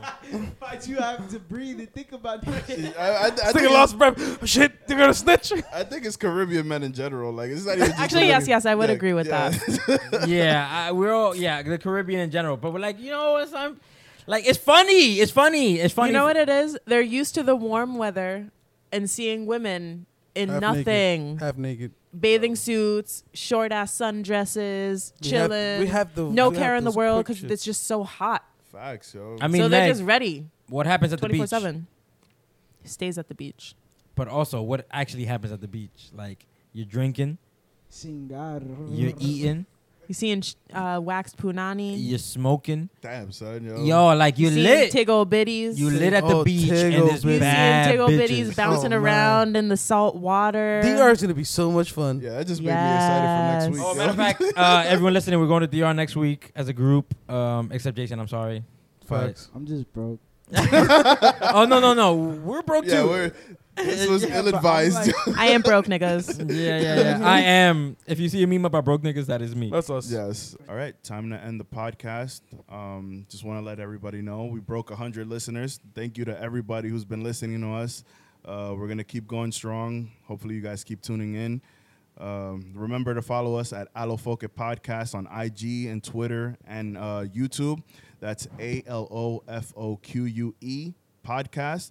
Speaker 6: But you have to breathe and think about
Speaker 4: I,
Speaker 6: that.
Speaker 4: I, I, think
Speaker 2: This nigga lost breath. Shit, they're gonna snitch.
Speaker 4: I think it's Caribbean men in general. Like, it's not even just
Speaker 5: Actually, yes,
Speaker 4: Caribbean.
Speaker 5: yes, I would
Speaker 4: Yeah,
Speaker 5: agree with
Speaker 4: yeah.
Speaker 5: that.
Speaker 1: yeah, I, we're all yeah the Caribbean in general, but we're like you know what I'm like it's funny, it's funny, it's funny.
Speaker 5: You know what it is? They're used to the warm weather and seeing women in
Speaker 2: Half naked.
Speaker 5: nothing.
Speaker 2: Half naked.
Speaker 5: Bathing suits, short ass sundresses,
Speaker 2: We have-
Speaker 5: chilling.
Speaker 2: we have the-
Speaker 5: no
Speaker 2: we have
Speaker 5: care in the
Speaker 2: those
Speaker 5: world
Speaker 2: quick
Speaker 5: because
Speaker 2: shits.
Speaker 5: it's just so hot.
Speaker 4: Facts, yo.
Speaker 1: I mean,
Speaker 5: so they're
Speaker 1: Meg,
Speaker 5: just ready
Speaker 1: what happens at the
Speaker 5: twenty four
Speaker 1: beach?
Speaker 5: seven. Stays at the beach.
Speaker 1: But also, what actually happens at the beach? Like you're drinking,
Speaker 10: Chingar.
Speaker 1: you're
Speaker 6: Mm.
Speaker 1: eating,
Speaker 5: You seeing sh- uh, waxed
Speaker 2: Mm.
Speaker 5: punani?
Speaker 1: you're smoking.
Speaker 4: Damn, son, yo.
Speaker 1: Yo, like you
Speaker 5: You seeing
Speaker 1: lit,
Speaker 5: tiggle bitties?
Speaker 1: you lit at the
Speaker 2: Oh,
Speaker 1: beach,
Speaker 2: tiggle
Speaker 1: and there's
Speaker 2: bitties.
Speaker 5: You
Speaker 1: bad
Speaker 5: seeing tiggle bitties
Speaker 1: bitches.
Speaker 5: bouncing
Speaker 2: Oh, man.
Speaker 5: around in the salt water?
Speaker 2: DR is gonna be so much fun.
Speaker 4: Yeah, that just made me excited for next
Speaker 5: Yes.
Speaker 4: week.
Speaker 1: Oh,
Speaker 4: yo.
Speaker 1: matter of fact, uh, everyone listening, we're going to DR next week as a group, um, except Jason. I'm sorry. But-
Speaker 2: Facts.
Speaker 10: I'm just broke.
Speaker 1: oh no, no, no, we're broke
Speaker 4: yeah,
Speaker 1: too.
Speaker 4: we're, this was
Speaker 10: Yeah, but I'm
Speaker 4: ill-advised.
Speaker 10: like-
Speaker 5: I am broke, niggas.
Speaker 1: yeah, yeah, yeah. I am. If you see a meme about broke niggas, that is me.
Speaker 2: That's us.
Speaker 4: Yes. All right. Time to end the podcast. Um, just want to let everybody know we broke 100 listeners. Thank you to everybody who's been listening to us. Uh, we're going to keep going strong. Hopefully, you guys keep tuning in. Um, remember to follow us at Alofoke Podcast on IG and Twitter and uh, YouTube. That's A L O F O Q U E podcast.